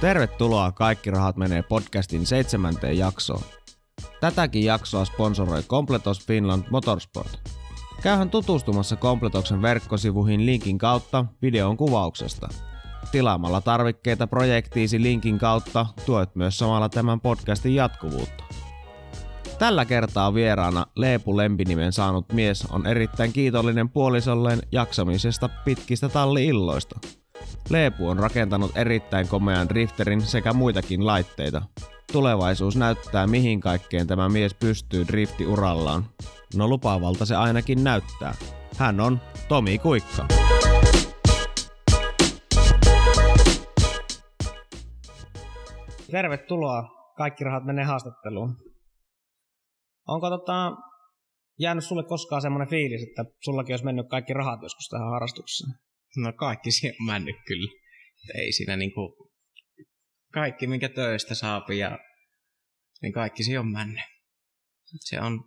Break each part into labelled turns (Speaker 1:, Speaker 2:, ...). Speaker 1: Tervetuloa Kaikki rahat menee podcastin seitsemänteen jaksoon. Tätäkin jaksoa sponsoroi Kompletos Finland Motorsport. Käyhän tutustumassa Kompletoksen verkkosivuihin linkin kautta videon kuvauksesta. Tilaamalla tarvikkeita projektiisi linkin kautta tuet myös samalla tämän podcastin jatkuvuutta. Tällä kertaa vieraana Leepu Lempinimen saanut mies on erittäin kiitollinen puolisolleen jaksamisesta pitkistä talliilloista. Leepu on rakentanut erittäin komean drifterin sekä muitakin laitteita. Tulevaisuus näyttää mihin kaikkeen tämä mies pystyy driftiurallaan. No lupaavalta se ainakin näyttää. Hän on Tomi Kuikka. Tervetuloa. Kaikki rahat menee haastatteluun. Onko tota, jäänyt sulle koskaan semmoinen fiilis, että sullakin olisi mennyt kaikki rahat joskus tähän harrastukseen?
Speaker 2: No kaikki se on mennyt kyllä. Et Ei siinä niinku, kaikki minkä töistä saapi ja niin kaikki se on mennyt. Et Se on,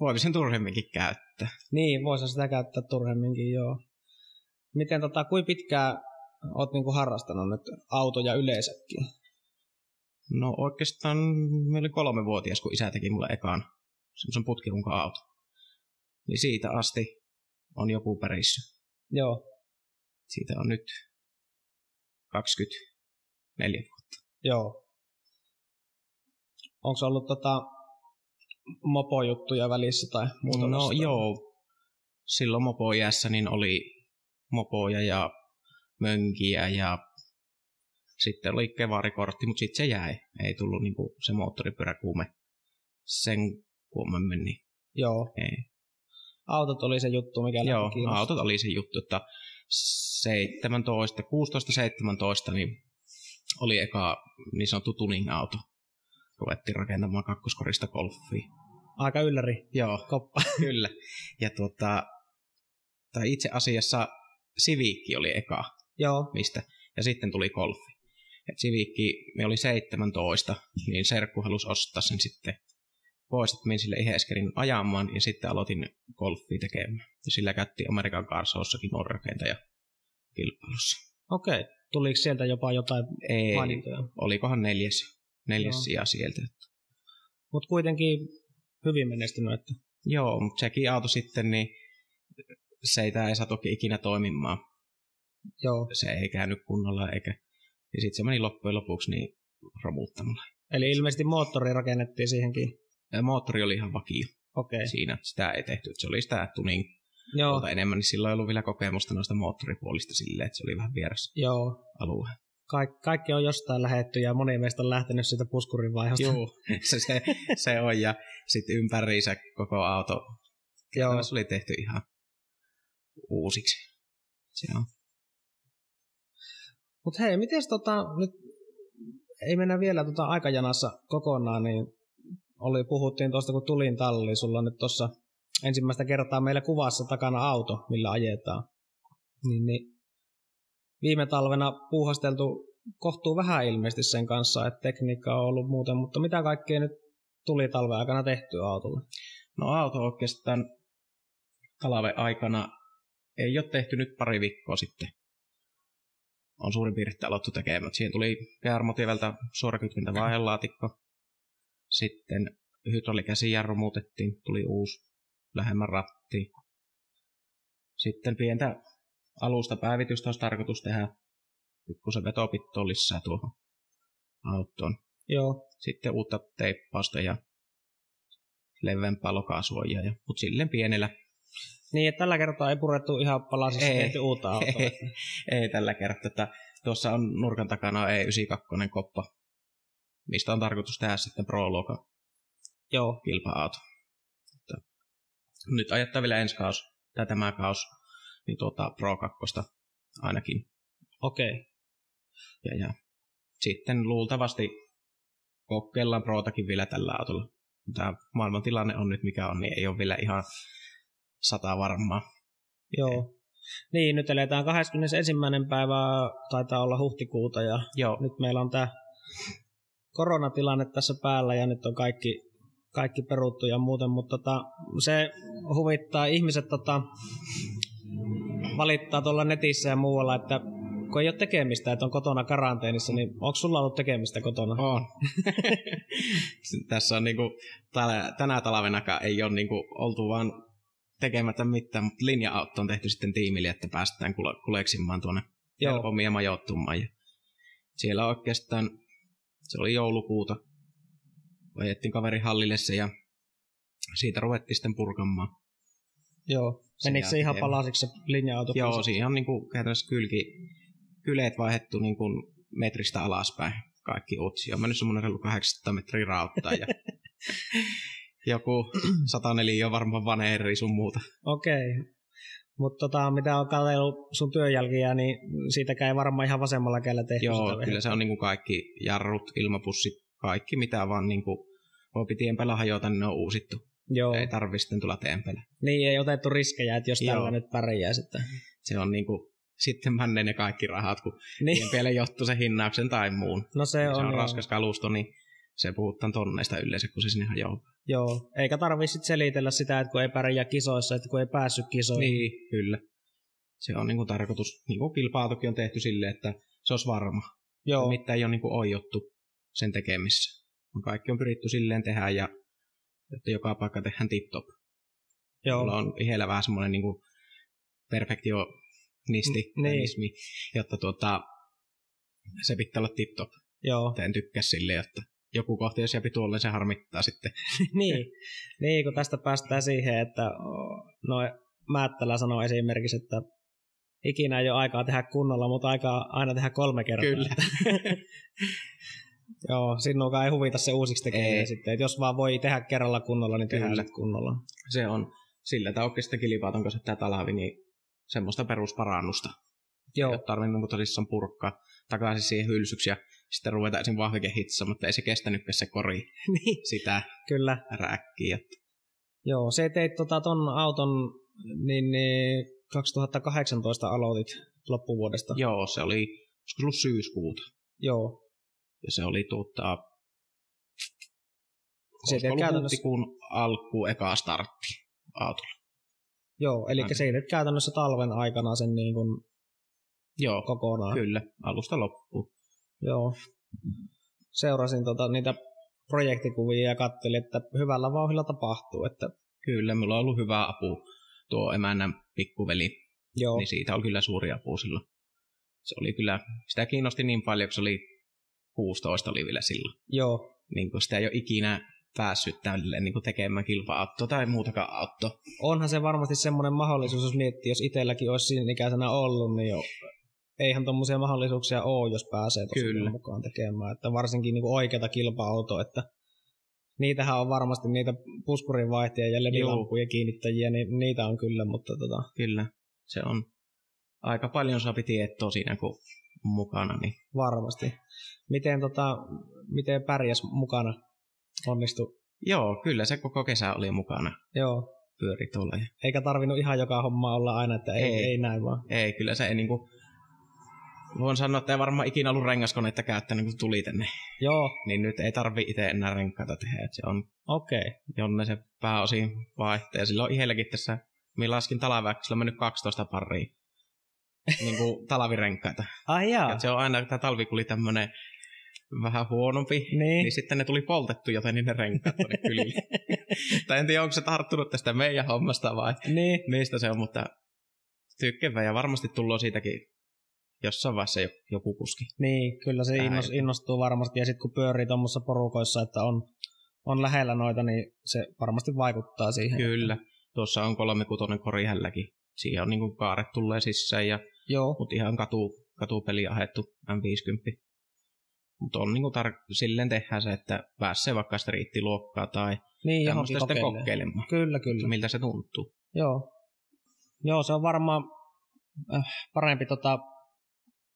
Speaker 2: voi sen turhemminkin käyttää.
Speaker 3: Niin, voisi sitä käyttää turhemminkin, Niin joo. Miten tota, kuin pitkään oot niinku harrastanut nyt autoja yleensäkin?
Speaker 2: No oikeastaan meillä oli kolme vuotias, kun isä teki mulle ekaan semmoisen putkirunka auto. Niin siitä asti on joku pärissyt.
Speaker 3: Joo,
Speaker 2: Siitä on nyt 24 vuotta.
Speaker 3: joo. Onko ollut tota, mopojuttuja välissä tai muuta?
Speaker 2: No
Speaker 3: vastaavaa?
Speaker 2: joo, silloin mopojässä niin oli mopoja ja mönkiä ja sitten oli kevarikortti, mutta sitten se jäi. Ei tullut niinku se moottoripyöräkuume sen kuumemmin. Niin
Speaker 3: Joo,
Speaker 2: ei.
Speaker 3: autot oli se juttu, mikä
Speaker 2: Joo,
Speaker 3: lähti kiinnostaa.
Speaker 2: autot oli se juttu, että 17, 16-17 niin oli eka niin sanottu tuning-auto. Ruvettiin rakentamaan kakkoskorista golfia.
Speaker 3: Aika ylläri.
Speaker 2: Joo,
Speaker 3: Koppa.
Speaker 2: Kyllä. Ja tuota, tai itse asiassa Siviikki oli eka,
Speaker 3: joo,
Speaker 2: mistä, ja sitten tuli golfi. Et Siviikki, me oli 17, niin Serkku halusi ostaa sen sitten pois, että menin sille iheskerin ajamaan, ja sitten aloitin golfia tekemään. Ja sillä käytti Amerikan karsossakin ja kilpailussa.
Speaker 3: okei. Okay. Tuliko sieltä jopa jotain
Speaker 2: Ei,
Speaker 3: mainintoja?
Speaker 2: olikohan neljäs, neljäs
Speaker 3: Joo.
Speaker 2: sija sieltä.
Speaker 3: Mutta kuitenkin hyvin menestynyt. Että.
Speaker 2: Joo, mutta sekin auto sitten, niin se ei, tää ei saa toki ikinä toimimaan.
Speaker 3: Joo,
Speaker 2: se ei käynyt kunnolla eikä... Ja sitten se meni loppujen lopuksi niin romuttamalla.
Speaker 3: eli ilmeisesti moottori rakennettiin siihenkin.
Speaker 2: Ja moottori oli ihan vakio
Speaker 3: Okei, okay.
Speaker 2: siinä. Sitä ei tehty. Se oli sitä tuning
Speaker 3: joo.
Speaker 2: no. enemmän, niin silloin ei ollut vielä kokemusta noista moottoripuolista silleen, että se oli vähän vieras
Speaker 3: Joo,
Speaker 2: alue.
Speaker 3: Kaik- kaikki on jostain lähetty ja moni meistä on lähtenyt siitä puskurin vaihosta.
Speaker 2: Joo, se, se, se on. Ja sitten ympäriinsä koko auto.
Speaker 3: Joo.
Speaker 2: Se oli tehty ihan uusiksi. Se on.
Speaker 3: Mutta hei, miten tota, nyt ei mennä vielä tota aikajanassa kokonaan, niin oli, puhuttiin tuosta kun tulin talliin, niin sulla on nyt tuossa ensimmäistä kertaa meillä kuvassa takana auto, millä ajetaan. Niin, niin. Viime talvena puuhasteltu kohtuu vähän ilmeisesti sen kanssa, että tekniikka on ollut muuten, mutta mitä kaikkea nyt tuli talven aikana tehtyä autolla?
Speaker 2: No auto oikeastaan talven aikana ei ole tehty nyt pari viikkoa sitten. On suurin piirtein alettu tekemään. Siihen tuli Jarmotiveltä suorakytkintä vaihelaatikko. Sitten hydraulikäsijarru muutettiin, tuli uusi lähemmän ratti. Sitten pientä alusta päivitystä olisi tarkoitus tehdä pikkusen vetopittoon lisää tuohon autoon
Speaker 3: Joo,
Speaker 2: sitten uutta teippausta ja leveämpää lokaasuojaa. Ja, mutta silleen pienellä.
Speaker 3: niin että tällä kertaa ei purettu ihan palasista
Speaker 2: Ei.
Speaker 3: tehty uutta autoa.
Speaker 2: Ei, ei tällä kertaa. Että tuossa on nurkan takana E92 koppa, mistä on tarkoitus tehdä sitten Pro Loka
Speaker 3: Joo,
Speaker 2: kilpa-auto. Että Nyt ajattaa vielä ensi kaus, tai tämä kaus, niin tuota Pro 2 ainakin.
Speaker 3: okei.
Speaker 2: Ja, ja. Sitten luultavasti kokeillaan Protakin vielä tällä autolla. Tämä maailman tilanne on nyt mikä on, niin ei ole vielä ihan sata varmaa.
Speaker 3: Joo. Niin, nyt eletään 21. päivää, taitaa olla huhtikuuta ja
Speaker 2: Joo,
Speaker 3: nyt meillä on tämä koronatilanne tässä päällä ja nyt on kaikki, kaikki peruttu ja muuten, mutta tota, se huvittaa ihmiset tota, valittaa tuolla netissä ja muualla, että kun ei ole tekemistä, että on kotona karanteenissa, niin onko sulla ollut tekemistä kotona?
Speaker 2: On. Tässä on niinku, täällä, tänä talvenakaan ei ole niinku oltu vaan tekemättä mitään, mutta linja-autto on tehty sitten tiimille, että päästään kule- kuleksimaan tuonne
Speaker 3: Joo.
Speaker 2: helpommin ja majoittumaan. Ja siellä oikeastaan, se oli joulukuuta, ajettiin kaveri hallille se ja siitä ruvettiin sitten purkamaan.
Speaker 3: Joo. Menikö se
Speaker 2: Sen
Speaker 3: ihan
Speaker 2: jälkeen-
Speaker 3: palasiksi se linja-auto?
Speaker 2: Joo, siinä on niinku käytännössä kylki, kyleet vaihdettu niinku metristä alaspäin kaikki utsi. On mennyt semmoinen reilu 800 metriä rauttaa ja joku 104 on varmaan vaneeri sun muuta.
Speaker 3: Okei. Mutta tota, mitä on katsellut sun työn jälkiä, niin siitäkään ei varmaan ihan vasemmalla kädellä tehty.
Speaker 2: Joo,
Speaker 3: sitä
Speaker 2: kyllä se on niinku kaikki jarrut, ilmapussit, kaikki mitä vaan niinku voi tienpäällä hajota, niin ne on uusittu.
Speaker 3: Joo.
Speaker 2: Ei tarvi sitten tulla tienpäällä.
Speaker 3: Niin, ei otettu riskejä, että jos
Speaker 2: Joo.
Speaker 3: tällä nyt pärjää sitten.
Speaker 2: Se on niinku, sitten mä ne kaikki rahat, kun
Speaker 3: Niin.
Speaker 2: tienpäällä johtuu se hinnauksen tai muun.
Speaker 3: No se on,
Speaker 2: se on
Speaker 3: joo.
Speaker 2: raskas kalusto, niin se puhutaan tonneista yleensä, kun se sinne hajoaa.
Speaker 3: Joo, eikä tarvi sit selitellä sitä, että kun ei pärjää kisoissa, että kun ei päässyt kisoihin.
Speaker 2: Niin, kyllä. Se on niinku tarkoitus, niin kuin kilpailukin on tehty sille, että se olisi varma.
Speaker 3: Joo,
Speaker 2: Joo. Mitä ei ole niinku oijottu sen tekemissä. Kun Kaikki on pyritty silleen tehdä ja että joka paikka tehdään tip-top.
Speaker 3: joo.
Speaker 2: Mulla on itsellä vähän semmoinen niinku perfektionisti,
Speaker 3: Mm, niin.
Speaker 2: niin. jotta tuota, se pitää olla tip-top.
Speaker 3: joo.
Speaker 2: Mutta en tykkää silleen, että joku kohta, jos jäpi tuolle, se harmittaa sitten.
Speaker 3: niin. niin, kun tästä päästään siihen, että oh, no Määttälä sanoi esimerkiksi, että ikinä ei ole aikaa tehdä kunnolla, mutta aikaa aina tehdä kolme kertaa. Joo, sinukaan ei huvita se uusiksi tekeminen
Speaker 2: Ei.
Speaker 3: sitten. että jos vaan voi tehdä kerralla kunnolla, niin tehdään
Speaker 2: Kyllä.
Speaker 3: sit kunnolla.
Speaker 2: se on sillä taukkista kilipaaton kanssa tämä talavi, niin semmoista perusparannusta. Ei
Speaker 3: Joo,
Speaker 2: ole tarvinnut niin tosissaan purkkaa takaisin siihen hylsyksi ja sitten ruveta esim. vahvikehitsa, mutta ei se kestänytkään se kori
Speaker 3: niin,
Speaker 2: sitä
Speaker 3: kyllä.
Speaker 2: rääkkiä.
Speaker 3: Joo, se teit tota, ton auton, niin, niin 2018 aloitit loppuvuodesta.
Speaker 2: Joo, se oli joskus ollut syyskuuta.
Speaker 3: Joo.
Speaker 2: Ja se oli tuota,
Speaker 3: Se
Speaker 2: se
Speaker 3: teet
Speaker 2: ollut
Speaker 3: käytännössä-
Speaker 2: huhtikuun alkuun eka startti autolla.
Speaker 3: Joo, eli
Speaker 2: Aivan.
Speaker 3: se teit käytännössä talven aikana sen niin kuin
Speaker 2: Joo,
Speaker 3: kokonaan.
Speaker 2: kyllä, alusta loppuun.
Speaker 3: Joo. Seurasin tota, niitä projektikuvia ja katselin, että hyvällä vauhilla tapahtuu. Että,
Speaker 2: Kyllä, mulla on ollut hyvä apu tuo emännän pikkuveli
Speaker 3: joo,
Speaker 2: niin siitä oli kyllä suuri apu silloin. Se oli kyllä, sitä kiinnosti niin paljon, kun se oli 16 oli vielä silloin.
Speaker 3: joo,
Speaker 2: Niin kun sitä ei ole ikinä päässyt tälle niin kun tekemään kilpa-auttoa tai muutakaan auttoa.
Speaker 3: onhan se varmasti semmoinen mahdollisuus, jos miettii, jos itselläkin olisi siinä ikäisenä ollut, niin jo, eihän tuommoisia mahdollisuuksia ole, jos pääsee
Speaker 2: Kyllä.
Speaker 3: tosiaan mukaan tekemään. Että varsinkin niin oikeata kilpa-autoa, että niitähän on varmasti niitä puskurinvaihtajia ja ledilampuja kiinnittäjiä, niin niitä on kyllä, mutta tota,
Speaker 2: Kyllä, se on aika paljon saapi tietoa siinä, kun on mukana. Niin.
Speaker 3: varmasti. Miten, tota, miten pärjäs mukana? Onnistu.
Speaker 2: Joo, kyllä se koko kesä oli mukana
Speaker 3: Joo.
Speaker 2: pyöri tuolla. Ja
Speaker 3: Eikä tarvinnut ihan joka homma olla aina, että ei, ei.
Speaker 2: Ei.
Speaker 3: ei näin vaan.
Speaker 2: ei, kyllä se ei niin kuin, voin sanoa, että ei varmaan ikinä ollut rengaskonetta käyttänyt, kun tuli tänne.
Speaker 3: Joo,
Speaker 2: Niin nyt ei tarvi itse enää renkaita tehdä, että se on
Speaker 3: okei.
Speaker 2: jonne se pääosin vaihtaa. Ja silloin itselläkin tässä, minä laskin talaväksi, sillä on mennyt 12 paria niin kuin talavirenkkaita.
Speaker 3: Ai
Speaker 2: Ja
Speaker 3: jaa.
Speaker 2: se on aina, tämä talvi kun oli tämmöinen vähän huonompi,
Speaker 3: Niin.
Speaker 2: niin sitten ne tuli poltettu, joten niin ne renkaat tuonne kylille. tai en tiedä, onko se tarttunut tästä meidän hommasta vai
Speaker 3: Niin.
Speaker 2: mistä se on, mutta tykkäävä ja varmasti tullaan siitäkin jossain vaiheessa jo- joku kuski.
Speaker 3: Niin, kyllä se
Speaker 2: Vähän
Speaker 3: innos,
Speaker 2: jotain.
Speaker 3: innostuu varmasti. Ja sitten kun pyörii tuommoisissa porukoissa, että on, on lähellä noita, niin se varmasti vaikuttaa siihen.
Speaker 2: Kyllä. Tuossa on kolmikutonen kori hälläkin. Siihen on niin kuin kaaret tulee sisään ja
Speaker 3: Joo,
Speaker 2: mutta ihan katu, katupeli ahettu M50. Mutta on niinku tar- silleen tehdään se, että pääsee vaikka striittiluokkaa tai
Speaker 3: niin johonkin
Speaker 2: tämmöistä sitten
Speaker 3: kokeilee.
Speaker 2: kokeilemaan,
Speaker 3: Kyllä, kyllä.
Speaker 2: miltä se tuntuu.
Speaker 3: Joo. Joo, se on varmaan äh, parempi tota,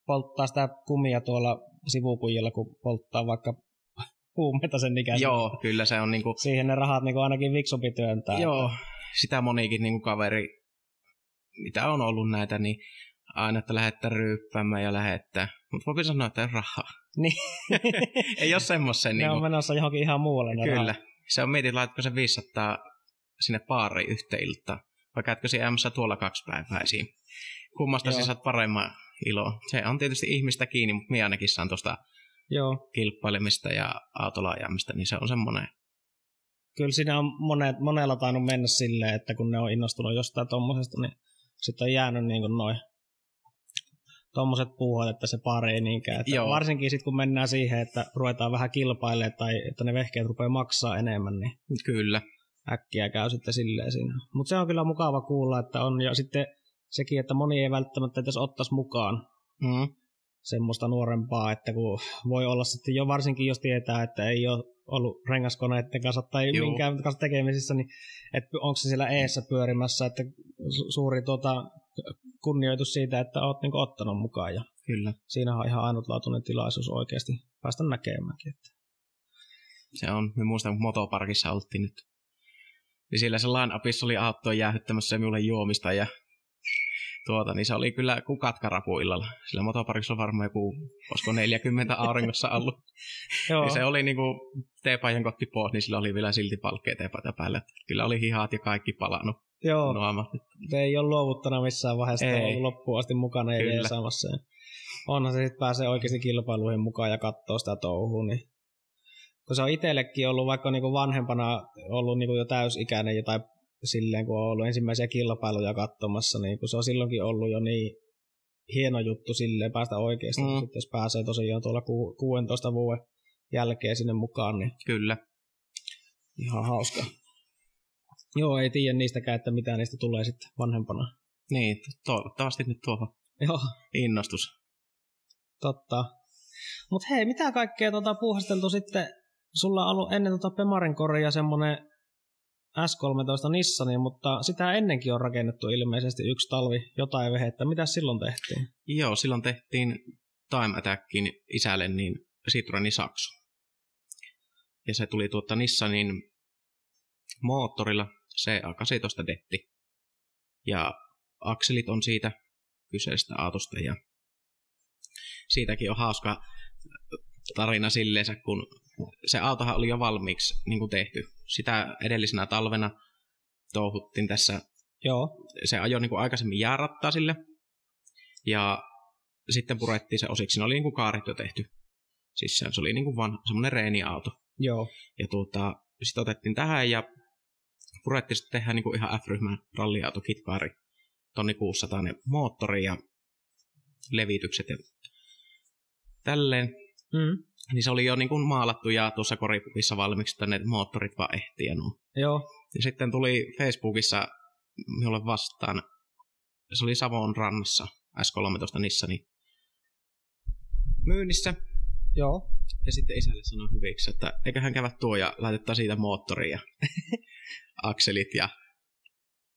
Speaker 3: polttaa sitä kumia tuolla sivukujilla, kun polttaa vaikka huumeita sen ikäisenä.
Speaker 2: Joo, kyllä se on niinku,
Speaker 3: Siihen ne rahat niin ainakin viksumpi työntää.
Speaker 2: joo, sitä monikin niinku kaveri, mitä on ollut näitä, niin aina, että lähettää ryyppäämään ja lähettää. Mutta voikin sanoa, että ei ole rahaa.
Speaker 3: Niin.
Speaker 2: ei ole semmoisen.
Speaker 3: ne
Speaker 2: Niinku,
Speaker 3: on menossa johonkin ihan muualle. Ne
Speaker 2: kyllä.
Speaker 3: Rahat.
Speaker 2: Se on mietit, laitatko se 500 sinne baari yhteen iltaan. Vai käytkö siinä m tuolla kaksi päivää esiin? Kummasta
Speaker 3: Joo.
Speaker 2: sä saat paremman iloa. Se on tietysti ihmistä kiinni, mutta minä ainakin saan tuosta
Speaker 3: Joo,
Speaker 2: kilppailemista ja autolla ajamista, niin se on semmoinen.
Speaker 3: kyllä siinä on monet, monella tainnut mennä silleen, että kun ne on innostunut jostain tommosesta, niin sitten on jäänyt niin kuin noin tommoset puuhat, että se pari ei niinkään. Että
Speaker 2: Joo.
Speaker 3: varsinkin sitten kun mennään siihen, että ruvetaan vähän kilpailemaan tai että ne vehkeet rupeaa maksaa enemmän, niin
Speaker 2: Kyllä.
Speaker 3: äkkiä käy sitten silleen siinä. Mutta se on kyllä mukava kuulla, että on ja sitten sekin, että moni ei välttämättä edes ottaisi mukaan
Speaker 2: Mm.
Speaker 3: semmoista nuorempaa, että kun voi olla sitten jo varsinkin, jos tietää, että ei ole ollut rengaskoneiden kanssa tai
Speaker 2: Juu.
Speaker 3: Juu. minkään kanssa tekemisissä, niin että onko se siellä eessä pyörimässä, että su- suuri tuota, kunnioitus siitä, että oot niinku ottanut mukaan ja
Speaker 2: Kyllä.
Speaker 3: siinä on ihan ainutlaatuinen tilaisuus oikeasti päästä näkemäänkin. Että.
Speaker 2: Se on, me muistan, kun motoparkissa oltiin nyt. Niin siellä se line-upissa oli aattoa jäähyttämässä minulle juomista ja tuota, niin se oli kyllä kuin katkarapu illalla. Sillä motoparkissa on varmaan joku, olisiko 40 auringossa ollut.
Speaker 3: Joo,
Speaker 2: Niin se oli niinku teepajan kotti pois, niin sillä oli vielä silti palkkea teepaita päällä. Että Kyllä oli hihat ja kaikki palannut
Speaker 3: joo.
Speaker 2: nuomat.
Speaker 3: Te ei ole luovuttanut missään vaiheessa,
Speaker 2: Ei.
Speaker 3: ei. ollut loppuun asti mukana ja
Speaker 2: Kyllä.
Speaker 3: jeesaamassa. Ja Onhan se sitten pääsee oikeasti kilpailuihin mukaan ja katsoo sitä touhua. Niin. Kun se on itsellekin ollut, vaikka on niinku vanhempana ollut niinku jo täysikäinen ja tai silleen, kun on ollut ensimmäisiä kilpailuja katsomassa, niin kun se on silloinkin ollut jo niin hieno juttu silleen päästä oikeasti.
Speaker 2: Mm.
Speaker 3: Mm. Sitten jos pääsee tosiaan tuolla ku- 16 vuoden jälkeen sinne mukaan, niin
Speaker 2: Kyllä.
Speaker 3: ihan hauska. Joo, ei tiedä niistäkään, että mitä niistä tulee sitten vanhempana.
Speaker 2: Niin, toivottavasti nyt tuo
Speaker 3: Joo.
Speaker 2: innostus.
Speaker 3: Totta. Mutta hei, mitä kaikkea tuota puuhasteltu sitten? Sulla on ollut ennen tuota Pemarin koria semmoinen S13 Nissani, mutta sitä ennenkin on rakennettu ilmeisesti yksi talvi jotain vehettä. Mitä silloin tehtiin?
Speaker 2: Joo, silloin tehtiin Time Attackin isälle niin Citroenin Saksu. Ja se tuli tuota Nissanin moottorilla CA18 detti. Ja akselit on siitä kyseistä autosta ja siitäkin on hauska tarina silleensä, kun se autohan oli jo valmiiksi niin kuin tehty. Sitä edellisenä talvena touhuttiin tässä
Speaker 3: Joo,
Speaker 2: se ajoi niin kuin aikaisemmin jäärattaa sille. Ja sitten purettiin se osiksi. Ne oli niin kuin kaaret jo tehty. Siis se- se oli niin kuin vanha, semmoinen reeniauto.
Speaker 3: joo,
Speaker 2: Ja tuota, sitten otettiin tähän ja purettiin sitten tehdä niin kuin ihan F-ryhmän ralliauto kitkaari. Tonni 600 moottori ja levitykset ja tälleen.
Speaker 3: mm.
Speaker 2: Niin se oli jo niin kuin maalattu ja tuossa koripupissa valmiiksi, että ne moottorit vaan ehtii ja nuo.
Speaker 3: joo,
Speaker 2: Ja sitten tuli Facebookissa minulle vastaan, se oli Savon rannassa, S13 Nissani myynnissä.
Speaker 3: joo.
Speaker 2: Ja sitten isälle sanoi hyviksi, että eiköhän käydä tuo ja laitetaan siitä moottori ja akselit ja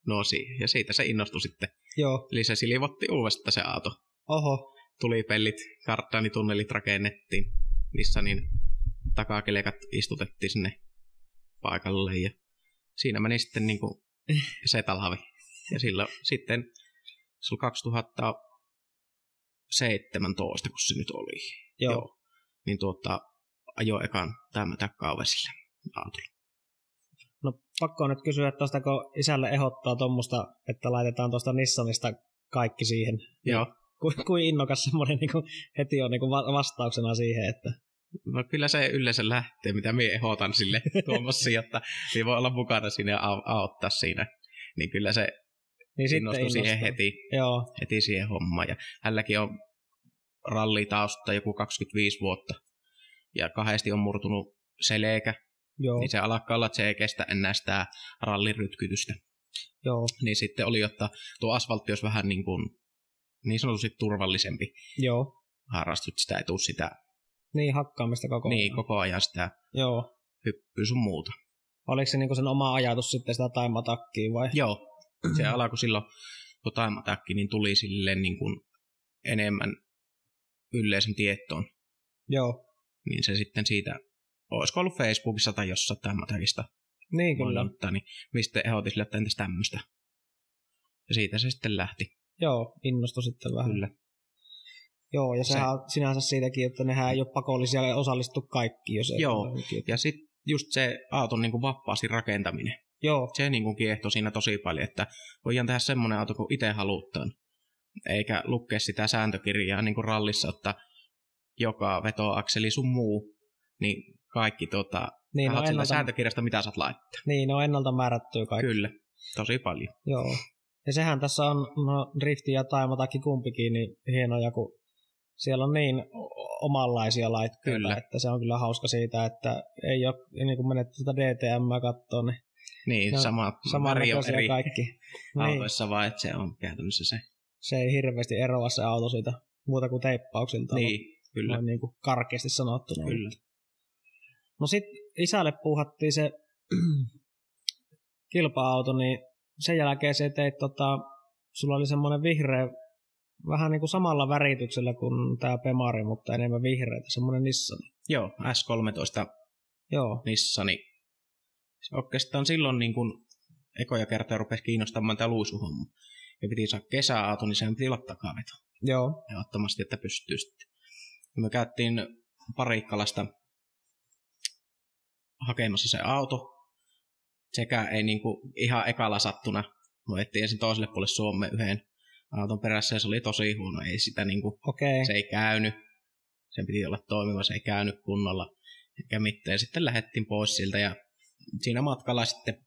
Speaker 2: nosi. Ja siitä se innostui sitten.
Speaker 3: Joo,
Speaker 2: Eli se silivotti uudestaan se auto.
Speaker 3: oho,
Speaker 2: Tulipellit, karttaanitunnelit rakennettiin. Nissanin takakelekat istutettiin sinne paikalle ja siinä meni sitten niin kuin se talvi. Ja silloin sitten se oli 2017, kun se nyt oli.
Speaker 3: joo. joo.
Speaker 2: Niin tuota, ajo ekan tämä takaavasille autolla.
Speaker 3: No pakko on nyt kysyä, että tuosta kun isälle ehdottaa tuommoista, että laitetaan tuosta Nissanista kaikki siihen.
Speaker 2: Joo.
Speaker 3: Ku, kuin innokas semmoinen niin heti on niin vastauksena siihen, että
Speaker 2: No kyllä se yleensä lähtee, mitä minä ehdotan sille tuomassa, jotta minä voi olla mukana siinä ja au- auttaa siinä. Niin kyllä se
Speaker 3: niin sitten
Speaker 2: innostui siihen
Speaker 3: innostuu.
Speaker 2: heti.
Speaker 3: Joo,
Speaker 2: heti siihen hommaan. Ja hänelläkin on rallitausta joku 25 vuotta. Ja kahdesti on murtunut selkä,
Speaker 3: Joo,
Speaker 2: niin se alkaa olla, että se ei kestä enää sitä rallirytkytystä.
Speaker 3: joo,
Speaker 2: Niin sitten oli, että tuo asfaltti olisi vähän niin, kuin, niin sanotusti turvallisempi
Speaker 3: joo.
Speaker 2: harrastut sitä, ei tule sitä
Speaker 3: Niin, hakkaamista koko ajan.
Speaker 2: niin, koko ajan sitä
Speaker 3: Joo.
Speaker 2: hyppyä sun muuta.
Speaker 3: Oliko se niinku sen oma ajatus sitten sitä taimatakkiin vai?
Speaker 2: Joo, se alkoi silloin, kun Time Attack, niin tuli sille niin kuin enemmän yleisön tietoon.
Speaker 3: Joo.
Speaker 2: niin se sitten siitä, olisiko ollut Facebookissa tai jossain tämmöistä,
Speaker 3: Niin kyllä.
Speaker 2: niin mistä ehdotin sille, että entäs tämmöistä. Ja siitä se sitten lähti,
Speaker 3: Joo, innostui sitten vähän.
Speaker 2: kyllä.
Speaker 3: Joo, ja
Speaker 2: Se-
Speaker 3: sehän on sinänsä siitäkin, että nehän ei ole pakollisia ja osallistu kaikki, jos ei
Speaker 2: Joo.
Speaker 3: ole kiinni.
Speaker 2: Ja sitten just se auton niin kuin vapaasti rakentaminen, niinku
Speaker 3: Joo,
Speaker 2: se niin kuin kiehtoi siinä tosi paljon, että voidaan tehdä semmoinen auto, kun itse halutaan. eikä lukea sitä sääntökirjaa niin kuin rallissa, että joka vetoakseli sun muu, niin kaikki tota,
Speaker 3: Niin,
Speaker 2: niin,
Speaker 3: no,
Speaker 2: no,
Speaker 3: ennalta,
Speaker 2: sääntökirjasta, mitä saat laittaa.
Speaker 3: niin, no ennalta määrättyy kaikki.
Speaker 2: Kyllä, tosi paljon.
Speaker 3: Joo. Ja sehän tässä on, no drifti ja taimataki kumpikin, niin hienoja, kun siellä on niin o- omanlaisia laitteita,
Speaker 2: Kyllä.
Speaker 3: että se on kyllä hauska siitä, että ei ole, niin kun menet tuota DTM kattoon, niin
Speaker 2: Niin,
Speaker 3: No,
Speaker 2: no, sama,
Speaker 3: saman
Speaker 2: väri on
Speaker 3: näköisiä
Speaker 2: eri
Speaker 3: kaikki. niin,
Speaker 2: autoissa vaan, että se on käytännössä se.
Speaker 3: se ei hirveästi eroa se auto siitä muuta kuin teippauksilta.
Speaker 2: Niin, kyllä,
Speaker 3: Noin niin kuin karkeasti sanottuna.
Speaker 2: kyllä.
Speaker 3: No sit isälle puuhattiin se kilpa-auto, niin sen jälkeen se teit, tota, sulla oli semmoinen vihreä, vähän niin kuin samalla värityksellä kuin tämä Pemari, mutta enemmän vihreä, semmoinen Nissan.
Speaker 2: Joo, S13
Speaker 3: Joo,
Speaker 2: Nissani. Se Oikeastaan silloin niin kun ekoja kertaa rupesi kiinnostamaan tämä luisuhomma. Ja piti saada kesäauto, niin sehän piti olla takaveto.
Speaker 3: joo,
Speaker 2: Ehdottomasti, että pystyy sitten. Ja me käytiin parikkalasta hakemassa se auto. Sekä ei niin kuin ihan ekalla sattuna. Me ettiin ensin toiselle puolelle Suomeen yhden auton perässä ja se oli tosi huono. Ei sitä niin kuin
Speaker 3: okei.
Speaker 2: se ei käynyt. Sen piti olla toimiva, se ei käynyt kunnolla. Eikä mitään. Sitten lähettiin pois siltä ja siinä matkalla sitten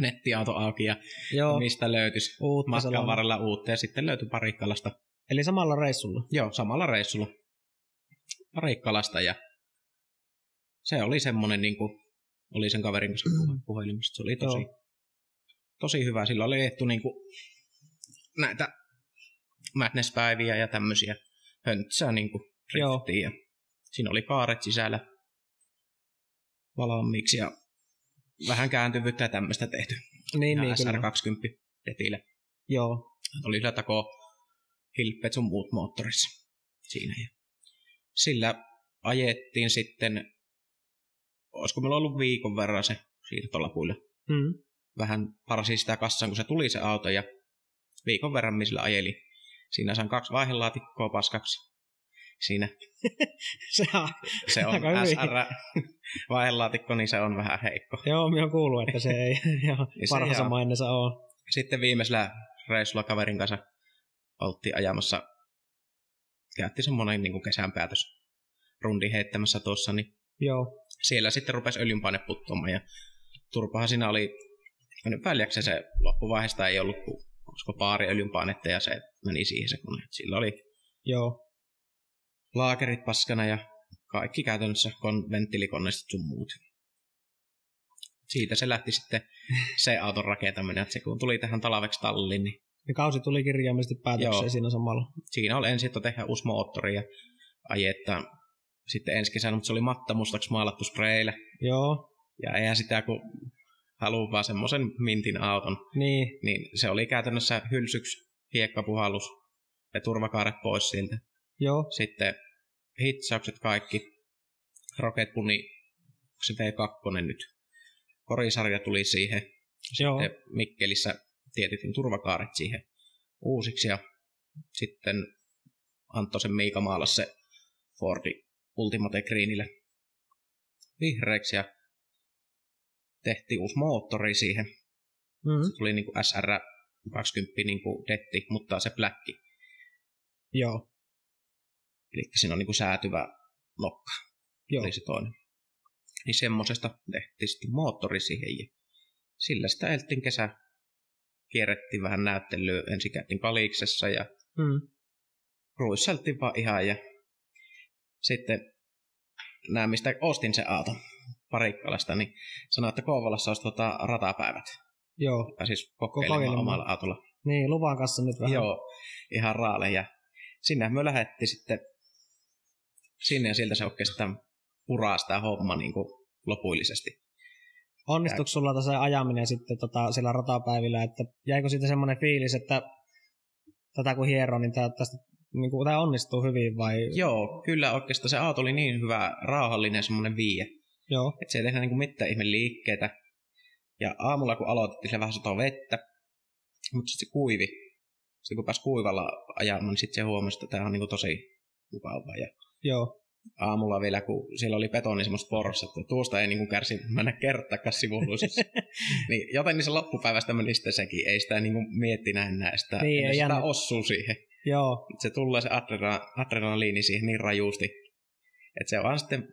Speaker 2: nettiauto auki ja
Speaker 3: Joo,
Speaker 2: mistä löytyisi
Speaker 3: uutta
Speaker 2: matkan
Speaker 3: sellainen.
Speaker 2: varrella uutta ja sitten löytyi Parikkalasta.
Speaker 3: Eli samalla reissulla.
Speaker 2: Joo, samalla reissulla Parikkalasta ja se oli semmoinen niin kuin, oli sen kaverin kanssa puhe- puhelimessa. Se oli tosi,
Speaker 3: Mm. Joo.
Speaker 2: tosi hyvä. Sillä oli ehtu niin kuin, näitä Madness-päiviä ja tämmöisiä höntsää niin kuin
Speaker 3: Joo.
Speaker 2: ja siinä oli kaaret sisällä valmiiksi ja vähän kääntyvyyttä ja tämmöistä tehty.
Speaker 3: Niin,
Speaker 2: Ja
Speaker 3: niin, kyllä.
Speaker 2: SR20 detillä.
Speaker 3: Joo,
Speaker 2: Oli sillä tako hilppeet sun muut moottorissa siinä. Ja sillä ajettiin sitten, olisiko meillä ollut viikon verran se siirtolapuilla.
Speaker 3: mm.
Speaker 2: Vähän parsi sitä kassaan, kun se tuli se auto ja viikon verran me sillä ajeli. Siinä saan kaksi vaihelaatikkoa paskaksi. Siinä
Speaker 3: Sehän,
Speaker 2: se on
Speaker 3: Aika hyvin.
Speaker 2: SR vaihelaatikko, niin se on vähän heikko.
Speaker 3: joo, minä kuullut, että se ei ihan
Speaker 2: Niin se
Speaker 3: parhaansa
Speaker 2: jaa.
Speaker 3: maineensa ole.
Speaker 2: Sitten viimeisellä reissulla kaverin kanssa oltiin ajamassa, käytti semmoinen niin kesän päätös rundi heittämässä tuossa, niin
Speaker 3: Joo,
Speaker 2: siellä sitten rupesi öljynpaine puttoamaan ja turpahan siinä oli mennyt väljäksi ja se loppuvaiheesta ei ollut kuin olisiko paari öljynpainetta ja se meni siihen se kone. Sillä oli
Speaker 3: joo,
Speaker 2: laakerit paskana ja kaikki käytännössä kon- venttiilikoneistot sun muut. Siitä se lähti sitten se auton rakentaminen, että se kun tuli tähän talveksi talliin, niin
Speaker 3: ja kausi tuli kirjaimellisesti päätökseen
Speaker 2: Joo.
Speaker 3: siinä samalla.
Speaker 2: siinä oli ensin, että tehdään uusi moottori ja ajetta sitten ensi kesänä, mutta se oli matta mustaksi maalattu spreillä.
Speaker 3: Joo,
Speaker 2: Ja eihän sitä, kun haluaa vaan semmoisen mintin auton,
Speaker 3: niin,
Speaker 2: niin se oli käytännössä hylsyksi hiekkapuhallus ja turvakaaret pois siltä.
Speaker 3: Joo,
Speaker 2: Sitten hitsaukset kaikki, Rocket Bunny, onko se V2 nyt, korisarja tuli siihen,
Speaker 3: joo,
Speaker 2: sitten Mikkelissä tietytin turvakaaret siihen uusiksi ja sitten antoi sen Miika maalla se Fordi Ultimate Greenille vihreäksi ja tehtiin uusi moottori siihen.
Speaker 3: mm,
Speaker 2: Se tuli niin kuin SR20 niin kuin detti, mutta se black.
Speaker 3: joo,
Speaker 2: Eli siinä on niin kuin säätyvä nokka,
Speaker 3: joo.
Speaker 2: oli se toinen. Niin semmoisesta tehtiin sitten moottori siihen ja sillä sitä eltin kesä kierrettiin vähän näyttelyä. Ensin käytiin Kaliksessa ja
Speaker 3: Mm,
Speaker 2: ruisseltiin vaan ihan ja sitten nämä, mistä ostin se auto Parikkalasta, niin sanoi, että Kouvolassa olisi tota ratapäivät.
Speaker 3: joo,
Speaker 2: Tai siis kokeilemaan,
Speaker 3: Kokeilemaan.
Speaker 2: omalla autolla.
Speaker 3: niin, luvan kanssa nyt vähän.
Speaker 2: Joo, ihan raale. Ja sinne me lähdettiin sitten sinne ja sieltä se oikeastaan puraa sitä homma niin kuin lopullisesti.
Speaker 3: Onnistuiko sulla tässä ajaminen sitten tota, siellä ratapäivillä, että jäikö siitä semmoinen fiilis, että tätä kun hiero, niin tää, tästä niin kuin, tää onnistuu hyvin vai?
Speaker 2: Joo, kyllä oikeastaan se auto oli niin hyvä, rauhallinen semmoinen viie.
Speaker 3: Joo,
Speaker 2: Että se ei tehdä niinku mitään ihme liikkeitä. Ja aamulla kun aloitettiin, se vähän satoi vettä, mutta sitten se kuivi. Sitten kun pääsi kuivalla ajamaan, niin sitten se huomasi, että tämä on niinku tosi niin mukavaa. Ja
Speaker 3: joo,
Speaker 2: aamulla vielä, kun siellä oli betoni semmoista porrassa, että tuosta ei niinku kärsi mennä kertaakaan sivuluisissa. niin jotenkin se loppupäivästä meni sitten sekin, ei sitä niinku miettinä enää sitä,
Speaker 3: Niin,
Speaker 2: niin,
Speaker 3: ei
Speaker 2: sitä
Speaker 3: jännä-
Speaker 2: ossuu siihen.
Speaker 3: Joo,
Speaker 2: Se tulee se adrena- adrenaliini siihen niin rajuusti, että se vaan sitten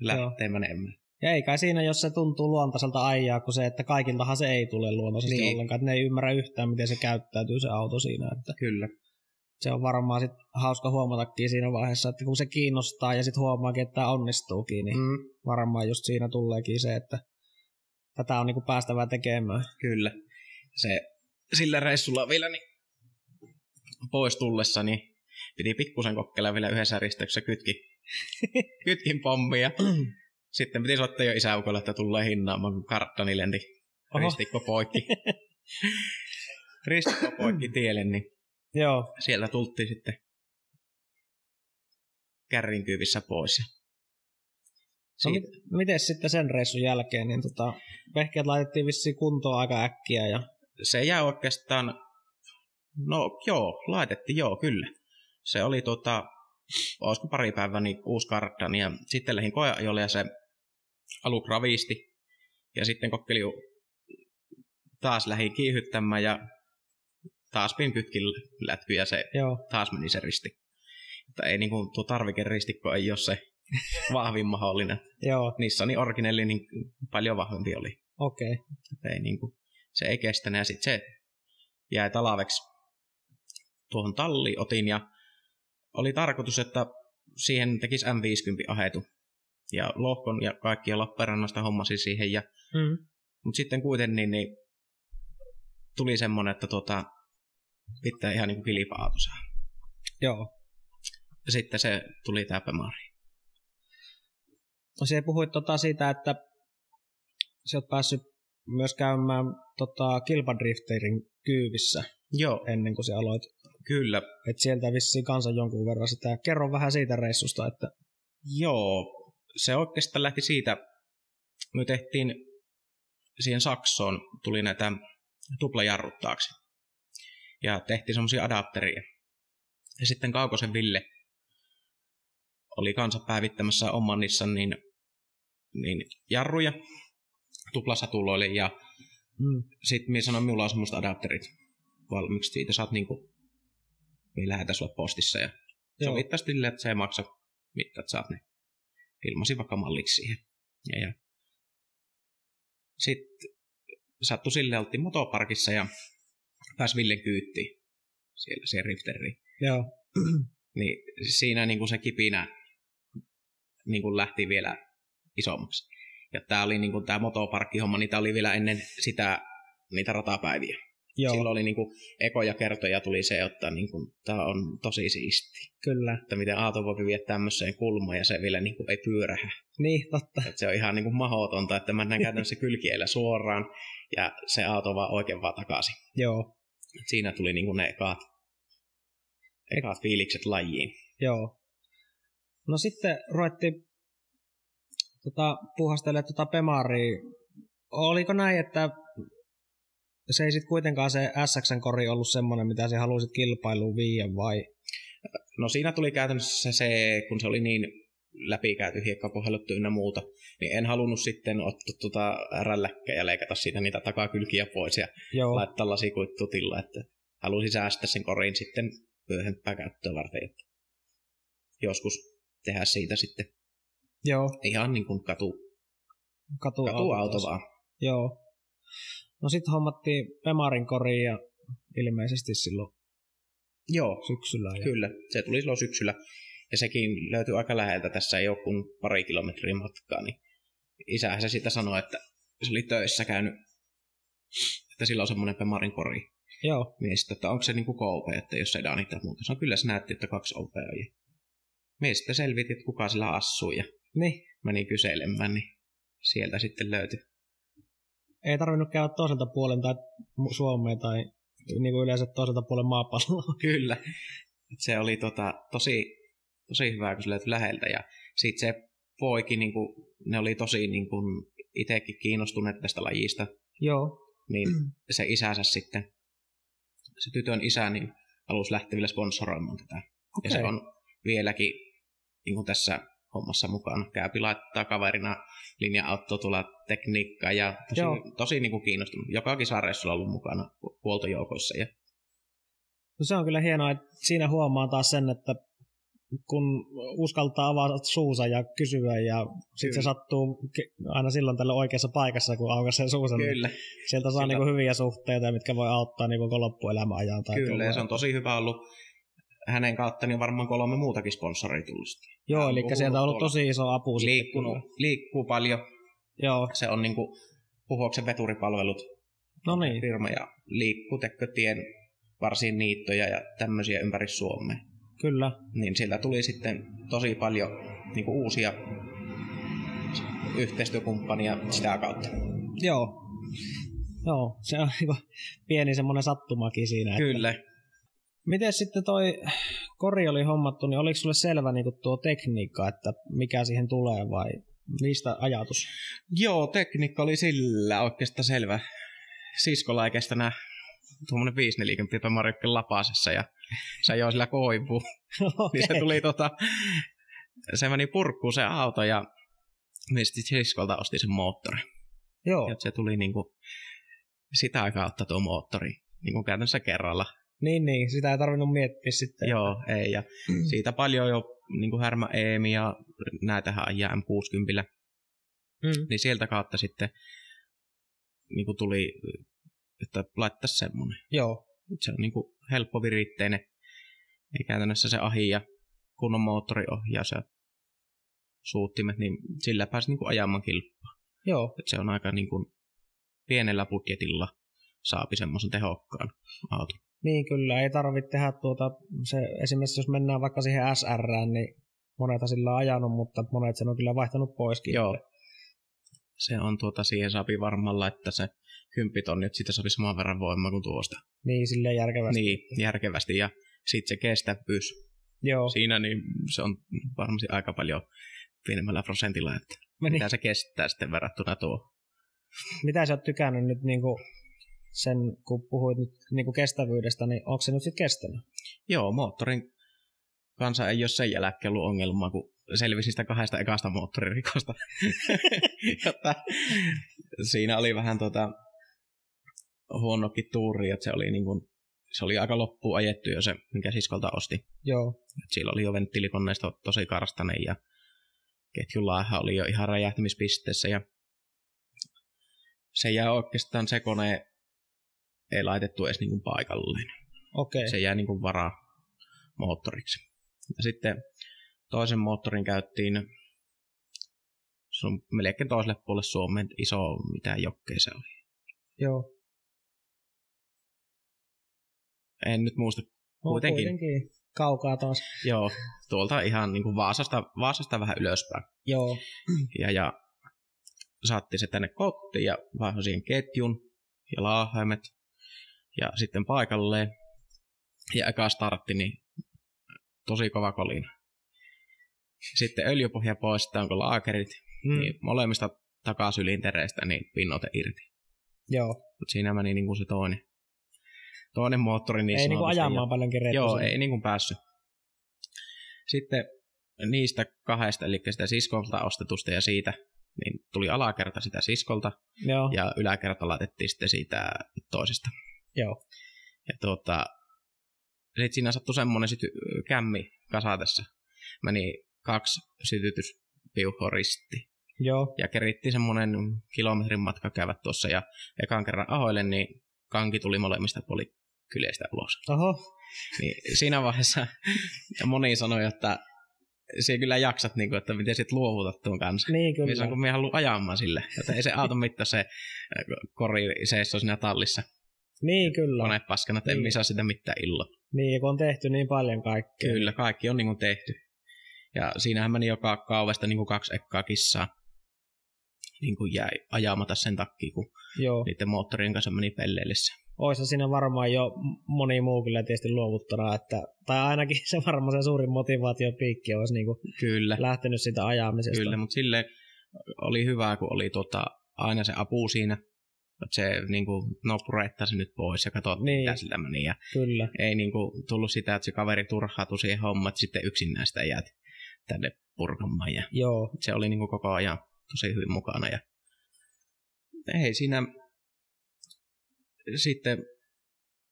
Speaker 2: lähtee menemään.
Speaker 3: ja ei kai siinä, jos se tuntuu luontaiselta ajaa, kun se, että kaikiltahan se ei tule luontaisesti
Speaker 2: Niin.
Speaker 3: niin. ollenkaan, että ne ei ymmärrä yhtään, miten se käyttäytyy se auto siinä, että
Speaker 2: Kyllä.
Speaker 3: se on varmaan sit hauska huomatakin siinä vaiheessa, että kun se kiinnostaa ja sitten huomaakin, että tämä onnistuukin, niin
Speaker 2: Mm,
Speaker 3: varmaan just siinä tuleekin se, että tätä on niinku päästävää tekemään.
Speaker 2: kyllä. Se, sillä reissulla vielä niin pois tullessa, niin piti pikkusen kokkella vielä yhdessä risteyksessä kytki, kytkin pommia. Sitten piti soittaa jo isäukolle, että tulee hinnaamaan, kun karttani lenti
Speaker 3: Oho.
Speaker 2: ristikko poikki. ristikko poikki tielle, niin
Speaker 3: Joo,
Speaker 2: sieltä tultiin sitten kärrinkyyvissä pois. Ja
Speaker 3: no,
Speaker 2: Siitä,
Speaker 3: mit- miten sitten sen reissun jälkeen, niin tota, vehkeet laitettiin vissiin kuntoon aika äkkiä ja
Speaker 2: se jäi oikeastaan, no joo, laitettiin joo, kyllä. Se oli tota, olisiko pari päivää niin uusi kartan ja sitten lähdin koeajolle ja se alukravisti ja sitten kokkeli taas lähdin kiihyttämään ja taas pin kytkin lätky ja se
Speaker 3: joo,
Speaker 2: taas meni se risti. Mutta ei niin kuin, tuo tarvikeristikko ei ole se vahvin mahdollinen.
Speaker 3: joo,
Speaker 2: Nissanin originelli niin paljon vahvempi oli.
Speaker 3: okei. Okay.
Speaker 2: Et Ei, niin kuin, se ei kestänyt ja sitten se jäi talaveksi tuohon talliin otin ja oli tarkoitus, että siihen tekisi M50 ahetu. Ja lohkon ja kaikkia Lappeenrannasta hommasi siihen ja
Speaker 3: Mm.
Speaker 2: mutta sitten kuitenkin niin, niin tuli semmoinen, että tota, pitää ihan niin kilpa-auto saada.
Speaker 3: Joo.
Speaker 2: Ja sitten se tuli tämä Pemari.
Speaker 3: No se puhuit tota siitä, että sä oot päässyt myös käymään tota, kilpadrifterin kyyvissä
Speaker 2: Joo,
Speaker 3: ennen kuin sä aloit.
Speaker 2: kyllä.
Speaker 3: Et sieltä vissiin kansan jonkun verran sitä. Kerro vähän siitä reissusta, että
Speaker 2: Joo, se oikeastaan lähti siitä, me tehtiin siihen Saksoon, tuli näitä tuplajarrut taakse. Ja tehtiin semmoisia adapteria. Ja sitten Kaukosen Ville oli kanssa päivittämässä oman niissä niin, niin jarruja tuplasatuloille ja
Speaker 3: mm.
Speaker 2: sitten minä sanoin, minulla on semmoista adapterit valmiiksi siitä, saat niinku, me lähetä sulle postissa ja
Speaker 3: Joo.
Speaker 2: sovittaa sille, että se ei maksa mitään, että saat ne ilmasi vaikka malliksi siihen. Ja, ja. Sitten sattui sille, oltiin motoparkissa ja pääsi Villen kyyttiin siellä siihen rifteriin.
Speaker 3: joo,
Speaker 2: Niin siinä niin kuin se kipinä niin kuin lähti vielä isommaksi. Ja tämä oli niin kuin tämä motoparkkihomma, niin tämä oli vielä ennen sitä niitä ratapäiviä. Joo.
Speaker 3: joo
Speaker 2: Silloin oli niin kuin, ekoja kertoja tuli se, että niin kuin, tämä on tosi siisti.
Speaker 3: kyllä.
Speaker 2: Että miten Aato voi viedä tämmöiseen kulmaan ja se vielä niin kuin, ei pyörähä.
Speaker 3: Niin, totta.
Speaker 2: Että se on ihan niin kuin, mahdotonta, että mä näen käytännössä kylkiellä suoraan ja se Aato vaan oikein vaan takaisin.
Speaker 3: Joo,
Speaker 2: Et siinä tuli niin kuin, ne ekaat, ekaat fiilikset lajiin.
Speaker 3: joo. No sitten ruvettiin tota, puhastelemaan tota Pemaria. Oliko näin, että se ei sitten kuitenkaan se SX-kori ollut semmoinen, mitä sä halusit kilpailuun viiä vai?
Speaker 2: No siinä tuli käytännössä se, kun se oli niin läpikäyty hiekkapohjalluttu ynnä muuta, niin en halunnut sitten ottaa tuota rälläkkää ja leikata siitä niitä takakylkiä pois ja
Speaker 3: Joo.
Speaker 2: laittaa lasikuittutilla, että halusin säästää sen korin sitten myöhempää käyttöä varten, että joskus tehdä siitä sitten
Speaker 3: Joo,
Speaker 2: ihan niin kuin katu,
Speaker 3: katu,
Speaker 2: katuauto vaan.
Speaker 3: Joo. No sitten hommattiin Pemarin koriin ja ilmeisesti silloin
Speaker 2: Joo,
Speaker 3: syksyllä. Ja...
Speaker 2: kyllä. Se tuli silloin syksyllä. Ja sekin löytyi aika läheltä. Tässä ei ole kuin pari kilometriä matkaa. Niin isähän se sitä sanoi, että se oli töissä käynyt, että sillä on semmoinen Pemarin kori.
Speaker 3: Joo,
Speaker 2: Mie sitten, että onko se niinku KOP, että jos ei Danita ja muuta. Se on kyllä se näytti, että kaksi OP on. Ja mie sitten selvitin, että kuka sillä asuu ja
Speaker 3: niin.
Speaker 2: menin kyselemään, niin sieltä sitten löytyi.
Speaker 3: Ei tarvinnut käydä toiselta puolen tai mu- Suomeen tai niin kuin yleensä toiselta puolen maapalloa.
Speaker 2: Kyllä. Et se oli tota, tosi, tosi hyvää, kun se löytyi läheltä. Ja sitten se poiki, niin kuin, ne oli tosi niin kuin, itsekin kiinnostuneet tästä lajista,
Speaker 3: Joo,
Speaker 2: niin
Speaker 3: Mm.
Speaker 2: se isänsä sitten, se tytön isä, niin halusi lähteä vielä sponsoroimaan tätä. Okay. Ja se on vieläkin niin kuin tässä hommassa mukana. Käypi laittaa kaverina linja-autoa tuolla tekniikkaa ja tosi,
Speaker 3: Joo.
Speaker 2: tosi niin kuin kiinnostunut. Joka kisareissulla ollut mukana hu- huoltojoukoissa. Ja,
Speaker 3: No se on kyllä hienoa, että siinä huomaa taas sen, että kun uskaltaa avata suusa ja kysyä ja sitten se
Speaker 2: Kyllä.
Speaker 3: sattuu ke- aina silloin tällä oikeassa paikassa, kun aukaisee suusa, niin
Speaker 2: kyllä,
Speaker 3: sieltä saa
Speaker 2: Sillä-
Speaker 3: niinku hyviä suhteita, mitkä voi auttaa niinku koko loppuelämän ajan. Tai
Speaker 2: kyllä. Ja
Speaker 3: tuolla.
Speaker 2: se on tosi hyvä ollut. Hänen kautta niin on varmaan kolme muutakin sponsoria tullut. sitten.
Speaker 3: Joo, eli
Speaker 2: Puhunut
Speaker 3: sieltä on ollut
Speaker 2: tuolla.
Speaker 3: tosi iso apu. sitten
Speaker 2: Liikkunut,
Speaker 3: kyllä.
Speaker 2: liikkuu paljon.
Speaker 3: Joo,
Speaker 2: Se on niin kuin Puhoksen veturipalvelut
Speaker 3: no niin.
Speaker 2: firma ja liikkuu tien varsin niittoja ja tämmöisiä ympäri Suomea.
Speaker 3: Kyllä.
Speaker 2: niin sillä tuli sitten tosi paljon niin kuin uusia yhteistyökumppania sitä kautta.
Speaker 3: Joo. Joo, se on niinku pieni semmoinen sattumakin siinä. että-
Speaker 2: Kyllä.
Speaker 3: Miten sitten toi kori oli hommattu, niin oliko sulle selvä niin tuo tekniikka, että mikä siihen tulee vai niistä ajatus?
Speaker 2: Joo, tekniikka oli sillä oikeastaan selvä. Siskolla ei kestänyt tuommoinen 5 nelikymppipä Marjokken lapasessa ja se ajoi sillä koivuun.
Speaker 3: Okei.
Speaker 2: Niin se tuli tota, se meni purkkuun se auto ja niin sitten siskolta osti sen moottori.
Speaker 3: Joo,
Speaker 2: Ja se tuli niinku sitä kautta tuo moottori niinku käytännössä kerralla.
Speaker 3: niin niin, sitä ei tarvinnut miettiä sitten.
Speaker 2: Joo, ei. Ja siitä paljon jo niin kuin Härmä Eemi ja näitähän ajaa M60,
Speaker 3: Mm.
Speaker 2: niin sieltä kautta sitten niin kuin tuli, että laittaa semmoinen.
Speaker 3: Joo,
Speaker 2: Se on niin kuin helppo viritteinen. Ei käytännössä se ahi ja kunnon moottoriohjaus ja suuttimet, niin sillä pääsi niin kuin ajamaan kilpaa.
Speaker 3: joo,
Speaker 2: Et se on aika niin kuin pienellä budjetilla saapi semmoisen tehokkaan auton.
Speaker 3: niin kyllä, ei tarvitse tehdä tuota, se, esimerkiksi jos mennään vaikka siihen SR, niin monethan sillä on ajanut, mutta monet sen on kyllä vaihtanut poiskin.
Speaker 2: Joo. Se on tuota, siihen saapi varmaan laittaa se 10 tonni, että siitä saapi saman verran voimaa kuin tuosta.
Speaker 3: Niin silleen järkevästi.
Speaker 2: Niin, järkevästi. Ja sitten se kestävyys.
Speaker 3: Joo,
Speaker 2: Siinä niin se on varmasti aika paljon pienemmällä prosentilla, että
Speaker 3: Meni.
Speaker 2: mitä se kestää sitten verrattuna tuo.
Speaker 3: mitä sä oot tykännyt nyt niin kuin sen, kun puhuit nyt niin kuin kestävyydestä, niin onko se nyt sitten kestänyt?
Speaker 2: Joo, moottorin kanssa ei ole sen jälkeen ollut ongelmaa, kun selvisi sitä kahdesta ekasta moottoririkosta. Jotta siinä oli vähän tota huonokin tuuri, että se oli, niin kuin, se oli aika loppuun ajettu jo se, minkä siskolta osti.
Speaker 3: Joo,
Speaker 2: Et siellä oli jo venttiilikoneisto tosi karstainen ja ketjulaahan oli jo ihan räjähtämispisteessä ja se jää oikeastaan se kone ei laitettu edes niin paikalleen.
Speaker 3: okei.
Speaker 2: Se jää niin kuin varaa moottoriksi. Ja sitten toisen moottorin käyttiin se on melkein toiselle puolelle Suomeen iso, mitä jokkeen se oli.
Speaker 3: Joo.
Speaker 2: En nyt muista.
Speaker 3: No,
Speaker 2: Kuitenkin.
Speaker 3: kuitenkin. Kaukaa taas.
Speaker 2: Joo, tuolta ihan niin kuin Vaasasta, Vaasasta vähän ylöspäin.
Speaker 3: Joo,
Speaker 2: ja, ja saatti se tänne kotiin ja vaihdoi siihen ketjun ja laahaimet ja sitten paikalleen. Ja eka startti, niin tosi kova kolina. Sitten öljypohja poistetaan, kun laakerit, mm.
Speaker 3: mm.
Speaker 2: niin molemmista takasylintereistä niin pinnote irti.
Speaker 3: joo.
Speaker 2: Mutta siinä meni niinku se toinen, toinen moottori niin
Speaker 3: ei niinku
Speaker 2: sanotusti, ja-
Speaker 3: ajamaan paljon kerettä.
Speaker 2: Joo, ei niin kuin päässyt. Sitten niistä kahdesta, eli sitä siskolta ostetusta ja siitä, niin tuli alakerta sitä siskolta
Speaker 3: Joo,
Speaker 2: ja yläkerta laitettiin sitten siitä toisesta.
Speaker 3: Joo.
Speaker 2: Ja tuota, sitten siinä sattui semmoinen syty, kämmi kasatessa. Meni kaksi sytytyspiuhoa ristiin
Speaker 3: joo,
Speaker 2: ja kerittiin semmoinen kilometrin matka käydä tuossa ja ekan kerran ahoille, niin kanki tuli molemmista puoli kyleistä ulos.
Speaker 3: Oho,
Speaker 2: Niin siinä vaiheessa moni sanoi, että se kyllä jaksat, niin kuin, että miten sit luovutat tuon kanssa.
Speaker 3: niin
Speaker 2: Kyllä.
Speaker 3: kyllä.
Speaker 2: Niin kun minä haluan ajamaan sille, että ei se auta mitään se äh, kori seisoo siinä tallissa
Speaker 3: Niin kyllä.
Speaker 2: konepaskana, että en
Speaker 3: Niin.
Speaker 2: minä saa sitä mitään illoa.
Speaker 3: Niin, kun on tehty niin paljon kaikkea.
Speaker 2: Kyllä, kaikki on niin kuin tehty. Ja siinähän meni joka kauvesta niin kuin kaksi ekkaa kissaa niin kuin jäi ajaamatta sen takia, kun
Speaker 3: Joo. Niin.
Speaker 2: niiden moottorien kanssa meni pelleilyssä.
Speaker 3: Oisa siinä varmaan jo moni muu kyllä tietysti luovuttuna, että, tai ainakin se varmaan se suurin motivaatiopiikki olisi niinku
Speaker 2: Kyllä.
Speaker 3: lähtenyt siitä ajamisesta.
Speaker 2: Kyllä, mutta sille oli hyvä, kun oli tota, aina se apu siinä. Että se niin kuin, no purettaa se nyt pois ja katsotaan,
Speaker 3: Niin.
Speaker 2: niin. mitä sillä meni. Ja niinku
Speaker 3: kyllä.
Speaker 2: ei niin kuin, tullut sitä, että se kaveri turhautui siihen hommaan, että sitten yksinään sitä jäät tänne purkamaan. Ja
Speaker 3: Joo,
Speaker 2: se oli niin kuin koko ajan tosi hyvin mukana. Ja ei siinä sitten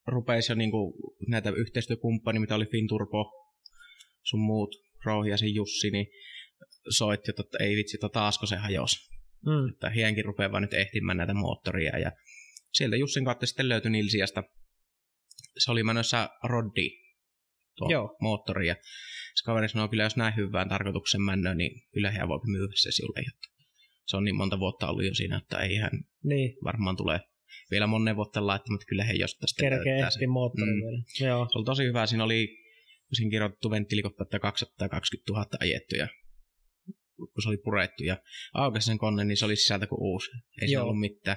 Speaker 2: rupesi jo niin kuin näitä yhteistyökumppania, mitä oli Finturbo, sun muut, Rouhiasen Jussi, niin soitti, että ei vitsi, että taasko se hajosi.
Speaker 3: mm.
Speaker 2: Että hienkin rupeaa vaan nyt ehtimään näitä moottoria. Ja sieltä Jussin kautta sitten löytyi Nilsiasta. Se oli menossa Roddi tuo
Speaker 3: Joo.
Speaker 2: moottori. Ja se kaveri sanoi, kyllä jos näin hyvään tarkoituksen mennä, niin kyllä hän voi myydä se sille. Että se on niin monta vuotta ollut jo siinä, että ei hän
Speaker 3: niin.
Speaker 2: varmaan tule vielä monen vuotta laittamaan, mutta kyllä he jostain sitten
Speaker 3: Kerkee
Speaker 2: löytää sen.
Speaker 3: ehti moottori
Speaker 2: Mm.
Speaker 3: mm. vielä. Joo,
Speaker 2: Se oli tosi hyvä. Siinä oli, kun siinä kirjoitettu venttilikoppa, että 220 000 ajettu ja kun se oli purettu ja aukesi sen kone, niin se oli sisältä kuin uusi. Ei siinä
Speaker 3: Joo.
Speaker 2: ollut mitään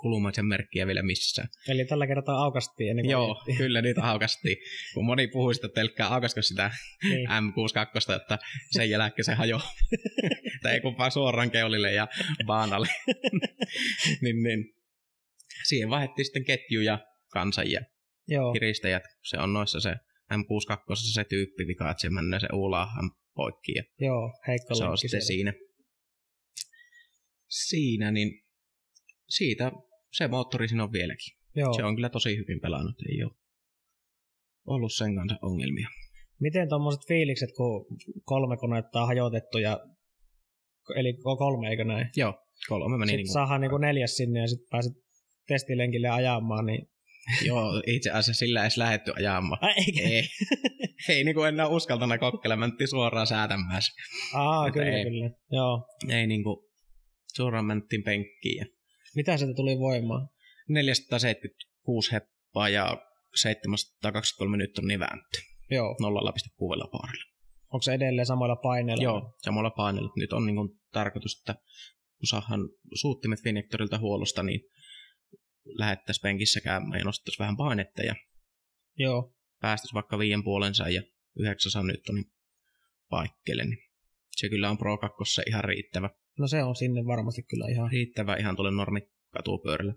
Speaker 2: kulumaisen merkkiä vielä missään.
Speaker 3: eli tällä kertaa aukastiin ennen kuin
Speaker 2: Joo, kyllä niitä aukastiin. Kun moni puhui sitä pelkkää, aukasko sitä
Speaker 3: Niin.
Speaker 2: M62, että sen jälkeen se hajo. tai ei kun vaan suoraan keulille ja baanalle. niin, niin. Siihen vaihdettiin sitten ketjuja kansan ja
Speaker 3: Joo,
Speaker 2: kiristäjät, se on noissa se M62 se tyyppi vika, että se menee se ulaahan poikki ja
Speaker 3: joo, heikko
Speaker 2: se on
Speaker 3: lenkki
Speaker 2: sitten siinä.
Speaker 3: siellä.
Speaker 2: Siinä, niin siitä se moottori siinä on vieläkin.
Speaker 3: Joo.
Speaker 2: Se on kyllä tosi hyvin pelannut, ei ole ollut sen kanssa ongelmia.
Speaker 3: Miten tuommoiset fiilikset, kun kolme konetta on hajotettu ja eli kolme, eikö näin?
Speaker 2: Joo, kolme meni
Speaker 3: Sitten
Speaker 2: niin kuin,
Speaker 3: saadaan niinku neljäs sinne ja sitten pääset testilenkille ajamaan, niin...
Speaker 2: joo, itse asiassa sillä ei edes lähetty ajamaan.
Speaker 3: Ai, eikä.
Speaker 2: Ei, ei niin kuin enää uskaltana kokkele, mentti suoraan säätämään. se.
Speaker 3: Aa,
Speaker 2: Että
Speaker 3: kyllä,
Speaker 2: ei.
Speaker 3: kyllä. Joo.
Speaker 2: Ei niin kuin, suoraan mentiin penkkiin ja
Speaker 3: Mitä sieltä tuli voimaan?
Speaker 2: 476 heppaa ja 723 nyttonnia vääntö
Speaker 3: Joo.
Speaker 2: 0,6 paarilla.
Speaker 3: Onko se edelleen samoilla paineilla?
Speaker 2: Joo, samalla painella. Nyt on niin kuin tarkoitus, että kun saadaan suuttimet Finjektorilta huollosta, niin lähettäisiin penkissä käymään ja nostettaisiin vähän painetta ja
Speaker 3: Joo.
Speaker 2: päästäisiin vaikka viien puolensa ja 900 nyttonin paikkeelle. Niin se kyllä on Pro 2 ihan riittävä.
Speaker 3: No se on sinne varmasti kyllä ihan.
Speaker 2: Riittävä ihan tuolle normikatupyörälle.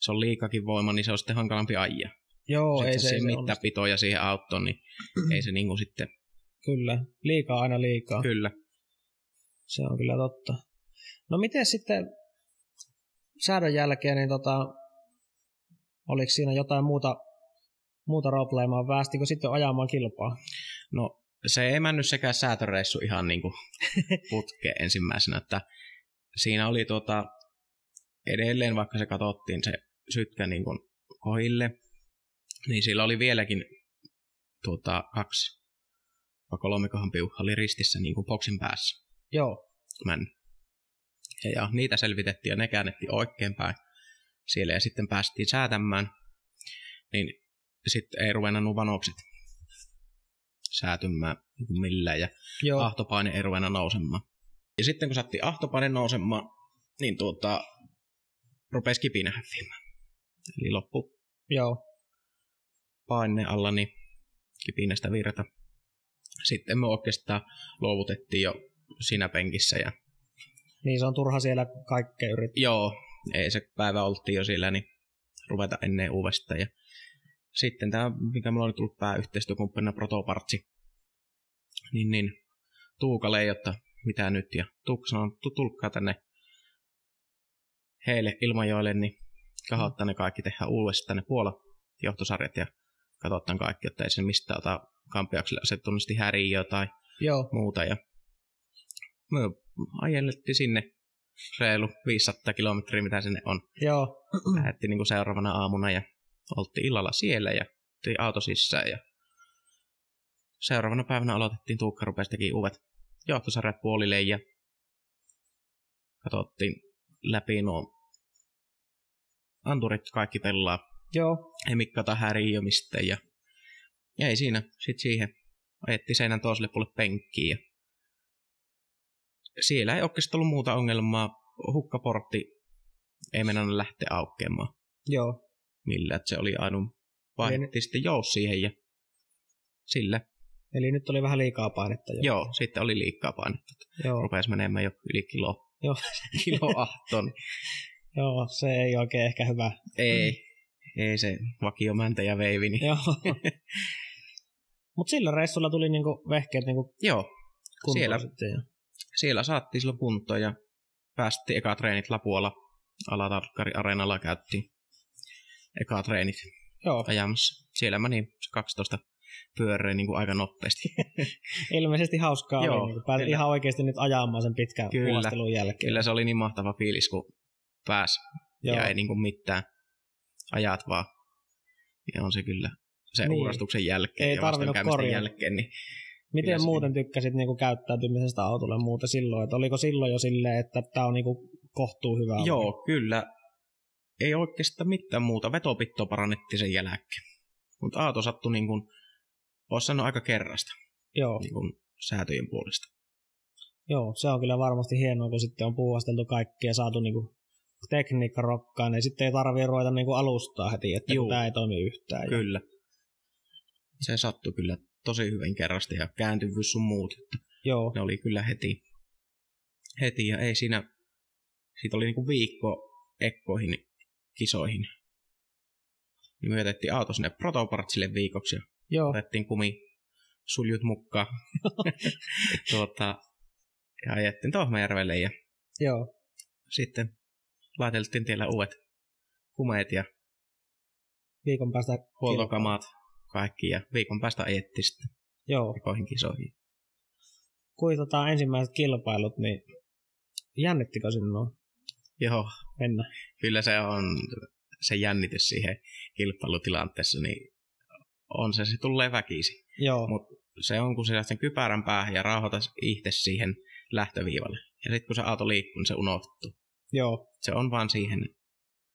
Speaker 2: Se on liikakin voima, niin se on sitten hankalampi ajaa.
Speaker 3: Joo,
Speaker 2: Sitten
Speaker 3: ei
Speaker 2: se,
Speaker 3: se, ei se onnistu.
Speaker 2: mittapitoja siihen auttoon, niin ei se niin kuin sitten,
Speaker 3: Kyllä. Liikaa aina liikaa.
Speaker 2: kyllä.
Speaker 3: Se on kyllä totta. No miten sitten säädön jälkeen, niin tota, oliko siinä jotain muuta, muuta roleplaymaa, päästikö sitten ajamaan kilpaa?
Speaker 2: No se ei mennyt sekään säätöreissu ihan niin kuin putkeen ensimmäisenä, että siinä oli tuota, edelleen vaikka se katsottiin se sytkä niin kuin kohille, niin sillä oli vieläkin tuota, kaksi vai kolmikohan piuha oli ristissä niin kuin boksin päässä.
Speaker 3: Joo,
Speaker 2: Män. Ja, ja niitä selvitettiin ja ne käännettiin oikein päin siellä ja sitten päästiin säätämään, niin sitten ei ruvennut vanokset säätymään niin millään ja
Speaker 3: joo, ah.
Speaker 2: ahtopaine ei ruvennut nousemaan. Ja sitten kun saatiin ahtopaine nousemaan, niin tuota, rupesi kipinä häviämään. Eli loppu
Speaker 3: joo,
Speaker 2: paine alla, niin kipinästä virta. Sitten me oikeastaan luovutettiin jo siinä penkissä ja
Speaker 3: niin se on turha siellä kaikkea yrittää.
Speaker 2: Joo, ei se päivä oltiin jo siellä, niin ruveta ennen uudestaan. Ja sitten tämä, mikä mulla oli tullut pääyhteistyökumppanina Protopartsi, niin, niin Tuukalle ei otta mitä nyt. Ja Tuukka sanoi, "Tu- tulkaa tänne heille Ilmajoelle, niin kahottaa ne kaikki, tehdään uudestaan tänne Puola johtosarjat ja katsotaan kaikki, että ei se mistään ota kampiakselle niin asettunnisesti häiriöä tai
Speaker 3: Joo,
Speaker 2: muuta. Ja me ajellettiin sinne reilu 500 kilometriä, mitä sinne on.
Speaker 3: joo,
Speaker 2: Lähettiin niin seuraavana aamuna ja oltiin illalla siellä ja tuli auto sisään. Ja seuraavana päivänä aloitettiin Tuukka rupesi teki uudet johtosarjat puolille ja katsottiin läpi nuo anturit kaikki pelaa.
Speaker 3: joo,
Speaker 2: Ei mikkata häiriö mistään ja ja ei siinä. Sitten siihen ajettiin seinän toiselle puolelle penkkiin ja siellä ei oikeastaan ollut muuta ongelmaa. Hukkaportti ei mennä lähteä aukeamaan
Speaker 3: joo.
Speaker 2: millään, että se oli ainoa vaihdettiin sitten jous siihen ja sillä.
Speaker 3: Eli nyt oli vähän liikaa painetta jo.
Speaker 2: Joo, sitten oli liikaa painetta.
Speaker 3: joo,
Speaker 2: Rupesi menemään jo yli kilo,
Speaker 3: Joo.
Speaker 2: kilo ahton.
Speaker 3: joo se ei oikein ehkä hyvä.
Speaker 2: ei, ei se vakiomäntä ja veivi. Niin.
Speaker 3: joo. Mutta sillä reissulla tuli niinku vehkeet niinku
Speaker 2: Joo,
Speaker 3: kuntoon
Speaker 2: Siellä.
Speaker 3: Sitten, ja
Speaker 2: Siellä saattiin silloin kuntoon ja päästiin eka treenit Lapuolla. Alatarkkari Areenalla käyttiin eka treenit
Speaker 3: Joo,
Speaker 2: ajamassa. Siellä meni se 12 pyöriä niin kuin aika nopeasti.
Speaker 3: ilmeisesti hauskaa Joo,
Speaker 2: Joo,
Speaker 3: oli. Niin kuin pääsit
Speaker 2: kyllä.
Speaker 3: ihan oikeasti nyt ajamaan sen pitkän
Speaker 2: Kyllä.
Speaker 3: puhastelun jälkeen.
Speaker 2: Kyllä se oli niin mahtava fiilis, kun pääsi
Speaker 3: Joo.
Speaker 2: ja ei niin kuin mitään. Ajat vaan. Ja on se kyllä sen
Speaker 3: Niin.
Speaker 2: niin. uurastuksen jälkeen
Speaker 3: Ei
Speaker 2: ja
Speaker 3: tarvinnut
Speaker 2: vastoinkäymisten
Speaker 3: korjata.
Speaker 2: jälkeen, niin
Speaker 3: Miten
Speaker 2: Kyllä se-
Speaker 3: muuten tykkäsit niinku käyttäytymisestä autolla ja muuta silloin? Et oliko silloin jo silleen, että tämä on niinku kohtuu hyvä? auto?
Speaker 2: Joo, kyllä. Ei oikeastaan mitään muuta. Vetopitto parannettiin sen jälkeen. Mutta Aato sattui niin kuin, vois sanoa aika kerrasta
Speaker 3: Joo,
Speaker 2: niin kuin säätöjen puolesta.
Speaker 3: joo, se on kyllä varmasti hienoa, kun sitten on puuhasteltu kaikki ja saatu niinku tekniikka rokkaan, niin sitten ei tarvii ruveta niinku alustaa heti, että
Speaker 2: Juu.
Speaker 3: tämä ei toimi yhtään. Ja-
Speaker 2: Kyllä. Se sattui kyllä tosi hyvin kerrasta ja kääntyvyys sun muut.
Speaker 3: Joo,
Speaker 2: Ne oli kyllä heti. Heti ja ei siinä, siitä oli niin kuin viikko ekkoihin kisoihin. Niin me jätettiin auto sinne protopartsille viikoksi ja
Speaker 3: joo,
Speaker 2: otettiin kumi suljut mukaan. tuota, ja ajettiin Tohmajärvelle ja
Speaker 3: joo.
Speaker 2: sitten laiteltiin tiellä uudet kumeet ja
Speaker 3: Viikon päästä
Speaker 2: huoltokamat kaikki ja viikon päästä ajettiin sitten
Speaker 3: Joo.
Speaker 2: koihin kisoihin.
Speaker 3: Kun tota, ensimmäiset kilpailut, niin jännittikö sinua
Speaker 2: Joo,
Speaker 3: mennä?
Speaker 2: kyllä se on se jännitys siihen kilpailutilanteessa, niin on se, se tulee väkisi.
Speaker 3: Joo,
Speaker 2: Mut- Se on, kun sä saat sen kypärän päähän ja rauhoitat itse siihen lähtöviivalle. Ja sitten kun se auto liikkuu, niin se unohtuu.
Speaker 3: joo.
Speaker 2: Se on vaan siihen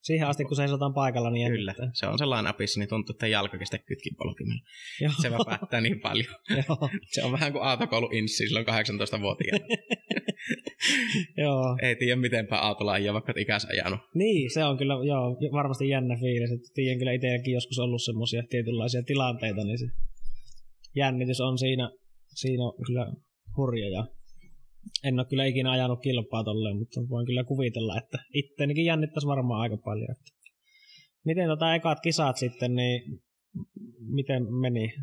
Speaker 3: Siihen asti, kun seisotaan paikalla, niin
Speaker 2: Kyllä,
Speaker 3: jännittää.
Speaker 2: se on sellainen apissa, niin tuntuu, että jalka kestää kytkin polkimella.
Speaker 3: Joo,
Speaker 2: Se väpättää niin paljon.
Speaker 3: joo,
Speaker 2: Se on vähän kuin aatokoulu inssi silloin 18-vuotiaana.
Speaker 3: joo.
Speaker 2: Ei tiedä mitenpä autolla ajaa, vaikka oot ikänsä ajanut.
Speaker 3: Niin, se on kyllä joo, varmasti jännä fiilis. Että tiedän kyllä itselläkin joskus ollut semmoisia tietynlaisia tilanteita, niin se jännitys on siinä, siinä on kyllä hurja. Ja en ole kyllä ikinä ajanut kilpaa tolleen, mutta voin kyllä kuvitella, että itteenikin jännittäisi varmaan aika paljon. Että. Miten tota ekat kisat sitten, niin miten meni?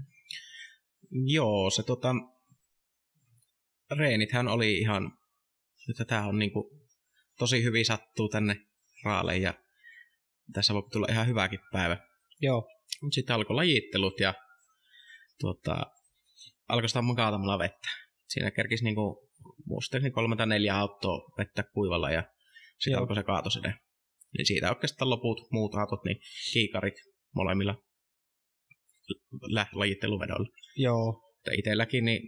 Speaker 2: Joo, se tota... Reenithän oli ihan... Että tää on niinku... Tosi hyvin sattuu tänne raale ja tässä voi tulla ihan hyväkin päivä.
Speaker 3: Joo,
Speaker 2: Mut sitten alkoi lajittelut ja tuota, alkoi sitä mukaatamalla vettä. Siinä kerkisi niinku, muistaakseni kolme tai neljä autoa vettä kuivalla ja
Speaker 3: Joo.
Speaker 2: sitten alkoi se kaatosede. Niin siitä oikeastaan loput muut autot, niin kiikarit molemmilla lä- lajitteluvedoilla.
Speaker 3: joo,
Speaker 2: Mutta itselläkin, niin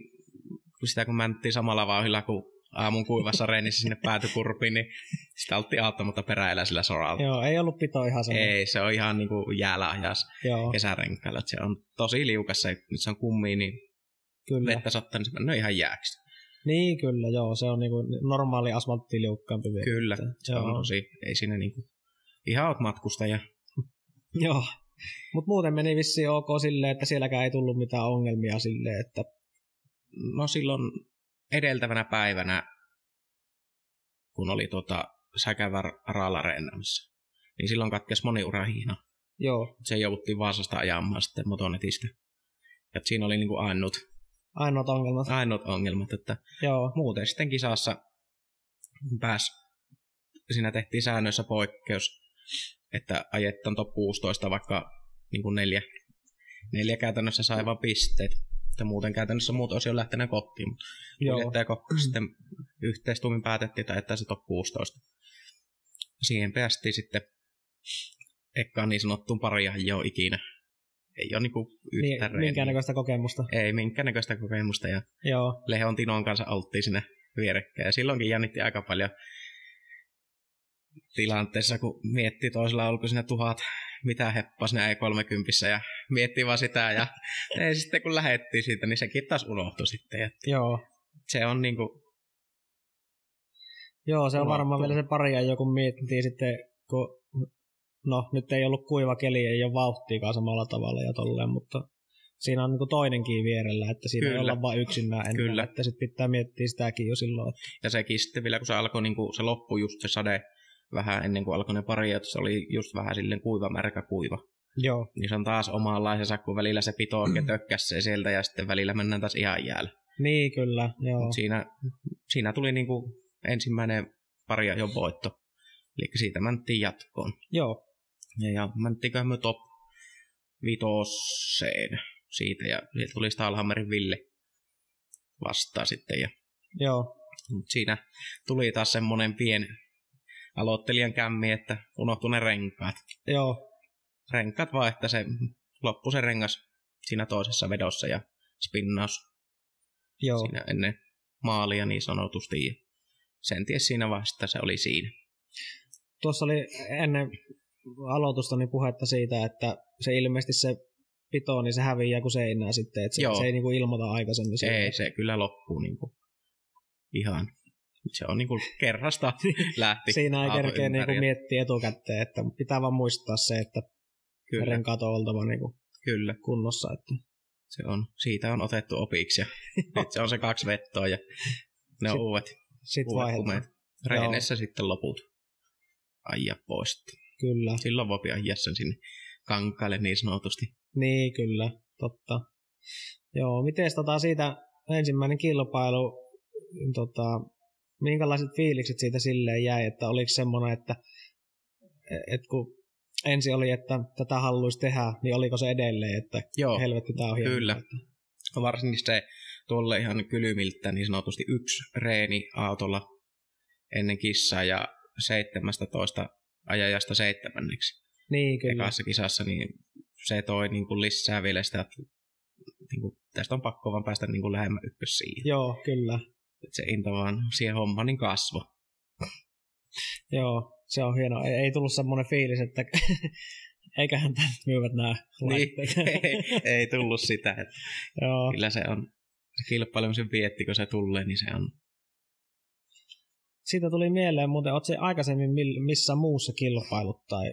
Speaker 2: kun sitä kun mänttiin samalla vauhilla kuin aamun kuivassa reenissä sinne päätykurpiin, niin sitä oltiin auttamatta peräeläisillä soralla.
Speaker 3: joo, ei ollut pito ihan sama.
Speaker 2: Ei, se on ihan niinku jäällä ajas
Speaker 3: Joo,
Speaker 2: kesärenkailla. että se on tosi liukas, se, nyt se on kummi, niin
Speaker 3: kyllä.
Speaker 2: vettä sattaa, niin se menee ihan jääksi.
Speaker 3: Niin kyllä, joo, se on niinku normaali asfalttiliukkaampi vielä.
Speaker 2: Kyllä, se on
Speaker 3: Joo.
Speaker 2: tosi, ei siinä niinku, ihan oot matkustaja.
Speaker 3: Joo. Mutta muuten meni vissiin ok silleen, että sielläkään ei tullut mitään ongelmia silleen, että
Speaker 2: No silloin edeltävänä päivänä, kun oli tota Säkävär Raala reenämässä, niin silloin katkesi moniurahihna.
Speaker 3: joo,
Speaker 2: Se jouduttiin Vaasasta ajamaan sitten motonetistä. Ja siinä oli niinku ainut,
Speaker 3: ainoat ongelmat. Ah.
Speaker 2: ainut ongelmat, että
Speaker 3: Joo,
Speaker 2: muuten sitten kisassa pääs, siinä tehtiin säännöissä poikkeus, että ajettaan top 16 vaikka niin kuin neljä, neljä käytännössä sai vaan pisteet. Että muuten käytännössä muut olisi jo lähtenyt kotiin, mutta
Speaker 3: joo, Mm.
Speaker 2: kuljettaja Kokko sitten yhteistuumin päätettiin, että ajetaan se top 16. Siihen päästiin sitten ekkaan niin sanottuun paria jo ikinä. Ei ole niinku
Speaker 3: niin,
Speaker 2: yhtään reeniä.
Speaker 3: minkäännäköistä kokemusta.
Speaker 2: Ei minkäännäköistä kokemusta ja
Speaker 3: Joo,
Speaker 2: Lehon Tinon kanssa oltiin siinä vierekkäin. Ja silloinkin jännitti aika paljon tilanteessa, kun mietti toisella oliko siinä tuhat, mitä heppaa siinä ei 30 ja mietti vaan sitä. Ja ei sitten kun lähettiin siitä, niin sekin taas unohtui sitten. Ja
Speaker 3: joo.
Speaker 2: se on niinku,
Speaker 3: Joo, se on
Speaker 2: Unohtuu.
Speaker 3: varmaan vielä se pari ja joku miettii sitten, kun no nyt ei ollut kuiva keli, ei ole vauhtiikaan samalla tavalla ja tolleen, mutta siinä on niinku toinenkin vierellä, että siinä ei
Speaker 2: Kyllä.
Speaker 3: olla vain yksinään enää,
Speaker 2: Kyllä.
Speaker 3: että sitten pitää miettiä sitäkin jo silloin. Että,
Speaker 2: ja sekin sitten vielä, kun se alkoi, niinku, se loppui just se sade vähän ennen kuin alkoi ne pari, että se oli just vähän silleen kuiva, märkä kuiva.
Speaker 3: joo,
Speaker 2: Niin se on taas omanlaisensa, kun välillä se pitoo ja tökkäsee sieltä ja sitten välillä mennään taas ihan jäällä.
Speaker 3: Niin kyllä, joo.
Speaker 2: Mut siinä, siinä tuli niinku ensimmäinen pari ja jo voitto. Eli siitä mentiin jatkoon.
Speaker 3: joo.
Speaker 2: Ja, ja mentiinköhän me top vitoseen siitä. Ja sieltä tuli Stahlhammerin Ville vastaan sitten. Ja
Speaker 3: Joo,
Speaker 2: mut siinä tuli taas semmoinen pien aloittelijan kämmi, että unohtui ne renkaat.
Speaker 3: joo,
Speaker 2: Renkaat vaan, että se loppui se rengas siinä toisessa vedossa ja spinnaus
Speaker 3: joo.
Speaker 2: siinä ennen maalia niin sanotusti. Ja sen ties siinä vasta, se oli siinä.
Speaker 3: Tuossa oli ennen aloitusta niin puhetta siitä, että se ilmeisesti se pito, niin se häviää kuin seinää sitten, että se,
Speaker 2: Joo.
Speaker 3: se ei niinku ilmoita aikaisemmin. siitä.
Speaker 2: Ei, se kyllä loppuu niinku ihan. Se on niinku kerrasta lähti.
Speaker 3: Siinä ei
Speaker 2: auto
Speaker 3: kerkeä
Speaker 2: ympäri.
Speaker 3: niinku miettiä etukäteen, että pitää vaan muistaa se, että
Speaker 2: Kyllä,
Speaker 3: renkaat on oltava niinku
Speaker 2: kyllä.
Speaker 3: kunnossa. Että.
Speaker 2: Se on, siitä on otettu opiksi. Ja nyt se on se kaksi vettoa ja ne on
Speaker 3: Sit-
Speaker 2: uudet,
Speaker 3: Sit
Speaker 2: uudet
Speaker 3: vaihdetaan.
Speaker 2: kumeet. Reenessä sitten loput aja pois.
Speaker 3: Kyllä,
Speaker 2: Silloin voi ajaa sen sinne kankaalle niin sanotusti.
Speaker 3: niin kyllä, totta. Joo, miten tota siitä ensimmäinen kilpailu, tota, minkälaiset fiilikset siitä silleen jäi, että oliko semmoinen, että et kun ensi oli, että tätä haluaisi tehdä, niin oliko se edelleen, että
Speaker 2: Joo,
Speaker 3: helvetti tämä on hieno.
Speaker 2: Kyllä. varsinkin se tuolle ihan kylmiltä niin sanotusti yksi reeni autolla ennen kissaa ja 17 ajajasta seitsemänneksi
Speaker 3: Niin, kyllä.
Speaker 2: ekassa kisassa, niin se toi niin kuin lisää vielä sitä, että niin kuin, tästä on pakko vaan päästä niin kuin lähemmän ykkös siihen.
Speaker 3: Joo, kyllä.
Speaker 2: Et se into vaan siihen hommaan niin kasvo.
Speaker 3: Joo, se on hieno. Ei, ei tullut semmoinen fiilis, että eiköhän tämän myyvät nämä
Speaker 2: Niin.
Speaker 3: laitteet.
Speaker 2: ei, ei tullut sitä. Että
Speaker 3: Joo,
Speaker 2: kyllä se on se kilpailemisen vietti, kun se tulee, niin se on.
Speaker 3: siitä tuli mieleen muuten, ootko aikaisemmin mil- missä muussa kilpailut tai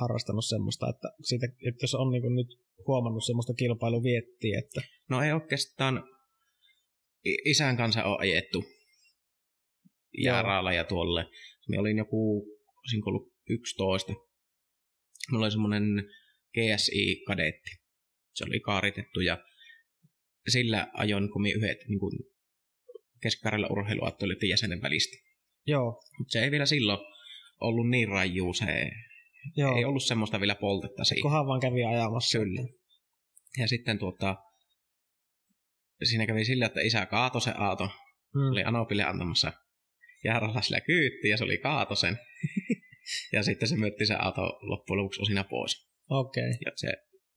Speaker 3: harrastanut semmoista, että, siitä, että jos on niin nyt huomannut semmoista kilpailuviettiä, että
Speaker 2: No ei oikeastaan i- isän kanssa ole ajettu
Speaker 3: Joo.
Speaker 2: Jaralla ja tuolle. Me olin joku, olisinko ollut 11. Mulla oli semmoinen GSI-kadetti. Se oli kaaritettu ja sillä ajoin kun me yhdet niin kuin keskikarjalla urheiluaattoilijoiden jäsenen välistä.
Speaker 3: joo,
Speaker 2: Mutta se ei vielä silloin ollut niin raju, se
Speaker 3: joo,
Speaker 2: ei ollut semmoista vielä poltetta siihen.
Speaker 3: kunhan vaan kävi ajamassa. Mm,
Speaker 2: Kyllä. Ja sitten tuota, siinä kävi sillä, että isä kaatoi sen auton. Oli
Speaker 3: Mm.
Speaker 2: Anopille antamassa Jaaralla sillä kyytti ja se oli kaatoi sen. ja sitten se myötti sen auton loppujen lopuksi osina pois.
Speaker 3: Okei,
Speaker 2: Ja se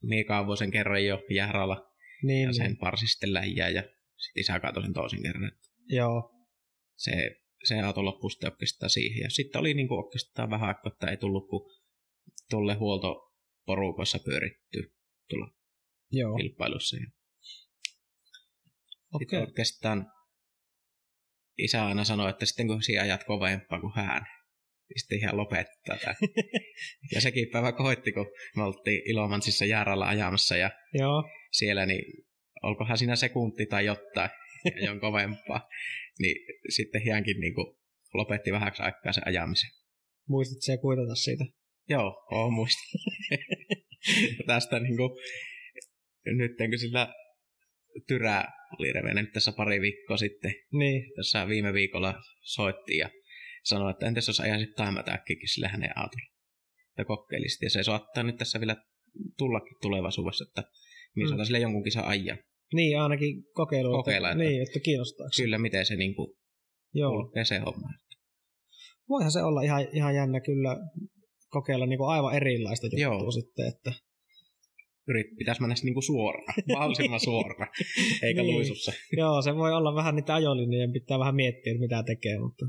Speaker 2: Miika avoi sen kerran jo Jaaralla
Speaker 3: niin,
Speaker 2: ja
Speaker 3: niin.
Speaker 2: sen parsi sitten lähiä ja sitten isä kaatoi sen toisen kerran.
Speaker 3: joo,
Speaker 2: Se, se auto loppui sitten oikeastaan siihen. Ja sitten oli niinku oikeastaan vähän aikaa, että ei tullut kuin tuolle huoltoporukoissa pyöritty tuolla
Speaker 3: joo,
Speaker 2: kilpailussa. Ja
Speaker 3: okei,
Speaker 2: Sitten oikeastaan isä aina sanoi, että sitten kun sinä ajat kovempaa kuin hän, niin sitten ihan lopettaa tämän. ja sekin päivä koitti, kun me oltiin Ilomantsissa Jaaralla ajamassa ja
Speaker 3: joo,
Speaker 2: siellä, niin olkohan siinä sekunti tai jotain, ja on kovempaa. Niin sitten hiankin niin kuin lopetti vähäksi aikaa sen ajamisen.
Speaker 3: muistit se kuitata siitä.
Speaker 2: Joo, oon muista. Tästä niinku, nyt kun sillä tyrää oli revennyt tässä pari viikkoa sitten,
Speaker 3: Niin,
Speaker 2: jossa viime viikolla soitti ja sanoi, että entäs jos ajaisit taimatäkkikin sillä hänen autolla. Ja kokeilisit, ja se saattaa nyt tässä vielä tullakin tulevaisuudessa, että
Speaker 3: Mm.
Speaker 2: minä saatan sille jonkun kisan ajaa.
Speaker 3: niin ainakin kokeilu,
Speaker 2: Kokeilla,
Speaker 3: että,
Speaker 2: että-
Speaker 3: niin, että kiinnostaako.
Speaker 2: Kyllä, miten se niinku
Speaker 3: Joo.
Speaker 2: kulkee se homma.
Speaker 3: voihan se olla ihan, ihan jännä kyllä kokeilla niinku aivan erilaista juttua
Speaker 2: Joo.
Speaker 3: sitten, että
Speaker 2: Yrit, pitäisi mennä niinku suoraan, mahdollisimman suoraan, eikä
Speaker 3: Niin.
Speaker 2: luisussa.
Speaker 3: joo, se voi olla vähän niitä ajolinjojen, pitää vähän miettiä, että mitä tekee, mutta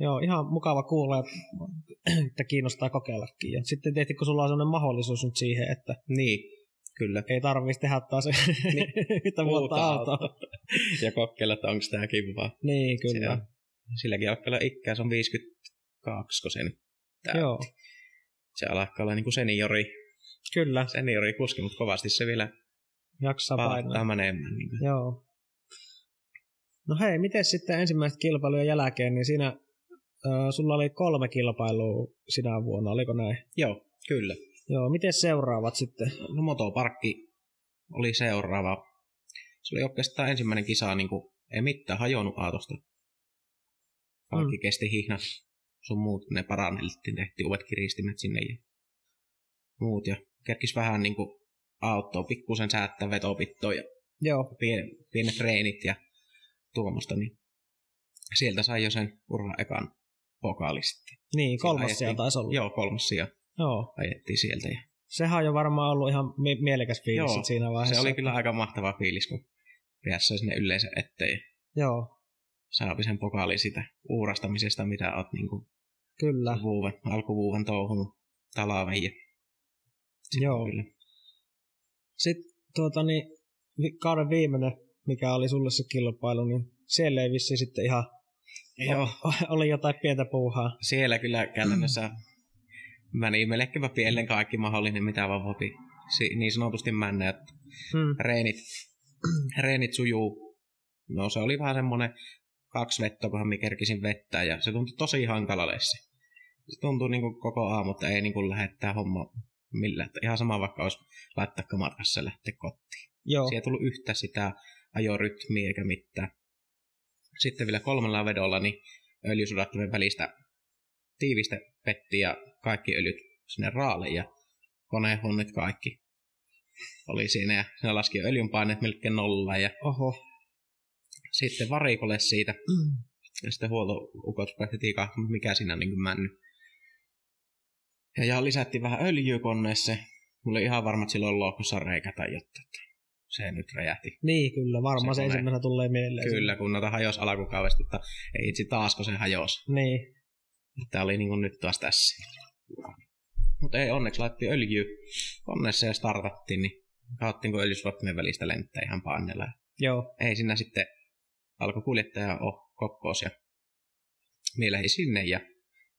Speaker 3: joo, ihan mukava kuulla, että kiinnostaa kokeillakin. Ja sitten tietysti, kun sulla on sellainen mahdollisuus nyt siihen, että
Speaker 2: Niin, kyllä.
Speaker 3: ei tarvitse tehdä taas
Speaker 2: Niin.
Speaker 3: yhtä vuotta
Speaker 2: Uutta
Speaker 3: autoa.
Speaker 2: Ja kokeilla, että onko tämä kivaa.
Speaker 3: Niin,
Speaker 2: Se
Speaker 3: kyllä.
Speaker 2: on- Silläkin alkaa olla ikää, se on 52, kun se nyt tää-
Speaker 3: Joo,
Speaker 2: Se alkaa olla niinku seniori,
Speaker 3: kyllä,
Speaker 2: seniori kuski, mutta kovasti se vielä
Speaker 3: jaksaa painaa.
Speaker 2: palattaa menemään. Niin
Speaker 3: Joo. No hei, miten sitten ensimmäiset kilpailujen jälkeen, niin siinä ö, sulla oli kolme kilpailua sinä vuonna, oliko näin?
Speaker 2: Joo, kyllä.
Speaker 3: Joo, miten seuraavat sitten?
Speaker 2: No motoparkki oli seuraava. se oli oikeastaan ensimmäinen kisa, niin kuin, ei mitään hajonnut autosta. Kaikki mm. kesti hihnat, sun muut, ne paranneltiin, tehtiin uudet kiristimet sinne ja muut. Ja kerkis vähän niin kuin, auttoa, pikkusen säättää vetopittoa ja
Speaker 3: Joo,
Speaker 2: pien, pienet reenit ja tuommoista, niin sieltä sai jo sen uran ekan pokaali sitten.
Speaker 3: niin, kolmas
Speaker 2: ajettiin.
Speaker 3: siellä taisi olla.
Speaker 2: Joo, kolmas sija
Speaker 3: Joo.
Speaker 2: ajettiin sieltä. Ja
Speaker 3: Sehän on jo varmaan ollut ihan mie- mielekäs fiilis
Speaker 2: Joo,
Speaker 3: sit siinä vaiheessa.
Speaker 2: se oli kyllä aika mahtava fiilis, kun päässä sinne yleensä eteen ja
Speaker 3: Joo,
Speaker 2: saapi sen pokaali sitä uurastamisesta, mitä oot niin kuin
Speaker 3: kyllä.
Speaker 2: vuoven, alkuvuoven touhunut talaven. Ja sitten
Speaker 3: Joo.
Speaker 2: Kyllä.
Speaker 3: Sitten tuota, niin, vi- kauden viimeinen, mikä oli sulle se kilpailu, niin siellä ei vissi sitten ihan
Speaker 2: Joo.
Speaker 3: oli jotain pientä puuhaa.
Speaker 2: Siellä kyllä käytännössä meni melkeinpä pieleen kaikki mahdollinen, mitä vaan vopi. Si- niin sanotusti männä, että
Speaker 3: Hmm.
Speaker 2: reenit, reenit sujuu. No se oli vähän semmoinen kaksi vettä, kunhan minä kerkisin vettä ja se tuntui tosi hankalalle se. Se tuntui niin kuin koko aamu, että ei niin kuin lähettää homma millään. Että ihan sama vaikka olisi laittaa matkassa ja lähteä kotiin.
Speaker 3: Joo,
Speaker 2: Siihen ei tullut yhtä sitä ajorytmiä eikä mitään. Sitten vielä kolmella vedolla niin öljysudattimen välistä tiivistä petti ja kaikki öljyt sinne raalle ja konehuoneet kaikki oli siinä ja ne laski öljynpaineet melkein nolla ja
Speaker 3: oho. Mm.
Speaker 2: sitten varikolle siitä ja sitten huoltoukot päästettiin katsomaan, mikä siinä on niin kuin männy. Ja, ja lisättiin vähän öljyä koneeseen. Mulla oli ihan varma, että silloin on loukussa reikä tai jotain. että Se nyt räjähti
Speaker 3: Niin kyllä, varmaan se,
Speaker 2: Se
Speaker 3: se
Speaker 2: kone.
Speaker 3: ensimmäisenä tulee mieleen.
Speaker 2: Kyllä, kun noita hajosi alkukaudesta, että ei itse taasko se hajosi.
Speaker 3: Niin,
Speaker 2: Tämä oli niin nyt taas tässä. Mutta ei, onneksi laitettiin öljyä onnessa ja startattiin, niin kaattiin kun öljysulattimen välistä lentää ihan paannella.
Speaker 3: joo,
Speaker 2: Ei siinä sitten alkoi kuljettaja o kokkoos ja mie lähdin sinne ja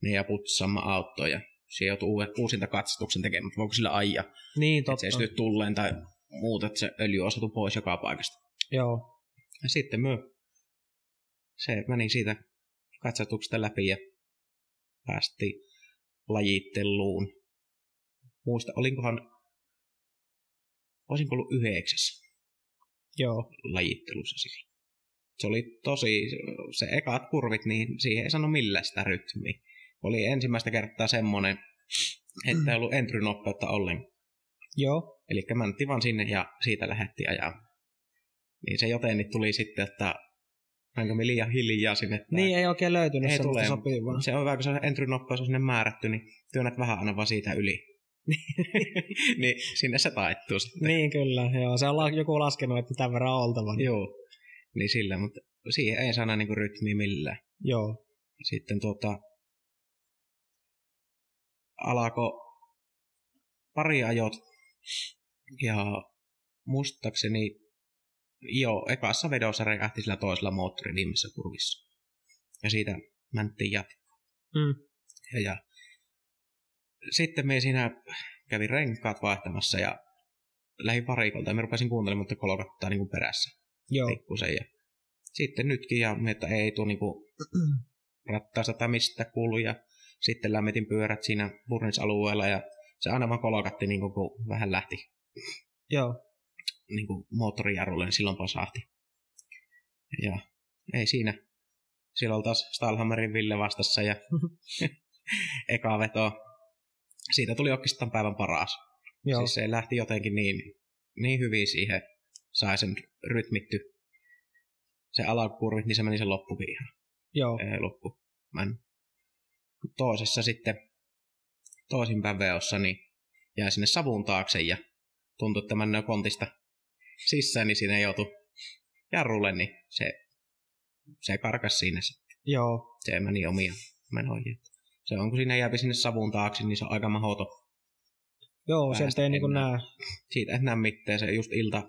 Speaker 2: ne ja putsaamaan autoa ja se joutui uudet, uusinta katsastuksen tekemään, mutta voiko sillä aija,
Speaker 3: niin
Speaker 2: että se
Speaker 3: totta.
Speaker 2: ei syty tulleen tai muuta, että se öljy osattu pois joka paikasta.
Speaker 3: Joo,
Speaker 2: Ja sitten myö. Se meni siitä katsastuksesta läpi ja päästi lajitteluun. Muista, olinkohan, olisinko ollut yhdeksäs
Speaker 3: joo,
Speaker 2: lajittelussa siis. Se oli tosi, se ekat kurvit, niin siihen ei sano millään sitä rytmiä. Oli ensimmäistä kertaa semmoinen, että ei ollut entrynopeutta ollenkaan.
Speaker 3: joo,
Speaker 2: Eli mä nyt tivan sinne ja siitä lähdettiin ajaa. Niin se jotenkin tuli sitten, että mennäänkö me liian hiljaa sinne. tai-
Speaker 3: Niin ei oikein löytynyt
Speaker 2: Ei
Speaker 3: semmoista
Speaker 2: tule.
Speaker 3: sopivaa.
Speaker 2: Se on hyvä, kun se entry-noppeus on sinne määrätty, niin työnnät vähän aina vaan siitä yli. niin sinne se taittuu sitten.
Speaker 3: Niin kyllä, joo. Se on la- joku laskenut, että tämän verran on oltava. Joo.
Speaker 2: Joo, niin sillä, mutta siihen ei sana niinku rytmiä millään.
Speaker 3: joo.
Speaker 2: Sitten tuota, alako pari ajot ja muistaakseni joo, ekassa vedossa räjähti sillä toisella moottorin viimeisessä kurvissa. Ja siitä mänttiin jatkoa.
Speaker 3: Mm.
Speaker 2: Ja, ja, sitten me siinä kävin renkaat vaihtamassa ja lähin parikolta ja mä rupesin kuuntelemaan, mutta kolkattaa niin perässä
Speaker 3: Joo,
Speaker 2: pikkusen. Ja sitten nytkin, ja mietin, että ei tuo niinku rattaasta tai mistä kuulu, ja sitten lämmitin pyörät siinä burnisalueella, ja se aina vaan kolkatti, niinku, kun vähän lähti
Speaker 3: joo,
Speaker 2: niinku, moottorijarrulle, niin silloin pasahti. Ja ei siinä. Silloin taas Stalhammerin Ville vastassa, ja eka veto. Siitä tuli oikeastaan päivän paras.
Speaker 3: joo.
Speaker 2: Siis se lähti jotenkin niin, niin hyvin siihen, sai sen rytmitty. Se alakurvi, niin se meni sen loppukin ihan.
Speaker 3: joo.
Speaker 2: Ei loppu. Mä en. Toisessa sitten, toisinpäin veossa, niin jäi sinne savun taakse ja tuntui, että mennään kontista sisään, niin siinä joutui jarrulle, niin se, se karkas siinä sitten.
Speaker 3: Joo,
Speaker 2: Se meni omia menoja. Se on, kun siinä jääpi sinne savun taakse, niin se on aika mahoto
Speaker 3: joo,
Speaker 2: Päästä
Speaker 3: sieltä ei niinku
Speaker 2: enää.
Speaker 3: näe.
Speaker 2: siitä et näe mitään. Se just ilta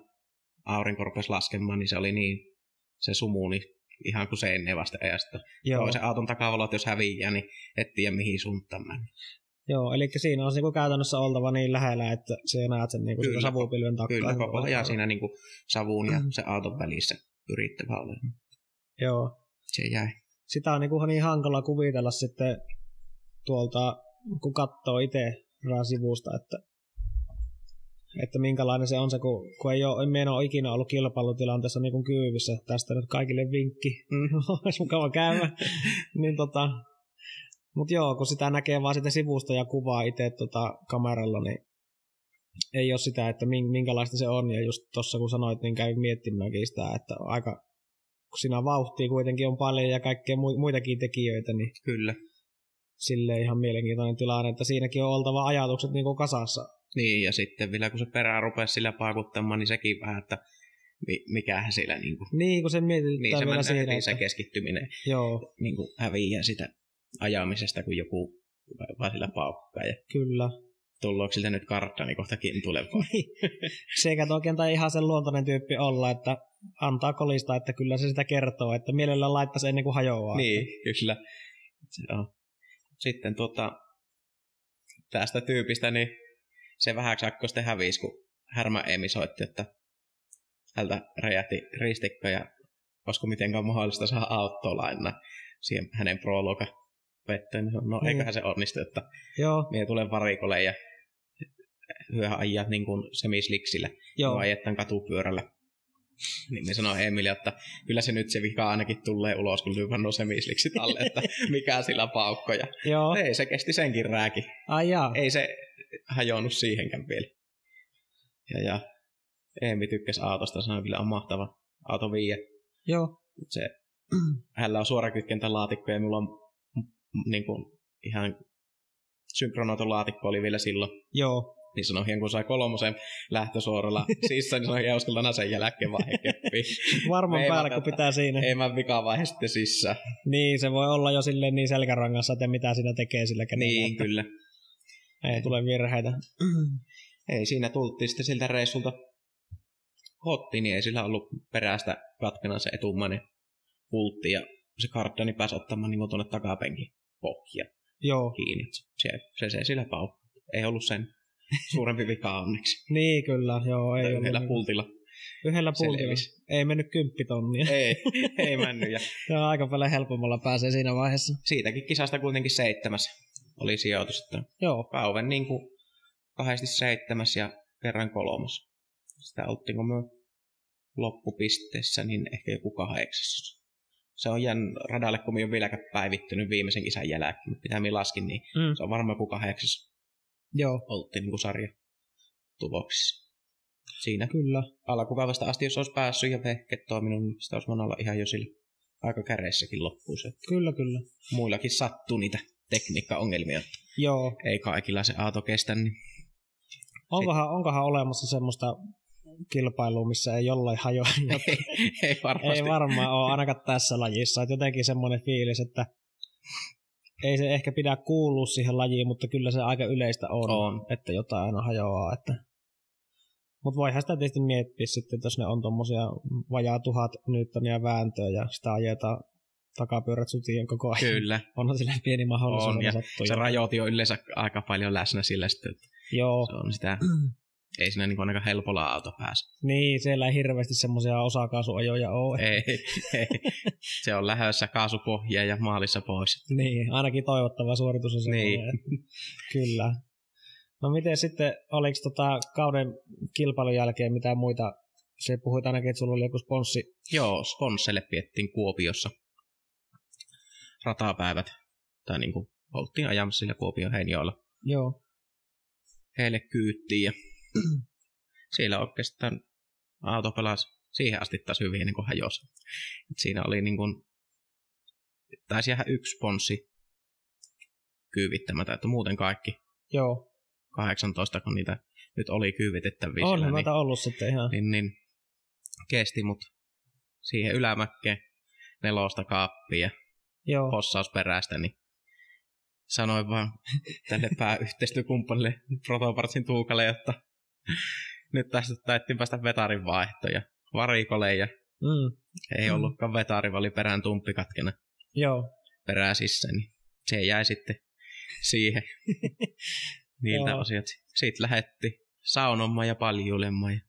Speaker 2: aurinko rupesi laskemaan, niin se oli niin se sumu, niin ihan kuin se ennen vasta ajasta.
Speaker 3: Joo,
Speaker 2: Joo. Se auton takavalot, jos häviää, niin et tiedä mihin suuntaan mennä.
Speaker 3: joo, eli siinä on se niinku käytännössä oltava niin lähellä, että se näet sen niinku
Speaker 2: Kyllä.
Speaker 3: sitä savupilven takaa.
Speaker 2: Kyllä koko ajan siinä niin kuin savun ja se auton välissä yrittävä olemaan.
Speaker 3: Joo.
Speaker 2: Se jäi.
Speaker 3: sitä on niin, kuin niin hankala kuvitella sitten tuolta, kun katsoo itse sivusta, että että minkälainen se on se, kun, kun ei ole, minä en ole ikinä ollut kilpailutilanteessa niin kuin kyyvissä. Tästä nyt kaikille vinkki.
Speaker 2: Mm.
Speaker 3: Olisi mukava käydä. niin tota, mutta joo, kun sitä näkee vaan sitä sivusta ja kuvaa itse tota kameralla, niin ei ole sitä, että min- minkälaista se on. Ja just tuossa kun sanoit, niin käy miettimäänkin sitä, että aika, kun siinä vauhtia kuitenkin on paljon ja kaikkea mu- muitakin tekijöitä, niin
Speaker 2: Kyllä.
Speaker 3: sille ihan mielenkiintoinen tilanne, että siinäkin on oltava ajatukset niin kuin kasassa.
Speaker 2: Niin, ja sitten vielä kun se perä rupesi sillä paakuttamaan, niin sekin vähän, että mi- mikähän sillä niin kuin,
Speaker 3: Niin kuin se mietitään
Speaker 2: niin se
Speaker 3: vielä
Speaker 2: mennään
Speaker 3: siinä.
Speaker 2: heti se
Speaker 3: Että,
Speaker 2: keskittyminen
Speaker 3: joo,
Speaker 2: niin kuin häviää sitä ajamisesta, kun joku vaan sillä paukkaa ja
Speaker 3: kyllä.
Speaker 2: tullooko siltä nyt kartta, niin kohta kintulle vaan.
Speaker 3: Sekä oikein tai ihan sen luontainen tyyppi olla, että antaa kolista, että kyllä se sitä kertoo, että mielellään laittaisi ennen kuin hajoaa.
Speaker 2: Niin, kyllä. Se on. Sitten tota, tästä tyypistä, niin se vähäksi aikaa sitten hävisi, kun Härmä Eemi soitti, että hältä räjähti ristikko ja olisiko mitenkään mahdollista saada autoa lainaa siihen hänen prologa vettöön. Niin sanoin, No
Speaker 3: Niin.
Speaker 2: eiköhän se onnistu, että
Speaker 3: Joo,
Speaker 2: minä tulen varikolle ja hyöhän ajaa niin kuin semisliksillä
Speaker 3: joo.
Speaker 2: vai ajetaan katupyörällä. Niin me sanoi Emili, että kyllä se nyt se vika ainakin tulee ulos, kun lyvän se misliksi talle, että mikä sillä paukko. Ja
Speaker 3: joo.
Speaker 2: ei, se kesti senkin rääki.
Speaker 3: Ai jaa.
Speaker 2: Ei se hajonnut siihenkään vielä. Ja, ja Eemi tykkäsi autosta, sanoi kyllä on mahtava auto viie.
Speaker 3: Joo,
Speaker 2: Se, hänellä on suorakytkentä laatikko ja mulla on mm, niin kuin, ihan synkronoitu laatikko oli vielä silloin
Speaker 3: joo.
Speaker 2: niin sanoin, kun sai kolmosen lähtösuoralla sisään, niin sanoin, uskallan sen jälkeen vaihe
Speaker 3: Varman
Speaker 2: Veivataan,
Speaker 3: päällä, kun
Speaker 2: että
Speaker 3: pitää siinä.
Speaker 2: Ei mä vika vaihe sitten sisään.
Speaker 3: Niin, se voi olla jo silleen niin selkärangassa, että mitä siinä tekee sillä kädellä.
Speaker 2: Niin,
Speaker 3: että
Speaker 2: kyllä.
Speaker 3: Ei tule virheitä.
Speaker 2: Ei siinä tultiin sitten siltä reissulta hotti, niin ei sillä ollut perästä katkena se etumainen pultti ja se karttani pääsi ottamaan niin tuonne takapenkin pohja
Speaker 3: Joo,
Speaker 2: kiinni. Se, se, se sillä pau. Ei ollut sen suurempi vika onneksi.
Speaker 3: niin kyllä, joo. Ei
Speaker 2: Ei niin
Speaker 3: ollut
Speaker 2: yhdellä
Speaker 3: niinku-
Speaker 2: pultilla.
Speaker 3: Yhdellä
Speaker 2: se
Speaker 3: pultilla.
Speaker 2: levisi.
Speaker 3: Ei mennyt kymppitonnia.
Speaker 2: Ei, ei mennyt. Ja
Speaker 3: Joo, aika paljon helpommalla pääsee siinä vaiheessa.
Speaker 2: siitäkin kisasta kuitenkin seitsemäs oli sijoitus. Että
Speaker 3: Joo,
Speaker 2: Pauven niin kuin kahdesti seitsemäs ja kerran kolmas. Sitä oltiinko me loppupisteessä, niin ehkä joku kahdeksas. Se on jän radalle, kun me on vieläkään päivittynyt viimeisen kisan jälkeen, mutta mitä minä laskin, niin
Speaker 3: Mm.
Speaker 2: se on varmaan joku kahdeksas
Speaker 3: joo,
Speaker 2: oltiin niin kuin sarja tuloksissa. Siinä
Speaker 3: kyllä.
Speaker 2: alkupäivästä asti, jos olisi päässyt ja vehket toiminut, niin sitä olisi voinut olla ihan jo sillä aika käreissäkin loppuun se.
Speaker 3: Kyllä, kyllä.
Speaker 2: Muillakin sattuu niitä tekniikkaongelmia.
Speaker 3: Joo.
Speaker 2: Ei kaikilla se auto kestä, niin
Speaker 3: Onkohan, onkohan olemassa semmoista kilpailua, missä ei jollain hajoa?
Speaker 2: ei, ei varmasti.
Speaker 3: ei varmaan ole, ainakaan tässä lajissa. Että jotenkin semmoinen fiilis, että ei se ehkä pidä kuulua siihen lajiin, mutta kyllä se aika yleistä on,
Speaker 2: On.
Speaker 3: että jotain aina hajoaa. Että... Mutta voihan sitä tietysti miettiä sitten, että jos ne on tuommoisia vajaa tuhat newtonia vääntöä ja sitä ajetaan takapyörät sutiin koko ajan.
Speaker 2: Kyllä.
Speaker 3: Onhan sillä pieni mahdollisuus,
Speaker 2: On, ja
Speaker 3: että
Speaker 2: Se
Speaker 3: sattuu.
Speaker 2: rajoitin on yleensä aika paljon läsnä sillä sitten, että
Speaker 3: Joo,
Speaker 2: se on sitä, ei siinä niin ainakaan helpolla auto pääse.
Speaker 3: niin siellä ei hirveästi semmoisia osakaasuajoja ole.
Speaker 2: Ei, ei. Se on lähdössä kaasupohja ja maalissa pois.
Speaker 3: Niin, ainakin toivottava suoritus on
Speaker 2: Niin.
Speaker 3: semmoinen. Kyllä. No miten sitten, oliko tota kauden kilpailun jälkeen mitään muita? Se puhuit ainakin, että sulla oli joku sponssi.
Speaker 2: Joo, Sponsselle piettiin Kuopiossa ratapäivät, tai niin kuin oltiin ajamassa sillä Kuopion heinioilla.
Speaker 3: Joo.
Speaker 2: heille kyyttiin ja siellä oikeastaan auto pelasi siihen asti taas hyvin ennen kuin hajosi. Et siinä oli niin kuin, taisi jäädä yksi ponssi kyyvittämättä, että muuten kaikki
Speaker 3: Joo.
Speaker 2: 18, kun niitä nyt oli kyyvitettävissä,
Speaker 3: On
Speaker 2: niin,
Speaker 3: näitä ollut sitten ihan.
Speaker 2: niin, niin, kesti mut siihen ylämäkkeen nelosta kaappiin ja
Speaker 3: Joo.
Speaker 2: hossaus perästä, niin sanoin vaan tälle pääyhteistyökumppanille Protopartsin Tuukalle, että nyt tästä täytyy päästä vetarin vaihtoon ja varikolle ja
Speaker 3: Mm.
Speaker 2: ei
Speaker 3: Mm.
Speaker 2: ollutkaan vetari, vaan oli perään tumppi katkena
Speaker 3: Joo.
Speaker 2: peräsissä, niin se jäi sitten siihen niiltä
Speaker 3: Joo.
Speaker 2: asiat. Sitten lähetti saunomaan ja paljulemaan ja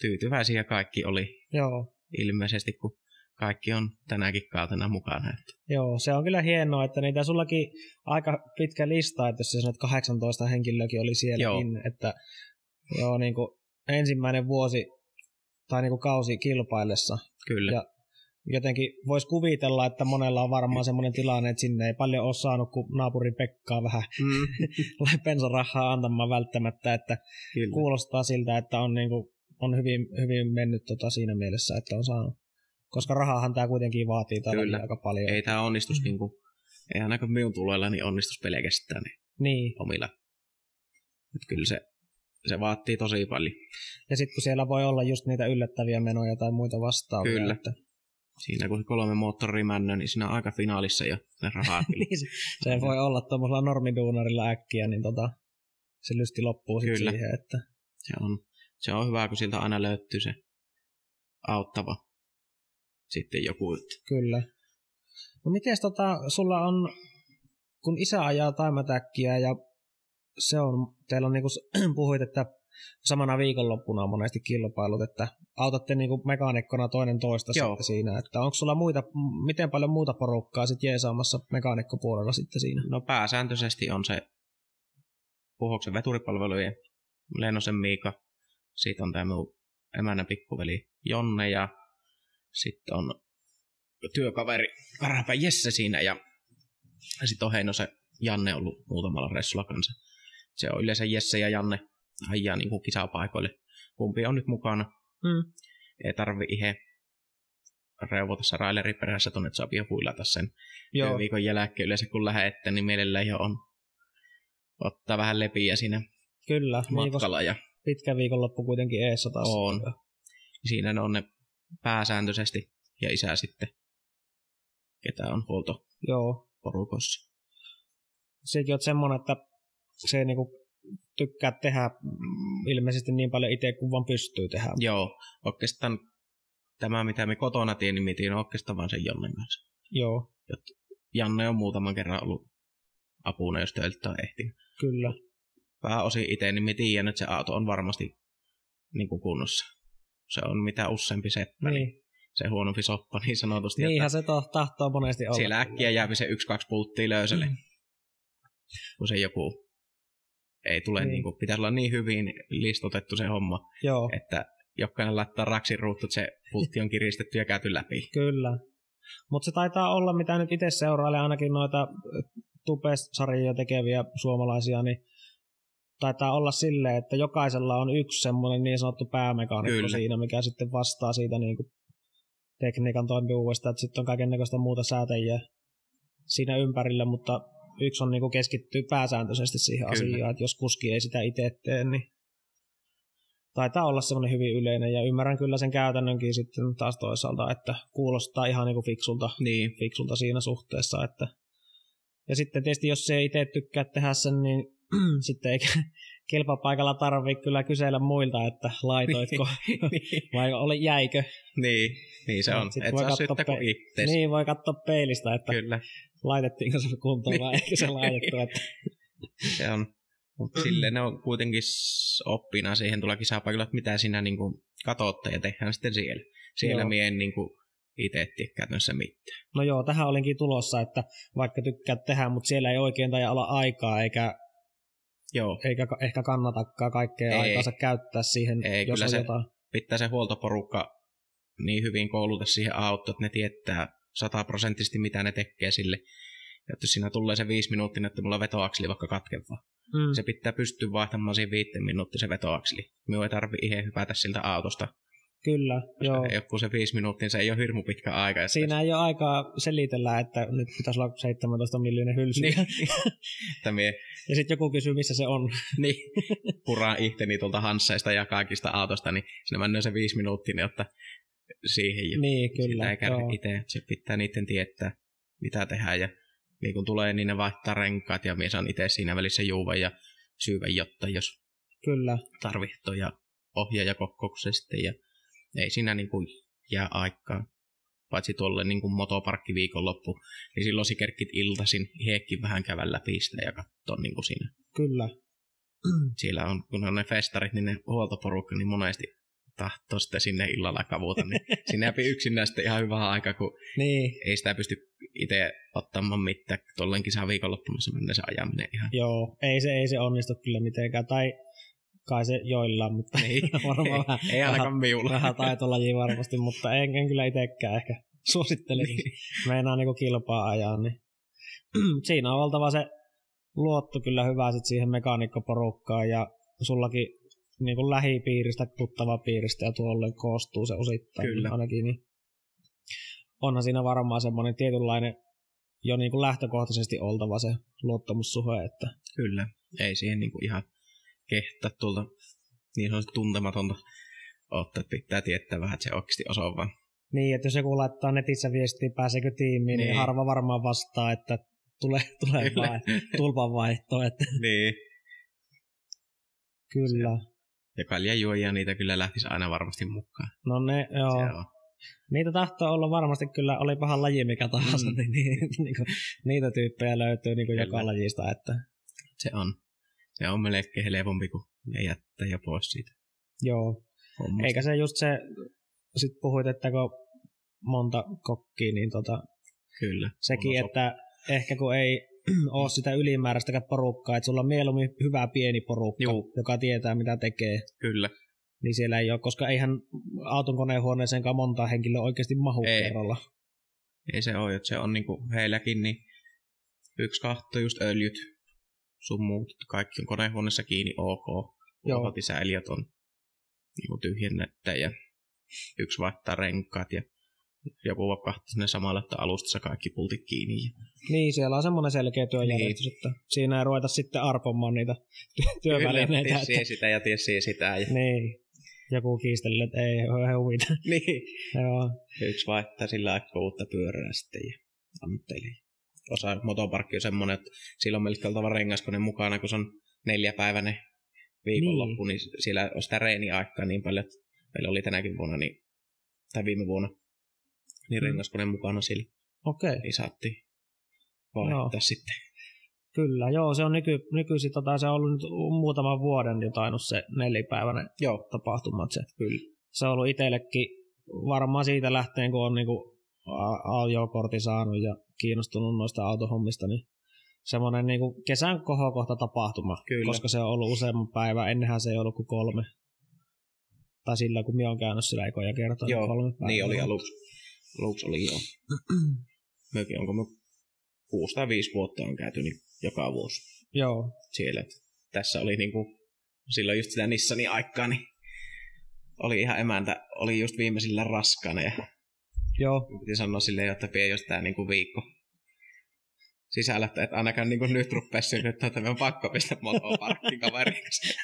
Speaker 2: tyytyväisiä kaikki oli
Speaker 3: Joo.
Speaker 2: ilmeisesti, kun kaikki on tänäkin kautena mukana.
Speaker 3: Joo, se on kyllä hienoa, että niitä sullakin aika pitkä lista, niin että jos sä sanoit 18 henkilöäkin oli sielläkin, Joo. että Joo, niin kuin ensimmäinen vuosi tai niin kuin kausi kilpaillessa.
Speaker 2: Kyllä.
Speaker 3: Ja jotenkin voisi kuvitella, että monella on varmaan semmoinen tilanne, että sinne ei paljon ole saanut, kun naapuri Pekkaa vähän
Speaker 2: Mm,
Speaker 3: pensarahaa antamaan välttämättä, että
Speaker 2: kyllä.
Speaker 3: kuulostaa siltä, että on, niin kuin, on hyvin, hyvin mennyt tota siinä mielessä, että on saanut. Koska rahahan tämä kuitenkin vaatii tällä
Speaker 2: Kyllä.
Speaker 3: aika paljon.
Speaker 2: Ei tämä onnistus mm. niinku, ei ainakaan minun tuloilla niin onnistus pelkästään niin
Speaker 3: Niin.
Speaker 2: omilla. Et kyllä se, se vaatii tosi paljon.
Speaker 3: Ja sitten kun siellä voi olla just niitä yllättäviä menoja tai muita vastaavia.
Speaker 2: Kyllä.
Speaker 3: Että,
Speaker 2: Siinä kun se kolme moottoria männö, niin siinä on aika finaalissa jo ne rahaa. kyllä.
Speaker 3: niin se, se voi olla tuommoisella normiduunarilla äkkiä, niin tota, se lysti loppuu sit
Speaker 2: Kyllä.
Speaker 3: siihen, että
Speaker 2: se, on, se on hyvä, kun siltä aina löytyy se auttava sitten joku. että
Speaker 3: kyllä. No miten tota, sulla on, kun isä ajaa taimatäkkiä ja se on, teillä on niin kuin puhuit, että samana viikonloppuna on monesti kilpailut, että autatte niin kuin mekaanikkona toinen toista
Speaker 2: Joo.
Speaker 3: sitten siinä, että onko sulla muita, m- miten paljon muuta porukkaa sitten jeesaamassa mekaanikkopuolella sitten siinä?
Speaker 2: No pääsääntöisesti on se Puhoksen veturipalvelujen Lennosen Miika. Siitä on tämä minun emännän pikkuveli Jonne ja sitten on työkaveri Karapä Jesse siinä ja sitten on Heinosen Janne ollut muutamalla reissulla kanssa. Se on yleensä Jesse ja Janne ajaa niin kuin kisapaikoille. Kumpi on nyt mukana.
Speaker 3: Mm.
Speaker 2: Ei tarvi ihan reuvota se raileri perässä tuonne, että saa jo huilata sen Joo. viikon jälkeen yleensä kun lähette, niin mielellään jo on ottaa vähän lepiä siinä
Speaker 3: kyllä. Niin, koska
Speaker 2: matkalla. Ja
Speaker 3: pitkä viikonloppu kuitenkin eessä taas.
Speaker 2: On. siinä ne on ne pääsääntöisesti ja isä sitten, ketä on huolto
Speaker 3: Joo.
Speaker 2: porukossa.
Speaker 3: Sekin on semmoinen, että se ei niinku tykkää tehdä mm, ilmeisesti niin paljon itse kuin vaan pystyy tehdä.
Speaker 2: Joo, oikeastaan tämä mitä me kotona teen, niin mietin oikeastaan vaan sen Jannen kanssa.
Speaker 3: Joo,
Speaker 2: Janne on muutaman kerran ollut apuna, jos töiltä on ehtinyt.
Speaker 3: kyllä.
Speaker 2: Pääosin itse, niin me tiedän, että se auto on varmasti niin kuin kunnossa. Se on mitä useampi seppä, niin.
Speaker 3: Niin.
Speaker 2: se huonompi soppa niin sanotusti. että
Speaker 3: Niinhän se to, tahtoo monesti olla.
Speaker 2: Siellä äkkiä jääpi se yksi-kaksi pulttia löysälle.
Speaker 3: Mm.
Speaker 2: Kun se joku ei tule,
Speaker 3: Niin.
Speaker 2: niin. Niin kuin, pitäisi olla niin hyvin listotettu se homma,
Speaker 3: Joo,
Speaker 2: että jokainen laittaa raksin ruuttu, että se pultti on kiristetty ja käyty läpi.
Speaker 3: kyllä. Mutta se taitaa olla, mitä nyt itse seurailee ainakin noita tupesarjoja tekeviä suomalaisia, niin taitaa olla silleen, että jokaisella on yksi semmoinen niin sanottu päämekaanikko
Speaker 2: Kyllä.
Speaker 3: siinä, mikä sitten vastaa siitä niin kuin tekniikan toimivuudesta, että sitten on kaikennäköistä muuta säätäjiä siinä ympärillä, mutta yksi on niin kuin keskittyy pääsääntöisesti siihen
Speaker 2: Kyllä.
Speaker 3: asiaan, että jos kuski ei sitä itse tee, niin taitaa olla semmoinen hyvin yleinen, ja ymmärrän kyllä sen käytännönkin sitten taas toisaalta, että kuulostaa ihan niin kuin fiksulta
Speaker 2: Niin,
Speaker 3: fiksulta siinä suhteessa. Että. Ja sitten tietysti, jos se ei itse tykkää tehdä sen, niin sitten ei kilpapaikalla tarvitse kyllä kysellä muilta, että laitoitko vai ole, jäikö.
Speaker 2: niin, niin se on.
Speaker 3: Sitten
Speaker 2: Et
Speaker 3: Niin. voi
Speaker 2: saa
Speaker 3: katsoa
Speaker 2: syyttää
Speaker 3: pe-
Speaker 2: kuin itse.
Speaker 3: Niin, voi katsoa peilistä, että
Speaker 2: Kyllä, Niin.
Speaker 3: laitettiinko se kuntoon vai eikö se laitettu. Että,
Speaker 2: se on. Mutta
Speaker 3: Mm.
Speaker 2: silleen ne on kuitenkin s- oppina siihen tulla kisapaikalla, että mitä sinä niin kuin, katotte ja tehdään sitten siellä. Siellä
Speaker 3: Joo.
Speaker 2: mie en niin kuin, itse tiedä käytännössä mitään.
Speaker 3: no joo, tähän olinkin tulossa, että vaikka tykkää tehdä, mutta siellä ei oikein tai olla aikaa eikä,
Speaker 2: Joo,
Speaker 3: eikä ka- ehkä kannatakaan kaikkea
Speaker 2: Ei.
Speaker 3: aikaansa käyttää siihen,
Speaker 2: Ei,
Speaker 3: jos
Speaker 2: kyllä
Speaker 3: on
Speaker 2: se-
Speaker 3: jotain.
Speaker 2: pitää se huoltoporukka niin hyvin kouluta siihen autoon, että ne tietää sataprosenttisesti, mitä ne tekee sille. Ja Että jos siinä tulee se viisi minuuttia, että mulla vetoakseli vaikka katkevaa.
Speaker 3: Mm.
Speaker 2: Se pitää pystyä vaihtamaan siinä viitten minuuttia se vetoakseli. Minun ei tarvi ihan hypätä siltä autosta.
Speaker 3: Kyllä,
Speaker 2: Joo.
Speaker 3: joo.
Speaker 2: Ei ole kuin se viisi minuuttia, se ei ole hirmu pitkä aika. että-
Speaker 3: Siinä ei ole aikaa selitellä, että nyt pitäisi olla 17 miljoonan hylsy.
Speaker 2: Niin.
Speaker 3: Niin.
Speaker 2: että mie
Speaker 3: Ja sitten joku kysyy, missä se on.
Speaker 2: niin, puraa itteni tuolta Hansseista ja kaikista autosta, niin sinä menee se viisi minuuttia, niin ottaa siihen jo.
Speaker 3: Niin,
Speaker 2: Sitä
Speaker 3: kyllä.
Speaker 2: ei käy
Speaker 3: Joo.
Speaker 2: itse. Se pitää niiden tietää, mitä tehdään. Ja niin kun tulee, niin ne vaihtaa renkaat ja mies on itse siinä välissä juuvan ja syyvän jotta, jos
Speaker 3: Kyllä,
Speaker 2: tarvitsee ja ohjaaja kokouksessa sitten. Ja ei siinä niin kuin jää aikaa. Paitsi tuolle niin kuin motoparkki viikonloppu, niin silloin se kerkit iltasin heekin vähän käydä läpi sitä ja katsoa niin kuin siinä.
Speaker 3: kyllä. Mm.
Speaker 2: Siellä on, kun on ne festarit, niin ne huoltoporukka, niin monesti tahtoo sitten sinne illalla kavuta, niin sinne jääpi yksinään sitten ihan hyvää aikaa, kun
Speaker 3: Niin,
Speaker 2: ei sitä pysty itse ottamaan mitään. Tuolleen kisan viikonloppuna se menee se ajaminen ihan.
Speaker 3: joo. Ei se, ei se onnistu kyllä mitenkään. Tai Kai se joillain, mutta
Speaker 2: Niin.
Speaker 3: varmaan vähän
Speaker 2: ei, ei ainakaan miulla.
Speaker 3: vähän taitolaji varmasti, mutta en, en kyllä itsekään ehkä suosittele. Meinaa niinku kilpaa ajaa, niin siinä on oltava se luotto kyllä hyvä sit siihen mekaanikkoporukkaan ja sullakin niin kuin lähipiiristä, tuttava piiristä ja tuolle koostuu se osittain
Speaker 2: Kyllä.
Speaker 3: ainakin. Niin onhan siinä varmaan semmoinen tietynlainen jo niin kuin lähtökohtaisesti oltava se luottamussuhe, että
Speaker 2: Kyllä, ei siihen niinku ihan kehtä tuolta niin sanotusti tuntematonta ottaa, että pitää tietää vähän, että se oikeasti osaa vaan.
Speaker 3: Niin, että jos joku laittaa netissä viestiä, pääseekö tiimiin, niin,
Speaker 2: Niin.
Speaker 3: niin harva varmaan vastaa, että tule, tule
Speaker 2: Kyllä.
Speaker 3: vaan, tulpan vaihto. Että
Speaker 2: Niin.
Speaker 3: kyllä.
Speaker 2: Ja kaljajuojia niitä kyllä lähtisi aina varmasti mukaan.
Speaker 3: No ne, joo.
Speaker 2: Se on.
Speaker 3: Niitä tahtoo olla varmasti kyllä, oli pahan laji mikä tahansa,
Speaker 2: Mm.
Speaker 3: mm. niin, niin, niin kuin, niitä tyyppejä löytyy niin kuin joka
Speaker 2: Kyllä.
Speaker 3: lajista. Että,
Speaker 2: Se on. Se on melkein helpompi, kun ne jättää ja pois siitä
Speaker 3: joo.
Speaker 2: hommasta.
Speaker 3: Eikä se just se, sit puhuit, että kun monta kokkia, niin tota,
Speaker 2: Kyllä.
Speaker 3: sekin,
Speaker 2: Mulla on
Speaker 3: että ehkä kun ei ole sitä ylimääräistäkään porukkaa, että sulla on mieluummin hyvä pieni porukka,
Speaker 2: Juu.
Speaker 3: joka tietää mitä tekee,
Speaker 2: so- Kyllä.
Speaker 3: niin siellä ei ole, koska eihän auton konehuoneeseenkaan monta henkilöä oikeasti mahu
Speaker 2: Ei.
Speaker 3: kerralla.
Speaker 2: Ei se ole, että se on niinku heilläkin, niin yksi kahto just öljyt, sun muut, kaikki on konehuoneessa kiinni, ok.
Speaker 3: Joo.
Speaker 2: Kotisäiliöt on niinku tyhjennettä ja yksi vaihtaa renkaat ja joku vaan kahtaa sinne samalla, että alustassa kaikki pultit kiinni. ja-
Speaker 3: Niin, siellä on semmoinen selkeä työjärjestys, niin. että siinä ei ruveta sitten arpomaan niitä ty- työvälineitä.
Speaker 2: Kyllä, tiesi
Speaker 3: että,
Speaker 2: sitä ja tiesi sitä. Ja...
Speaker 3: niin, joku kiistelee, että ei, he huvita.
Speaker 2: niin.
Speaker 3: Joo,
Speaker 2: Yksi vaihtaa sillä aikaa uutta pyörää sitten ja antelee. Osa motoparkki on semmoinen, että sillä on melkein oltava rengaskone mukana, kun se on neljäpäiväinen viikonloppu, niin, niin siellä on sitä reeniaikaa niin paljon, että meillä oli tänäkin vuonna, niin, tai viime vuonna, niin
Speaker 3: Mm.
Speaker 2: rengaskone mukana sillä,
Speaker 3: okei, okay,
Speaker 2: niin saatiin vaihtaa
Speaker 3: Joo.
Speaker 2: sitten.
Speaker 3: kyllä. Joo, se on nyky, nykyisin, tota, se on ollut nyt muutaman vuoden jo tainnut se nelipäiväinen
Speaker 2: Joo,
Speaker 3: tapahtuma. että Se,
Speaker 2: kyllä.
Speaker 3: se on ollut itsellekin varmaan siitä lähtien, kun on niinku a- ajokortin saanut ja kiinnostunut noista autohommista, niin semmoinen niinku kesän kohokohta tapahtuma,
Speaker 2: Kyllä.
Speaker 3: koska se on ollut useamman päivän, ennenhän se ei ollut kuin kolme. Tai sillä, kun minä olen käynyt sillä ekoja kertoja,
Speaker 2: Joo,
Speaker 3: niin kolme päivää.
Speaker 2: Niin oli aluksi. Aluksi oli joo. Mökin, onko me 6 tai 5 vuotta on käyty niin joka vuosi.
Speaker 3: Joo,
Speaker 2: siellä. Et Tässä oli niinku, silloin just sitä Nissanin aikaa, niin oli ihan emäntä, oli just viimeisillä raskana ja
Speaker 3: joo,
Speaker 2: piti sanoa silleen, että pie jos tää niinku viikko sisällä, että et ainakaan niinku nyt rupea synnyttää, että me on pakko pistää motoparkkiin kaveriksi.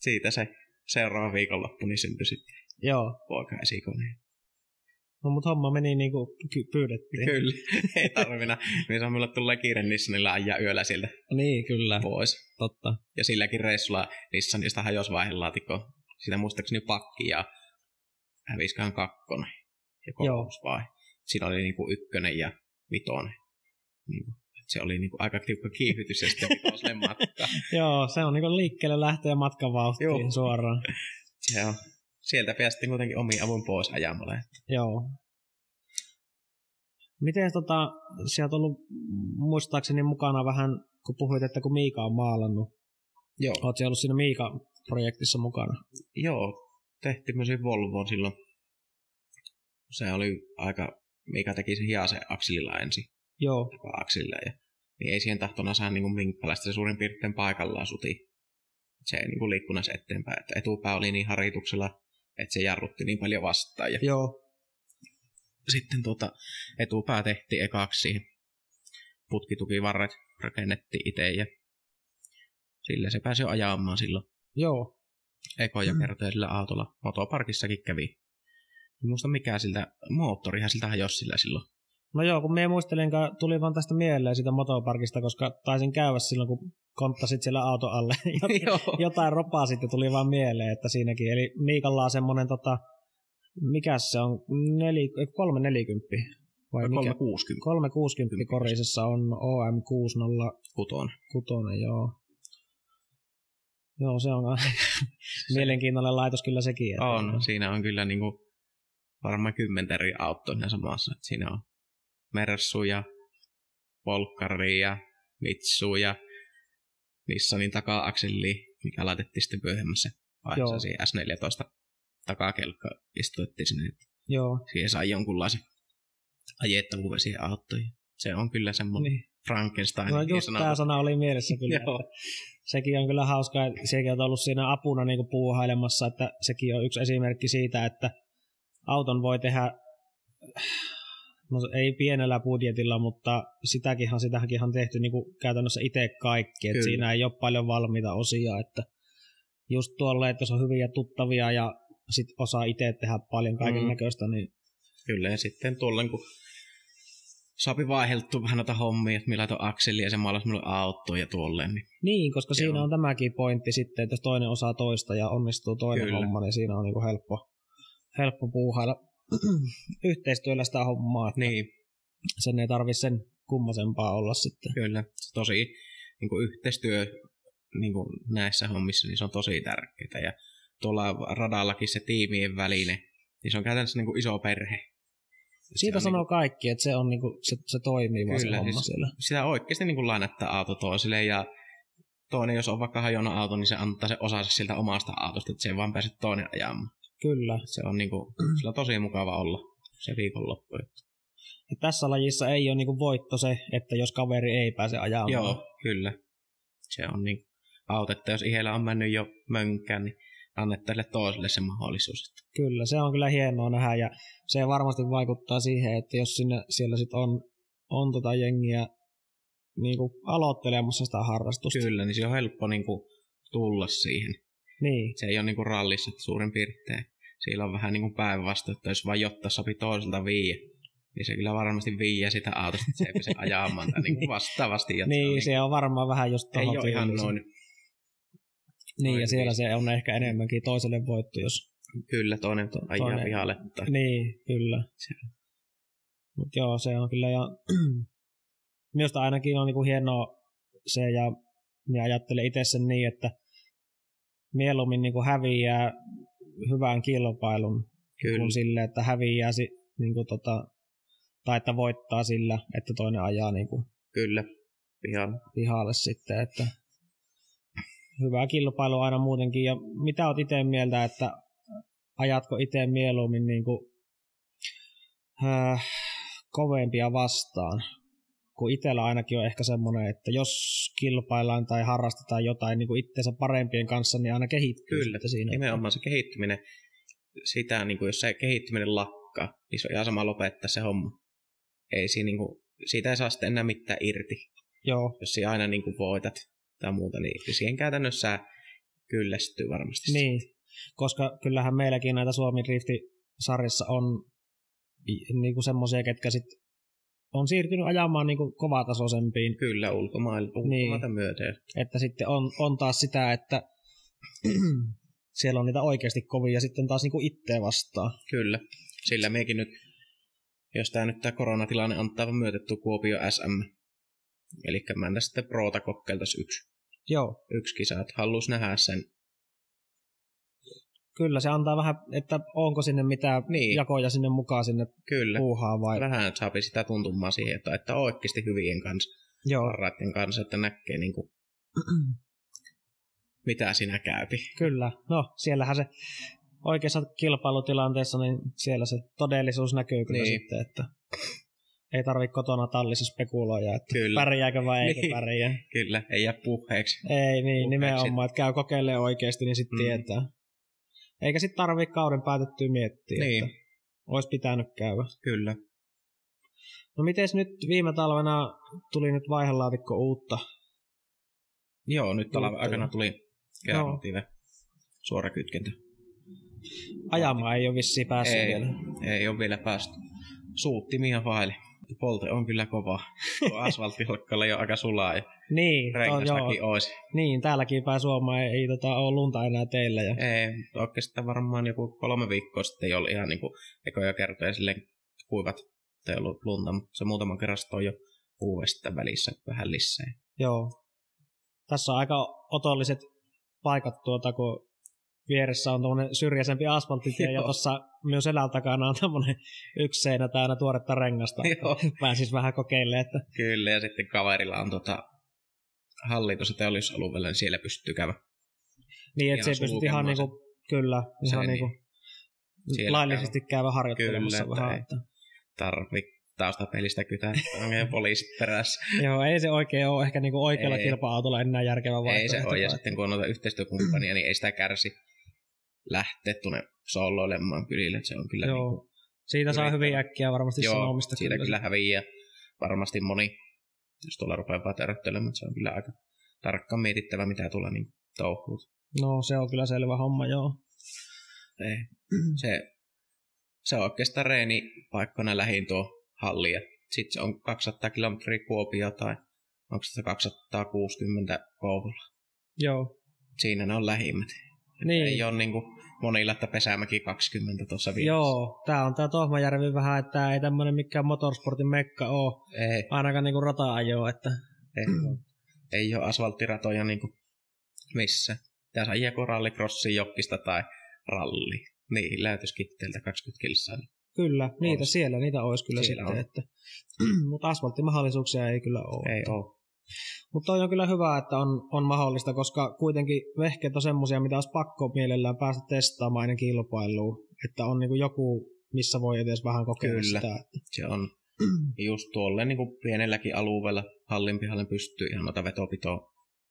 Speaker 2: Siitä se seuraava viikonloppu niin syntyi sitten
Speaker 3: joo.
Speaker 2: poika esikoneen.
Speaker 3: No mut homma meni niin kuin pyydettiin.
Speaker 2: Kyllä, ei tarvina. Niin se on mulle tulee kiire Nissanilla ajaa yöllä sieltä
Speaker 3: Niin, kyllä,
Speaker 2: pois.
Speaker 3: totta.
Speaker 2: Ja silläkin reissulla Nissanista hajosi vaihelaatikko. Sitä muistaakseni pakki ja häviskahan kakkonen ja kolmosvaihe. Siinä oli niinku ykkönen ja vitonen. Niinku, et se oli niinku aika tiukka kiihytys ja sitten vitoselle matka.
Speaker 3: Joo, se on niinku liikkeelle lähtee matkan vauhtiin
Speaker 2: Joo.
Speaker 3: suoraan.
Speaker 2: Joo. Sieltä päästiin kuitenkin omiin avun pois ajamalla.
Speaker 3: Joo. Miten tota, sieltä on ollut muistaakseni mukana vähän, kun puhuit, että kun Miika on maalannut.
Speaker 2: Joo.
Speaker 3: Oot siellä ollut siinä Miikan projektissa mukana.
Speaker 2: Joo, tehtiin myös Volvoon silloin. Se oli aika, mikä teki sen hiasen akselilla ensin.
Speaker 3: Joo,
Speaker 2: akselilla. Ja, niin ei siihen tahtona saada niin minkälaista se suurin piirtein paikallaan suti. Se ei niin liikkunut se eteenpäin. Että etupää oli niin harituksella, että se jarrutti niin paljon vastaan. Ja
Speaker 3: joo,
Speaker 2: sitten tuota, etupää tehtiin ekaksi siihen. Putkitukivarret rakennettiin itse ja sillä se pääsi jo ajamaan silloin.
Speaker 3: joo.
Speaker 2: Ekoja
Speaker 3: Mm.
Speaker 2: kertoja sillä autolla. Motoparkissakin kävi. En muista mikä siltä, moottorihan siltä hajosi sillä silloin.
Speaker 3: No joo, kun me muistelin, tuli vaan tästä mieleen siitä motoparkista, koska taisin käydä silloin, kun konttasit siellä auto alle. Jot-
Speaker 2: Joo.
Speaker 3: Jotain ropaa sitten tuli vaan mieleen, että siinäkin. Eli Miikalla on semmonen, tota, mikä se on, neli, kolme nelikymppi. Vai mikä?
Speaker 2: 360
Speaker 3: 360 korisessa on OM606,
Speaker 2: kuton.
Speaker 3: joo. Joo, se on aika mielenkiintoinen laitos kyllä sekin. että-
Speaker 2: On, siinä on kyllä niinku varmaan kymmentä eri autoa siinä samassa. Et siinä on Mersu ja Volkkari ja Mitsu ja Nissanin taka-akseli mikä laitettiin sitten myöhemmässä vaiheessa
Speaker 3: Joo.
Speaker 2: siihen S14 takakelkka istutettiin sinne. että
Speaker 3: Joo.
Speaker 2: Siihen sai jonkunlaisen ajettavuuden siihen auttoon. Se on kyllä semmoinen
Speaker 3: Niin.
Speaker 2: Frankenstein.
Speaker 3: No just tämä sana oli mielessä kyllä.
Speaker 2: niin Joo.
Speaker 3: että sekin on kyllä hauska, että sekin on ollut siinä apuna niin puuhailemassa, että sekin on yksi esimerkki siitä, että auton voi tehdä, no ei pienellä budjetilla, mutta sitäkinhan, sitäkin on tehty niin kuin käytännössä itse kaikki, että
Speaker 2: Kyllä.
Speaker 3: siinä ei ole paljon valmiita osia, että just tuolle, että jos on hyviä tuttavia ja sit osaa itse tehdä paljon kaiken
Speaker 2: Mm.
Speaker 3: näköistä, niin
Speaker 2: Kyllä, ja sitten tuolloin kun saapi vaiheltu vähän noita hommia, että millä on akseli ja se maalasi minulle auto ja tuolleen, niin
Speaker 3: Niin, koska
Speaker 2: Joo.
Speaker 3: siinä on tämäkin pointti sitten, että jos toinen osaa toista ja onnistuu toinen
Speaker 2: Kyllä.
Speaker 3: Kyllä. homma, niin siinä on niinku helppo, helppo puuhailla yhteistyöllä sitä hommaa. Että
Speaker 2: Niin.
Speaker 3: Sen ei tarvitse sen kummosempaa olla sitten.
Speaker 2: kyllä. Se tosi niin kuin yhteistyö niin kuin näissä hommissa niin se on tosi tärkeää. Ja tuolla radallakin se tiimien väline, niin se on käytännössä niin kuin iso perhe. Se
Speaker 3: Siitä
Speaker 2: on niin
Speaker 3: sanoo kaikki, että se, on niinku, se, se toimii vaan se
Speaker 2: Kyllä,
Speaker 3: homma
Speaker 2: siis-
Speaker 3: siellä.
Speaker 2: sitä oikeasti niin kuin lainattaa auto toisille ja toinen, jos on vaikka hajonnut auto, niin se antaa se osansa siltä omasta autosta, että se ei vaan pääse toinen ajamaan.
Speaker 3: Kyllä.
Speaker 2: Se on, niin kuin, sillä on tosi mukava olla se viikonloppu.
Speaker 3: Ja tässä lajissa ei ole niinku voitto se, että jos kaveri ei pääse ajamaan.
Speaker 2: Joo, kyllä. Se on niin autetta, jos ihellä on mennyt jo mönkään, niin annettaisiin toiselle se mahdollisuus. että
Speaker 3: Kyllä, se on kyllä hienoa nähdä ja se varmasti vaikuttaa siihen, että jos sinne, siellä sit on, on tota jengiä niinku aloittelemassa sitä harrastusta.
Speaker 2: Kyllä, niin se on helppo niin kuin, tulla siihen.
Speaker 3: Niin,
Speaker 2: Se ei ole niin kuin, rallissa että suurin piirtein. Siellä on vähän niin kuin päinvastoin, että jos vaan jotta sopi toiselta viiä, niin se kyllä varmasti viiä sitä autosta, että se ei pääse ajamaan tai niin kuin vastaavasti. Että
Speaker 3: niin,
Speaker 2: se
Speaker 3: se on varmaan vähän just
Speaker 2: on, niin,
Speaker 3: tohon
Speaker 2: ei ole ihan
Speaker 3: tyyliin.
Speaker 2: noin.
Speaker 3: Niin,
Speaker 2: noin
Speaker 3: ja siellä
Speaker 2: hyvin.
Speaker 3: se on ehkä enemmänkin toiselle voittu, jos...
Speaker 2: Kyllä, toinen ajaa
Speaker 3: Toinen.
Speaker 2: pihalle. tai-
Speaker 3: Niin, kyllä.
Speaker 2: Se-
Speaker 3: Mutta joo, se on kyllä ihan... Minusta ainakin on niinku hienoa se, ja minä ajattelen itse sen niin, että mieluummin niinku häviää hyvän kilpailun,
Speaker 2: Kyllä,
Speaker 3: kuin sille, että häviää si, niinku tota, tai että voittaa sillä, että toinen ajaa niinku
Speaker 2: kyllä. Ihan
Speaker 3: pihalle sitten, että hyvää kilpailua aina muutenkin. Ja mitä oot itse mieltä, että ajatko itse mieluummin niin kuin, äh, kovempia vastaan? Kun itsellä ainakin on ehkä semmoinen, että jos kilpaillaan tai harrastetaan jotain niin kuin itsensä parempien kanssa, niin aina kehittyy
Speaker 2: Kyllä,
Speaker 3: sitten siinä.
Speaker 2: nimenomaan se kehittyminen, sitä, niin kuin, jos se kehittyminen lakkaa, niin se on ihan sama lopettaa se homma. Ei siinä, niin kuin, siitä ei saa sitten enää mitään irti,
Speaker 3: Joo,
Speaker 2: jos sinä aina niin kuin, voitat tai muuta, niin siihen käytännössä kyllästyy varmasti.
Speaker 3: niin. Koska kyllähän meilläkin näitä Suomi Drifti-sarjassa on niin kuin semmoisia, ketkä sit on siirtynyt ajamaan niin kuin kovatasoisempiin
Speaker 2: Kyllä, ulkomailla, ulkomailta niin. myöten.
Speaker 3: että sitten on, on taas sitä, että siellä on niitä oikeasti kovia ja sitten taas niinku itteä vastaan.
Speaker 2: Kyllä, sillä mekin nyt, jos tämä nyt tämä koronatilanne antaa vaan myötetty Kuopio SM, eli mä tästä sitten Proota kokeiltaisiin yksi,
Speaker 3: Joo,
Speaker 2: yksi kisa, että halus nähdä sen.
Speaker 3: kyllä se antaa vähän, että onko sinne mitään
Speaker 2: Niin.
Speaker 3: niin. jakoja sinne mukaan sinne
Speaker 2: Kyllä.
Speaker 3: puuhaa vai...
Speaker 2: vähän saapi sitä tuntumaan siihen, että, että oikeasti hyvien kanssa,
Speaker 3: Joo,
Speaker 2: parhaiten kanssa, että näkee niin kuin, mitä sinä käypi.
Speaker 3: kyllä. No, siellähän se oikeassa kilpailutilanteessa, niin siellä se todellisuus näkyy kyllä
Speaker 2: Niin.
Speaker 3: niin. sitten, että ei tarvitse kotona tallissa spekuloida, että
Speaker 2: Kyllä.
Speaker 3: pärjääkö vai eikö
Speaker 2: Niin.
Speaker 3: pärjää.
Speaker 2: Kyllä, ei jää puheeksi.
Speaker 3: Ei niin,
Speaker 2: Kun
Speaker 3: nimenomaan, että käy kokeilee oikeasti, niin sitten
Speaker 2: Mm.
Speaker 3: mm. tietää. Eikä sitten tarvii kauden päätettyä miettiä,
Speaker 2: Niin.
Speaker 3: niin. että olisi pitänyt käydä.
Speaker 2: Kyllä.
Speaker 3: No mites nyt viime talvena tuli nyt vaihelaatikko uutta?
Speaker 2: Joo, nyt talven
Speaker 3: Kyllä.
Speaker 2: aikana tuli käyntive. Suora kytkentä.
Speaker 3: Ajamaan ei ole vissiin päässyt
Speaker 2: Ei.
Speaker 3: vielä.
Speaker 2: Ei ole vielä päästy. Suuttimia vaille. Polte on kyllä kova. Tuo Asfalttiholkkalla jo aika sulaa ja
Speaker 3: Niin, to, joo,
Speaker 2: rengastakin olisi.
Speaker 3: niin, täälläkin päin Suomea ei, ei tota, ole lunta enää teillä. Ja,
Speaker 2: Ei, mutta oikeastaan varmaan joku kolme viikkoa sitten ei ollut ihan niin kuin ekoja kertoja silleen kuivat, ei ollut lunta, mutta se muutaman kerran sitten on jo uudesta välissä vähän lisää.
Speaker 3: joo. Tässä on aika otolliset paikat tuota, kun vieressä on tuommoinen syrjäisempi asfalttitie ja
Speaker 2: Joo.
Speaker 3: tuossa myös selän takana on tämmöinen yksi seinä täynnä tuoretta rengasta.
Speaker 2: Joo,
Speaker 3: pääsis vähän kokeilemaan, että
Speaker 2: kyllä, ja sitten kaverilla on tota, hallitus- ja teollisuusalueella, niin siellä pystyy käymään
Speaker 3: Niin, että se pystyt ihan
Speaker 2: sulkemaan
Speaker 3: niinku, kyllä,
Speaker 2: Se,
Speaker 3: ihan
Speaker 2: niin.
Speaker 3: niinku
Speaker 2: Siellä
Speaker 3: laillisesti käydä harjoittelemassa
Speaker 2: Kyllä,
Speaker 3: vähän.
Speaker 2: tai-
Speaker 3: Että,
Speaker 2: tarvii taustapelistä kytää, onko poliisit perässä.
Speaker 3: joo, ei se oikein ole ehkä niinku oikealla
Speaker 2: Ei.
Speaker 3: kilpa-autolla enää järkevä
Speaker 2: ei
Speaker 3: vaihtoehto.
Speaker 2: se ole, ja
Speaker 3: vaan-
Speaker 2: sitten kun on noita yhteistyökumppania, niin ei sitä kärsi lähteä tuonne sooloilemaan kylille, että se on kyllä niinku
Speaker 3: Joo. Siis Siitä saa
Speaker 2: yrittää.
Speaker 3: hyvin äkkiä varmasti
Speaker 2: Joo,
Speaker 3: sanomista.
Speaker 2: siitä kyllä häviää varmasti moni, jos tuolla rupeaa vaan törröttelemään, se on kyllä aika tarkkaan mietittävä, mitä tuolla niin touhuut.
Speaker 3: No se on kyllä selvä homma, joo.
Speaker 2: Ei. Se, se on oikeastaan reeni paikkana lähin tuo halli, ja sitten se on 200 kilometriä Kuopio tai onko se 260 Kouvola.
Speaker 3: Joo,
Speaker 2: Siinä ne on lähimmät.
Speaker 3: Niin.
Speaker 2: Ei ole niin kuin monilla, että Pesämäki 20 tuossa vieressä.
Speaker 3: joo. Tää on tää Tohmajärvi vähän, että tää ei tämmönen mikään motorsportin mekka oo.
Speaker 2: Ei,
Speaker 3: Ainakaan niinku rata-ajoa, että
Speaker 2: ei, ei ole asfalttiratoja niin kuin missä. Tässä on joko rallikrossi jokista tai ralli. Niin, läytöskitteeltä 20 kilsaa.
Speaker 3: Kyllä, niitä
Speaker 2: Olisi.
Speaker 3: siellä, niitä olisi kyllä
Speaker 2: Siellä
Speaker 3: sitten.
Speaker 2: on.
Speaker 3: Että, mutta asfalttimahdollisuuksia ei kyllä ole.
Speaker 2: Ei ole.
Speaker 3: Mutta on kyllä hyvä, että on, on mahdollista, koska kuitenkin vehkeet on semmoisia, mitä olisi pakko mielellään päästä testaamaan ennen kilpailuun. Että on niin joku, missä voi edes vähän kokeilla
Speaker 2: Kyllä.
Speaker 3: sitä. Että,
Speaker 2: Se on just tuolle niin kuin pienelläkin alueella hallin pihalle pystyy ihan noita vetopitoa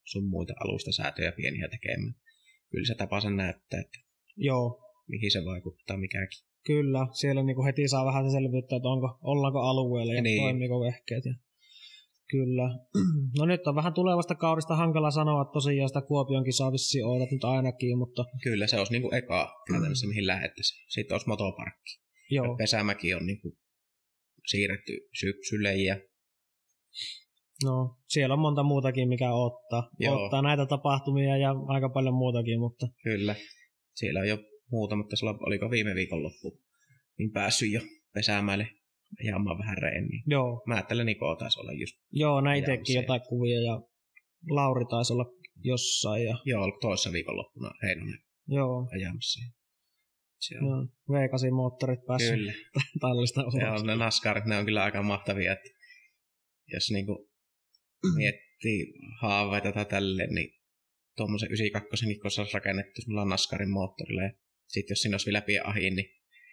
Speaker 2: sun muita alusta säätöjä pieniä tekemään. Kyllä se tapa sen näyttää, että
Speaker 3: joo,
Speaker 2: mihin se vaikuttaa mikäkin.
Speaker 3: kyllä. Siellä niin heti saa vähän se selvyyttä, että onko, ollaanko alueella ja
Speaker 2: Niin.
Speaker 3: niin. toimiiko vehkeet. Ja, kyllä. No nyt on vähän tulevasta kaudesta hankala sanoa tosiaan sitä Kuopion kisaa vissiin odotat nyt ainakin, mutta
Speaker 2: Kyllä se olisi niin kuin eka käytännössä, mihin lähettäisiin. Sitten olisi motoparkki.
Speaker 3: joo.
Speaker 2: Pesämäki on niin kuin siirretty syksylle ja
Speaker 3: No, siellä on monta muutakin, mikä ottaa.
Speaker 2: Joo.
Speaker 3: Ottaa näitä tapahtumia ja aika paljon muutakin, mutta
Speaker 2: Kyllä. Siellä on jo muutama, mutta sulla oliko viime viikonloppu, niin päässyt jo pesäämälle ajaamaan vähän reeniä.
Speaker 3: joo.
Speaker 2: Mä ajattelen, Niko taisi olla just,
Speaker 3: Joo, näin
Speaker 2: Jaa,
Speaker 3: teki
Speaker 2: se.
Speaker 3: jotain kuvia ja Lauri taisi olla jossain ja
Speaker 2: joo, oliko toissa viikonloppuna Heinonen
Speaker 3: joo.
Speaker 2: ajamassa. Se on,
Speaker 3: No, V8 moottorit päässyt
Speaker 2: kyllä.
Speaker 3: tallista
Speaker 2: Ne,
Speaker 3: ulos.
Speaker 2: on, ne naskarit, ne on kyllä aika mahtavia, että jos niinku miettii haaveita tai tälleen, niin tuommoisen 92 kun se olisi rakennettu mulla naskarin moottorille, ja sitten jos siinä olisi vielä pieni ahi, niin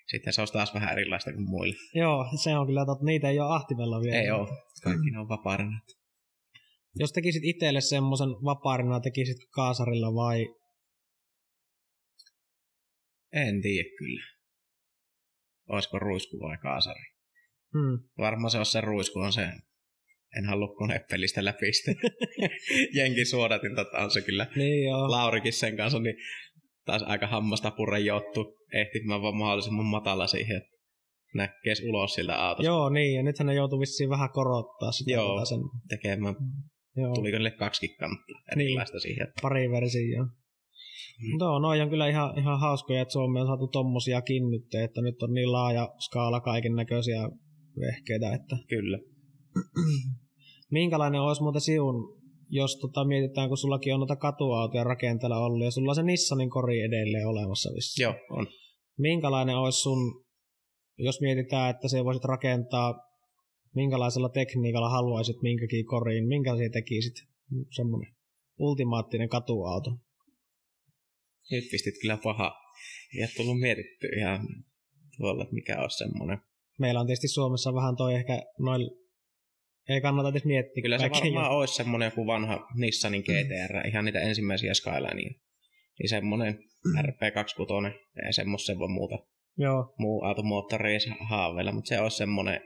Speaker 2: sitten se olisi taas vähän erilaista kuin muilla.
Speaker 3: Joo, se on kyllä totta. Niitä ei ole ahtimella vielä.
Speaker 2: Ei ole. Kaikki ne on vapaana.
Speaker 3: Jos tekisit itselle semmoisen vapaarina, tekisit kaasarilla vai...
Speaker 2: En tiedä kyllä. Olisiko ruisku vai kaasari?
Speaker 3: Hmm.
Speaker 2: Varmaan se on se ruisku, on se. En halua konepelistä läpi sitä. Jenki suodatin tota on se kyllä.
Speaker 3: Niin joo.
Speaker 2: Laurikin sen kanssa, niin taas aika hammasta purejottu. Ehtimään vaan mahdollisimman matala siihen, että näkee ulos siltä autosta
Speaker 3: joo, niin. Ja nythän ne joutuu vissiin vähän korottaa sitä.
Speaker 2: Joo.
Speaker 3: tota Sen,
Speaker 2: tekemään.
Speaker 3: joo.
Speaker 2: Tuliko niille kaksikin kantaa erilaista niin. siihen?
Speaker 3: pari versioa.
Speaker 2: Mm.
Speaker 3: No, noi on kyllä ihan, ihan hauskoja, että Suomeen on saatu tommosiakin nyt, että nyt on niin laaja skaala kaiken näköisiä vehkeitä, että
Speaker 2: Kyllä.
Speaker 3: minkälainen olisi muuten siun, jos tota, mietitään, kun sullakin on noita katuautoja rakenteella ollut, ja sulla on se Nissanin kori edelleen olemassa vissiin.
Speaker 2: Joo, on.
Speaker 3: Minkälainen olisi sun, jos mietitään, että se voisit rakentaa, minkälaisella tekniikalla haluaisit minkäkin koriin, minkä se tekisit, semmoinen ultimaattinen katuauto.
Speaker 2: Nyt pistit kyllä paha. Ei ole tullut mietitty ihan tuolla, että mikä Niin on semmoinen.
Speaker 3: meillä on tietysti Suomessa vähän toi ehkä noin, ei kannata edes miettiä.
Speaker 2: Kyllä se
Speaker 3: kaikkia.
Speaker 2: varmaan olisi semmoinen joku vanha Nissanin GTR, ihan niitä ensimmäisiä Skylineja. Niin semmoinen RP26, ei semmoisen voi muuta
Speaker 3: Joo,
Speaker 2: muu automoottori ei saa haaveilla, mutta se olisi semmoinen,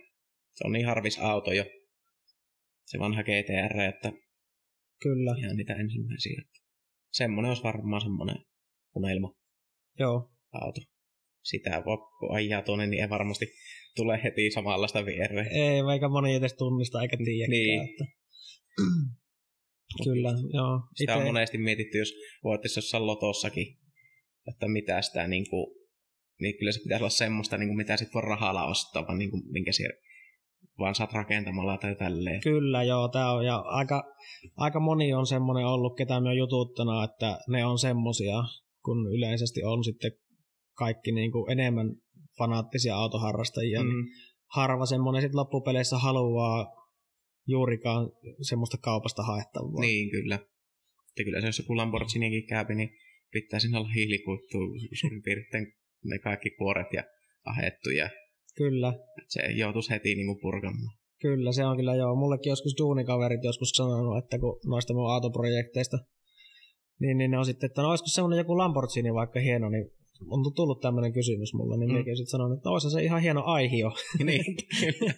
Speaker 2: se on niin harvis auto jo, se vanha GTR, että
Speaker 3: kyllä.
Speaker 2: ihan niitä ensimmäisiä. Semmoinen olisi varmaan semmoinen unelma
Speaker 3: Joo,
Speaker 2: auto. Sitä voi, kun ajaa tuonne, niin ei varmasti tule heti samanlaista viereen.
Speaker 3: ei eikä moni edes tunnista eikä tiedä.
Speaker 2: Niin.
Speaker 3: Että. Kyllä, joo.
Speaker 2: Sitä
Speaker 3: Ite-
Speaker 2: on monesti mietitty, jos voittaisi jossain lotossakin, että mitä sitä niin kuin, niin kyllä se pitäisi olla semmoista, niin kuin, mitä sit voi rahalla ostaa, vaan niin kuin, minkä siellä vaan saat rakentamalla tai tälleen.
Speaker 3: Kyllä, joo, tää on. Ja aika, aika moni on semmoinen ollut, ketä me on jututtana, että ne on semmosia, kun yleisesti on sitten kaikki niin kuin enemmän fanaattisia autoharrastajia, mm.
Speaker 2: Mm,
Speaker 3: harva semmoinen sitten loppupeleissä haluaa juurikaan semmoista kaupasta haettavaa.
Speaker 2: niin, kyllä. Ja kyllä se, jos joku Lamborghinikin käypi, niin pitää siinä olla hiilikuittu suurin piirtein ne kaikki kuoret ja ahettu ja
Speaker 3: Kyllä,
Speaker 2: se joutuisi heti niin kuin purkamaan.
Speaker 3: kyllä, se on kyllä joo. Mullekin joskus duunikaverit joskus sanonut, että kun noista mun autoprojekteista, niin, niin ne on sitten, että no olisiko semmoinen joku Lamborghini vaikka hieno, niin on tullut tämmöinen kysymys mulle, niin
Speaker 2: Mm.
Speaker 3: minäkin sitten sanon, että olisi se ihan hieno aihio,
Speaker 2: niin, kyllä.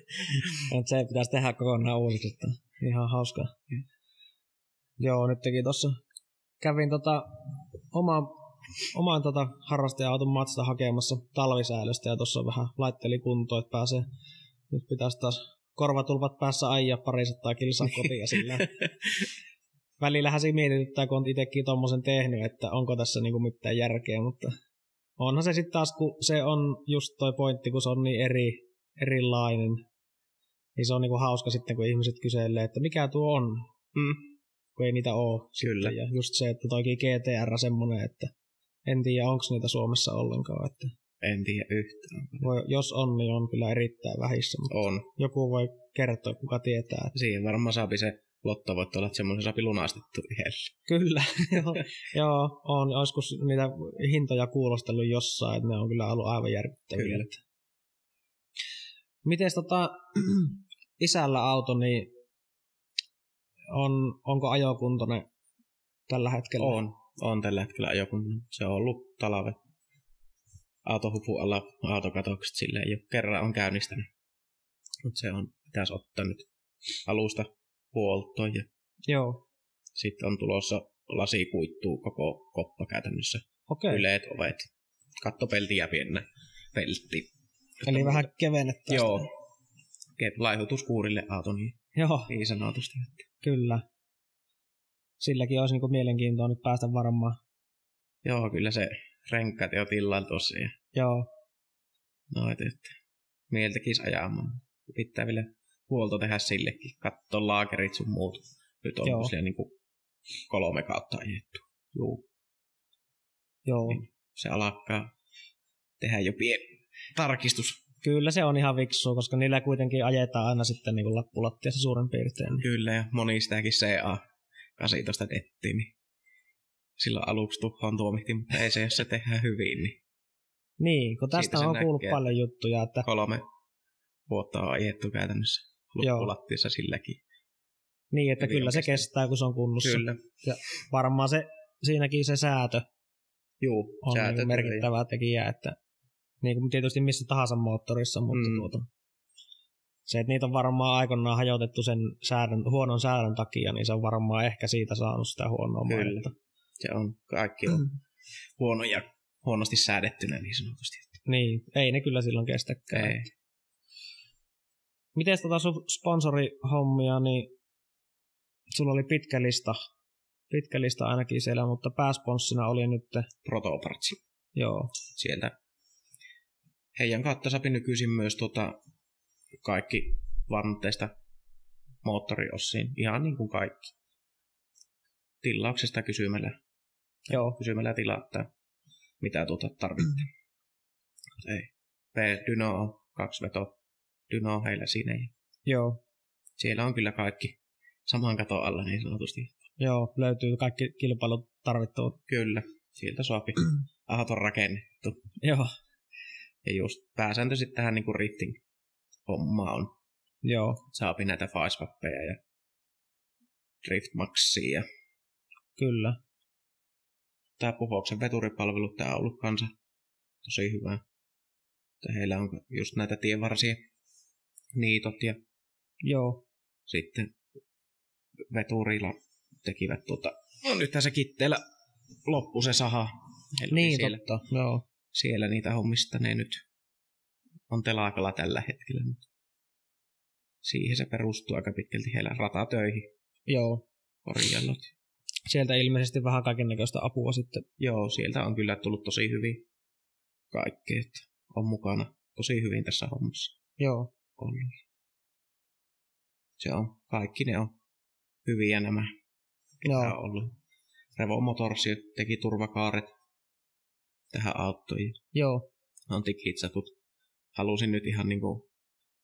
Speaker 3: että se pitäisi tehdä kokonaan uusiksi, että ihan hauskaa. Joo, nyt teki tuossa, kävin tota oman, oman tota harrastaja-auton matsasta hakemassa talvisäällöstä ja tuossa vähän laitteli kuntoon, että pääsee, nyt pitäisi taas korvatulpat päässä ajaa parisataa kilsaa kotiin ja sillä välillähän se mietityttää, kun on itsekin tuommoisen tehnyt, että onko tässä niinku mitään järkeä, mutta onhan se sitten taas, kun se on just toi pointti, kun se on niin eri, erilainen, niin se on niinku hauska sitten, kun ihmiset kyselee, että mikä tuo on,
Speaker 2: Mm,
Speaker 3: kun ei niitä ole.
Speaker 2: kyllä.
Speaker 3: Ja just se, että toikin GTR semmoinen, että en tiedä, onko niitä Suomessa ollenkaan. Että
Speaker 2: En tiedä yhtään.
Speaker 3: voi, jos on, niin on kyllä erittäin vähissä, mutta
Speaker 2: On.
Speaker 3: joku voi kertoa, kuka tietää. Että
Speaker 2: Siihen varmaan saapi se lottovoitto olla, että semmoisen saapi lunastettu yhdellä.
Speaker 3: kyllä, joo, joo, on joskus niitä hintoja kuulostellut jossain, että ne on kyllä ollut aivan järkyttäviä.
Speaker 2: Kyllä.
Speaker 3: Että. Mites tota, isällä auto, niin on, onko ajokuntoinen tällä hetkellä?
Speaker 2: On. On tällä hetkellä joku. Se on ollut talve. Autohupu alla autokatokset silleen jo kerran on käynnistänyt. Mutta se on, pitäisi ottaa nyt alusta huoltoon ja
Speaker 3: Joo,
Speaker 2: sitten on tulossa lasikuittuu koko koppa käytännössä.
Speaker 3: okei. Okay.
Speaker 2: Yleet ovet. Kattopelti ja piennä peltti.
Speaker 3: Eli vähän kevennettä.
Speaker 2: Joo. Ke- Laihutus kuurille auto niin,
Speaker 3: Joo,
Speaker 2: niin sanotusti.
Speaker 3: kyllä. Silläkin olisi niinku mielenkiintoa nyt päästä varmaan.
Speaker 2: Joo, kyllä se renkaat jo tillaan tosiaan.
Speaker 3: Joo,
Speaker 2: Noit, että mieltäkin ajamaan. Pitää vielä huolto tehdä sillekin. Katso laakerit sun muut. Nyt on
Speaker 3: Joo.
Speaker 2: tosiaan niin kolme kautta ajettu. Juu,
Speaker 3: joo.
Speaker 2: se alkaa tehdä jo pien tarkistus.
Speaker 3: Kyllä se on ihan fiksua, koska niillä kuitenkin ajetaan aina sitten niinku lappulattiassa suurin piirtein. niin
Speaker 2: Kyllä, ja moni sitäkin CA 18 dettiin. Niin silloin aluksi tuhoon tuomittiin, mutta ei se, jos se tehdään hyvin, niin
Speaker 3: Niin, kun tästä
Speaker 2: Siitä sen
Speaker 3: on kuullut
Speaker 2: näkee.
Speaker 3: paljon juttuja, että
Speaker 2: kolme vuotta on ajettu käytännössä
Speaker 3: Joo.
Speaker 2: loppulattiassa silläkin.
Speaker 3: niin, että
Speaker 2: Hyvin
Speaker 3: kyllä se
Speaker 2: oikeasti.
Speaker 3: kestää, kun se on kunnossa.
Speaker 2: Kyllä,
Speaker 3: Varmaan se, siinäkin se säätö
Speaker 2: juu,
Speaker 3: on
Speaker 2: säätö-
Speaker 3: niinku merkittävä tekijä, että niin kuin tietysti missä tahansa moottorissa, mutta
Speaker 2: Mm.
Speaker 3: mm. tuota, se, että niitä on varmaan aikoinaan hajotettu sen säädön, huonon säädön takia, niin se on varmaan ehkä siitä saanut sitä huonoa
Speaker 2: Kyllä.
Speaker 3: mainetta.
Speaker 2: Se on kaikki on huonoja, huonosti säädettynä niin sanotusti.
Speaker 3: Niin, ei ne kyllä silloin kestäkään.
Speaker 2: Ei.
Speaker 3: Miten tota sun sponsorihommia, niin sulla oli pitkä lista, pitkä lista ainakin siellä, mutta pääsponssina oli nyt,
Speaker 2: Protopartsi
Speaker 3: joo,
Speaker 2: sieltä. Heidän kautta sapi nykyisin myös tota, kaikki vanteista moottoriosiin, ihan niin kuin kaikki. Tilauksesta kysymällä,
Speaker 3: joo,
Speaker 2: kysymällä tilattaa, mitä tuota tarvitsee. Ei. P-dyno on kaksi veto. Dyno on heillä siinä. ja
Speaker 3: joo,
Speaker 2: Siellä on kyllä kaikki saman katon alla niin sanotusti.
Speaker 3: joo, löytyy kaikki kilpailut tarvittavat.
Speaker 2: Kyllä, sieltä saapi. Ahat on rakennettu.
Speaker 3: Joo,
Speaker 2: Ja just pääsääntö sitten tähän niinku rittin hommaan on.
Speaker 3: joo,
Speaker 2: Saapi näitä Faisvappeja ja Driftmaxia. ja
Speaker 3: kyllä,
Speaker 2: Tää Puhoksen veturipalvelu, tää on ollut kanssa tosi hyvä. Että heillä on just näitä tienvarsia, niitot ja
Speaker 3: joo,
Speaker 2: sitten veturilla tekivät tuota... No nythän se kitteellä loppu se saha. Heillä oli
Speaker 3: niin
Speaker 2: siellä,
Speaker 3: totta, joo,
Speaker 2: siellä niitä hommista ne nyt on telakalla tällä hetkellä. mutta Siihen se perustuu aika pitkälti heillä ratatöihin,
Speaker 3: joo.
Speaker 2: korjallot.
Speaker 3: Sieltä ilmeisesti vähän kaikennäköistä apua sitten,
Speaker 2: Joo, sieltä on kyllä tullut tosi hyvin kaikkea, että on mukana tosi hyvin tässä hommassa
Speaker 3: joo,
Speaker 2: ollut. Se on, kaikki ne on hyviä nämä,
Speaker 3: joo,
Speaker 2: mitä on ollut. Revo Motors teki turvakaaret tähän auttoi.
Speaker 3: joo,
Speaker 2: Antik hitsatut. No, Halusin nyt ihan niinku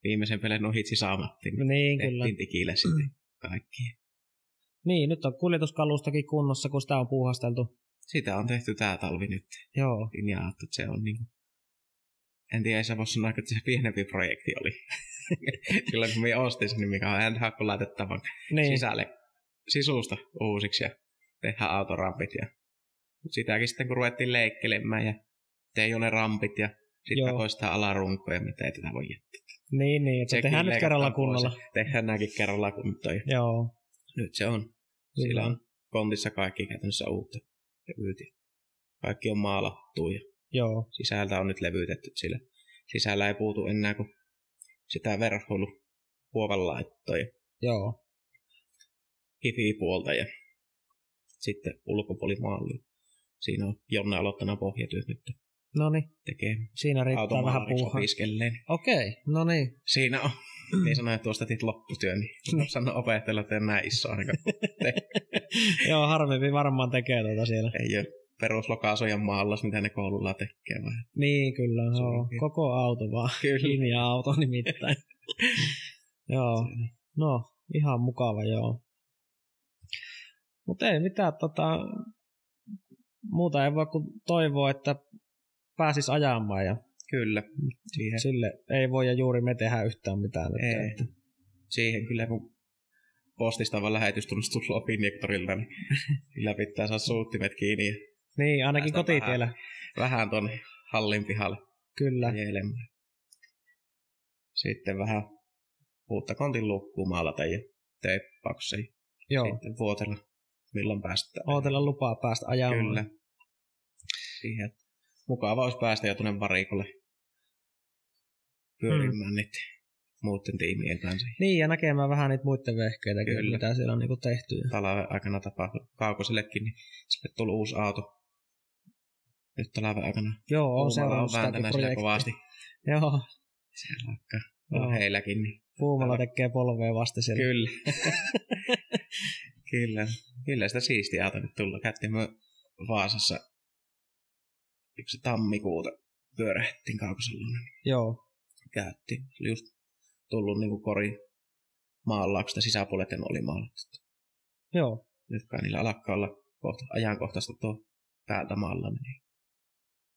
Speaker 2: viimeisen pelin ohitsi saamattiin.
Speaker 3: No niin kyllä.
Speaker 2: tehtiin tikillä sitten kaikki.
Speaker 3: Niin, nyt on kuljetuskalustakin kunnossa, kun sitä on puuhasteltu.
Speaker 2: Sitä on tehty tää talvi nyt.
Speaker 3: Joo.
Speaker 2: Linjaa, että se on niinku... En tiedä, ei se voi sanoa, että se pienempi projekti oli. Silloin kun minä ostin sen, niin mikä on handhakku laitettavan niin.
Speaker 3: Niin.
Speaker 2: sisälle sisusta uusiksi ja tehdä autorampit. Ja... Mut sitäkin sitten kun ruvettiin leikkelemään ja ei ole ne rampit ja
Speaker 3: Joo.
Speaker 2: sitten toista alarunkoja, mitä ei tätä voi jättää.
Speaker 3: Niin, niin. Että se
Speaker 2: Sekin
Speaker 3: tehdään nyt
Speaker 2: leikataan
Speaker 3: kerralla
Speaker 2: pois.
Speaker 3: kunnolla.
Speaker 2: Tehdään nämäkin kerralla kuntoon. ja
Speaker 3: Joo.
Speaker 2: Nyt se on. Sillä
Speaker 3: Kyllä.
Speaker 2: on kontissa kaikki käytännössä uutta levyyti. Kaikki on maalattu ja
Speaker 3: Joo.
Speaker 2: sisältä on nyt levytetty sillä. Sisällä ei puutu enää kuin sitä verhoilu huovan laittoa ja
Speaker 3: Joo.
Speaker 2: hifipuolta ja sitten ulkopuolimalli. Siinä on Jonna aloittanut pohjatyöt nyt
Speaker 3: No niin,
Speaker 2: tekee
Speaker 3: siinä riittää vähän
Speaker 2: automaaliksi
Speaker 3: puuhaa.
Speaker 2: opiskelleen.
Speaker 3: Okei, no niin.
Speaker 2: Siinä on. Niin sanoin, että tuosta tit lopputyön,
Speaker 3: No.
Speaker 2: niin osannut opetella, että en näin iso ainakaan.
Speaker 3: Joo, harvempi varmaan tekee tuota siellä.
Speaker 2: Ei ole peruslokaasojan maallas, mitä ne koululla tekee. Vai?
Speaker 3: Niin, kyllä.
Speaker 2: Se on
Speaker 3: Joo.
Speaker 2: kyllä.
Speaker 3: Koko auto vaan.
Speaker 2: Kyllä.
Speaker 3: Linja-auto nimittäin. joo. No, ihan mukava, joo. Mutta ei mitään, tota, muuta ei voi kuin toivoa, että pääsis ajamaan ja
Speaker 2: Kyllä. Siihen,
Speaker 3: sille ei voi ja juuri me tehdä yhtään mitään. Nyt,
Speaker 2: Ei.
Speaker 3: että,
Speaker 2: siihen kyllä, kun postista vaan lähetystunnus tullut opinjektorilta, niin sillä pitää saada suuttimet kiinni ja
Speaker 3: niin, ainakin
Speaker 2: Päästään
Speaker 3: kotitiellä.
Speaker 2: vähän tuonne hallin pihalle
Speaker 3: Kyllä,
Speaker 2: ajelemaan. Sitten vähän uutta kontin lukkuu maalata ja teippauksia ja
Speaker 3: joo.
Speaker 2: sitten vuotella, milloin päästään.
Speaker 3: Ootella lupaa päästä ajamaan.
Speaker 2: Kyllä. Siihen. että Mukava olisi päästä jo tuonne varikolle pyörimään mm. niitä muiden tiimien kanssa.
Speaker 3: Niin, ja näkemään vähän niitä muiden vehkeitä,
Speaker 2: Kyllä.
Speaker 3: kyllä. mitä siellä on niinku tehty. ja-
Speaker 2: Talven aikana tapahtui kaukosellekin, niin sille tuli uusi auto. Nyt talven aikana
Speaker 3: Joo, on
Speaker 2: Puumala on
Speaker 3: seurannut sitäkin
Speaker 2: vääntänyt sillä
Speaker 3: projektia.
Speaker 2: kovasti.
Speaker 3: Joo,
Speaker 2: Siellä alkaa
Speaker 3: Joo.
Speaker 2: olla heilläkin. Niin.
Speaker 3: Puumala tekee polvea vasta siellä.
Speaker 2: Kyllä. Kyllä. Kyllä sitä siistiä auto nyt tulla. Käyttiin me Vaasassa yksi tammikuuta pyörähtiin kaukosella.
Speaker 3: Joo,
Speaker 2: käytti. Se oli just tullut niin kori maalauksesta sisäpuolet ja ne oli maalattu.
Speaker 3: joo,
Speaker 2: Nyt kai niillä alkaa olla kohta, ajankohtaista tuo päältä maalla, niin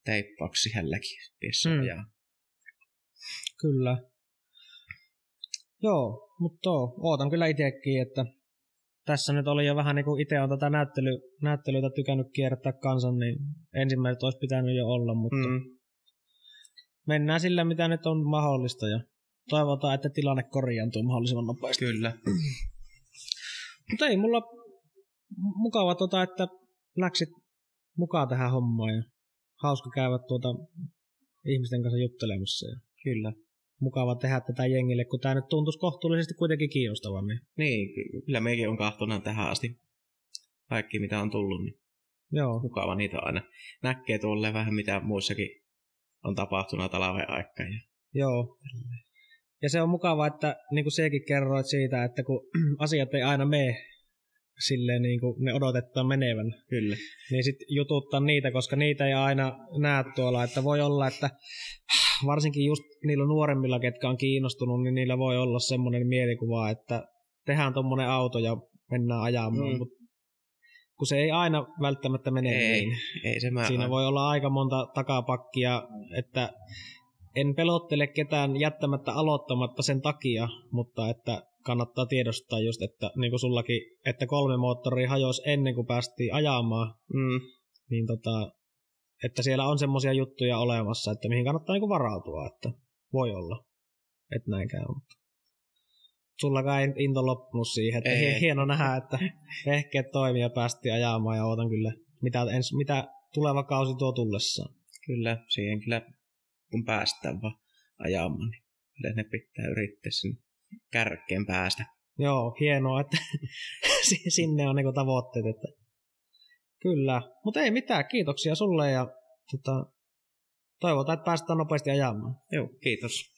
Speaker 2: teippauksia hälläkin piessä
Speaker 3: Mm.
Speaker 2: mm. ja
Speaker 3: kyllä. Joo, mutta ootan kyllä itsekin, että tässä nyt oli jo vähän niin kuin itse on tätä näyttely, näyttelyitä tykännyt kierrättää kansan, niin ensimmäiset olisi pitänyt jo olla, mutta mm.
Speaker 2: mm.
Speaker 3: mennään sillä, mitä nyt on mahdollista ja toivotaan, että tilanne korjaantuu mahdollisimman nopeasti.
Speaker 2: kyllä.
Speaker 3: Mutta ei mulla m- mukava, tota, että läksit mukaan tähän hommaan ja hauska käydä tuota ihmisten kanssa juttelemassa. Ja
Speaker 2: Kyllä.
Speaker 3: mukava tehdä tätä jengille, kun tämä nyt tuntuisi kohtuullisesti kuitenkin kiinnostavan. Niin.
Speaker 2: Niin, ky- kyllä meikin on kahtona tähän asti. Kaikki mitä on tullut, niin
Speaker 3: Joo,
Speaker 2: mukava niitä aina. Näkee tuolle vähän mitä muissakin on tapahtunut talven aikaan. Ja...
Speaker 3: joo. Ja se on mukavaa, että niin kuin sekin kerroit siitä, että kun asiat ei aina mene silleen niin kuin ne odotetaan menevän,
Speaker 2: Kyllä.
Speaker 3: niin sitten jututtaa niitä, koska niitä ei aina näe tuolla, että voi olla, että varsinkin just niillä nuoremmilla, ketkä on kiinnostunut, niin niillä voi olla semmoinen mielikuva, että tehdään tuommoinen auto ja mennään ajamaan,
Speaker 2: Mm.
Speaker 3: mm. mutta kun se ei aina välttämättä mene
Speaker 2: Ei,
Speaker 3: niin.
Speaker 2: ei se mä
Speaker 3: Siinä voi olla aika monta takapakkia, että en pelottele ketään jättämättä aloittamatta sen takia, mutta että kannattaa tiedostaa just, että niin kuin sullakin, että kolme moottoria hajosi ennen kuin päästiin ajamaan,
Speaker 2: Mm.
Speaker 3: niin tota, että siellä on semmoisia juttuja olemassa, että mihin kannattaa niin varautua, että voi olla, että näin käy. Mutta Sullakaan ei into loppunut siihen, että
Speaker 2: Ei.
Speaker 3: ei. hieno nähdä, että ehkä toimia päästiin ajamaan ja odotan kyllä, mitä, ens, mitä tuleva kausi tuo tullessaan.
Speaker 2: Kyllä, siihen kyllä kun päästään vaan ajamaan, niin kyllä ne pitää yrittää sinne kärkeen päästä.
Speaker 3: Joo, hienoa, että si- sinne on niinku tavoitteet. Että. Kyllä, mutta ei mitään, kiitoksia sulle ja tota, toivotaan, että päästään nopeasti ajamaan.
Speaker 2: Joo, kiitos.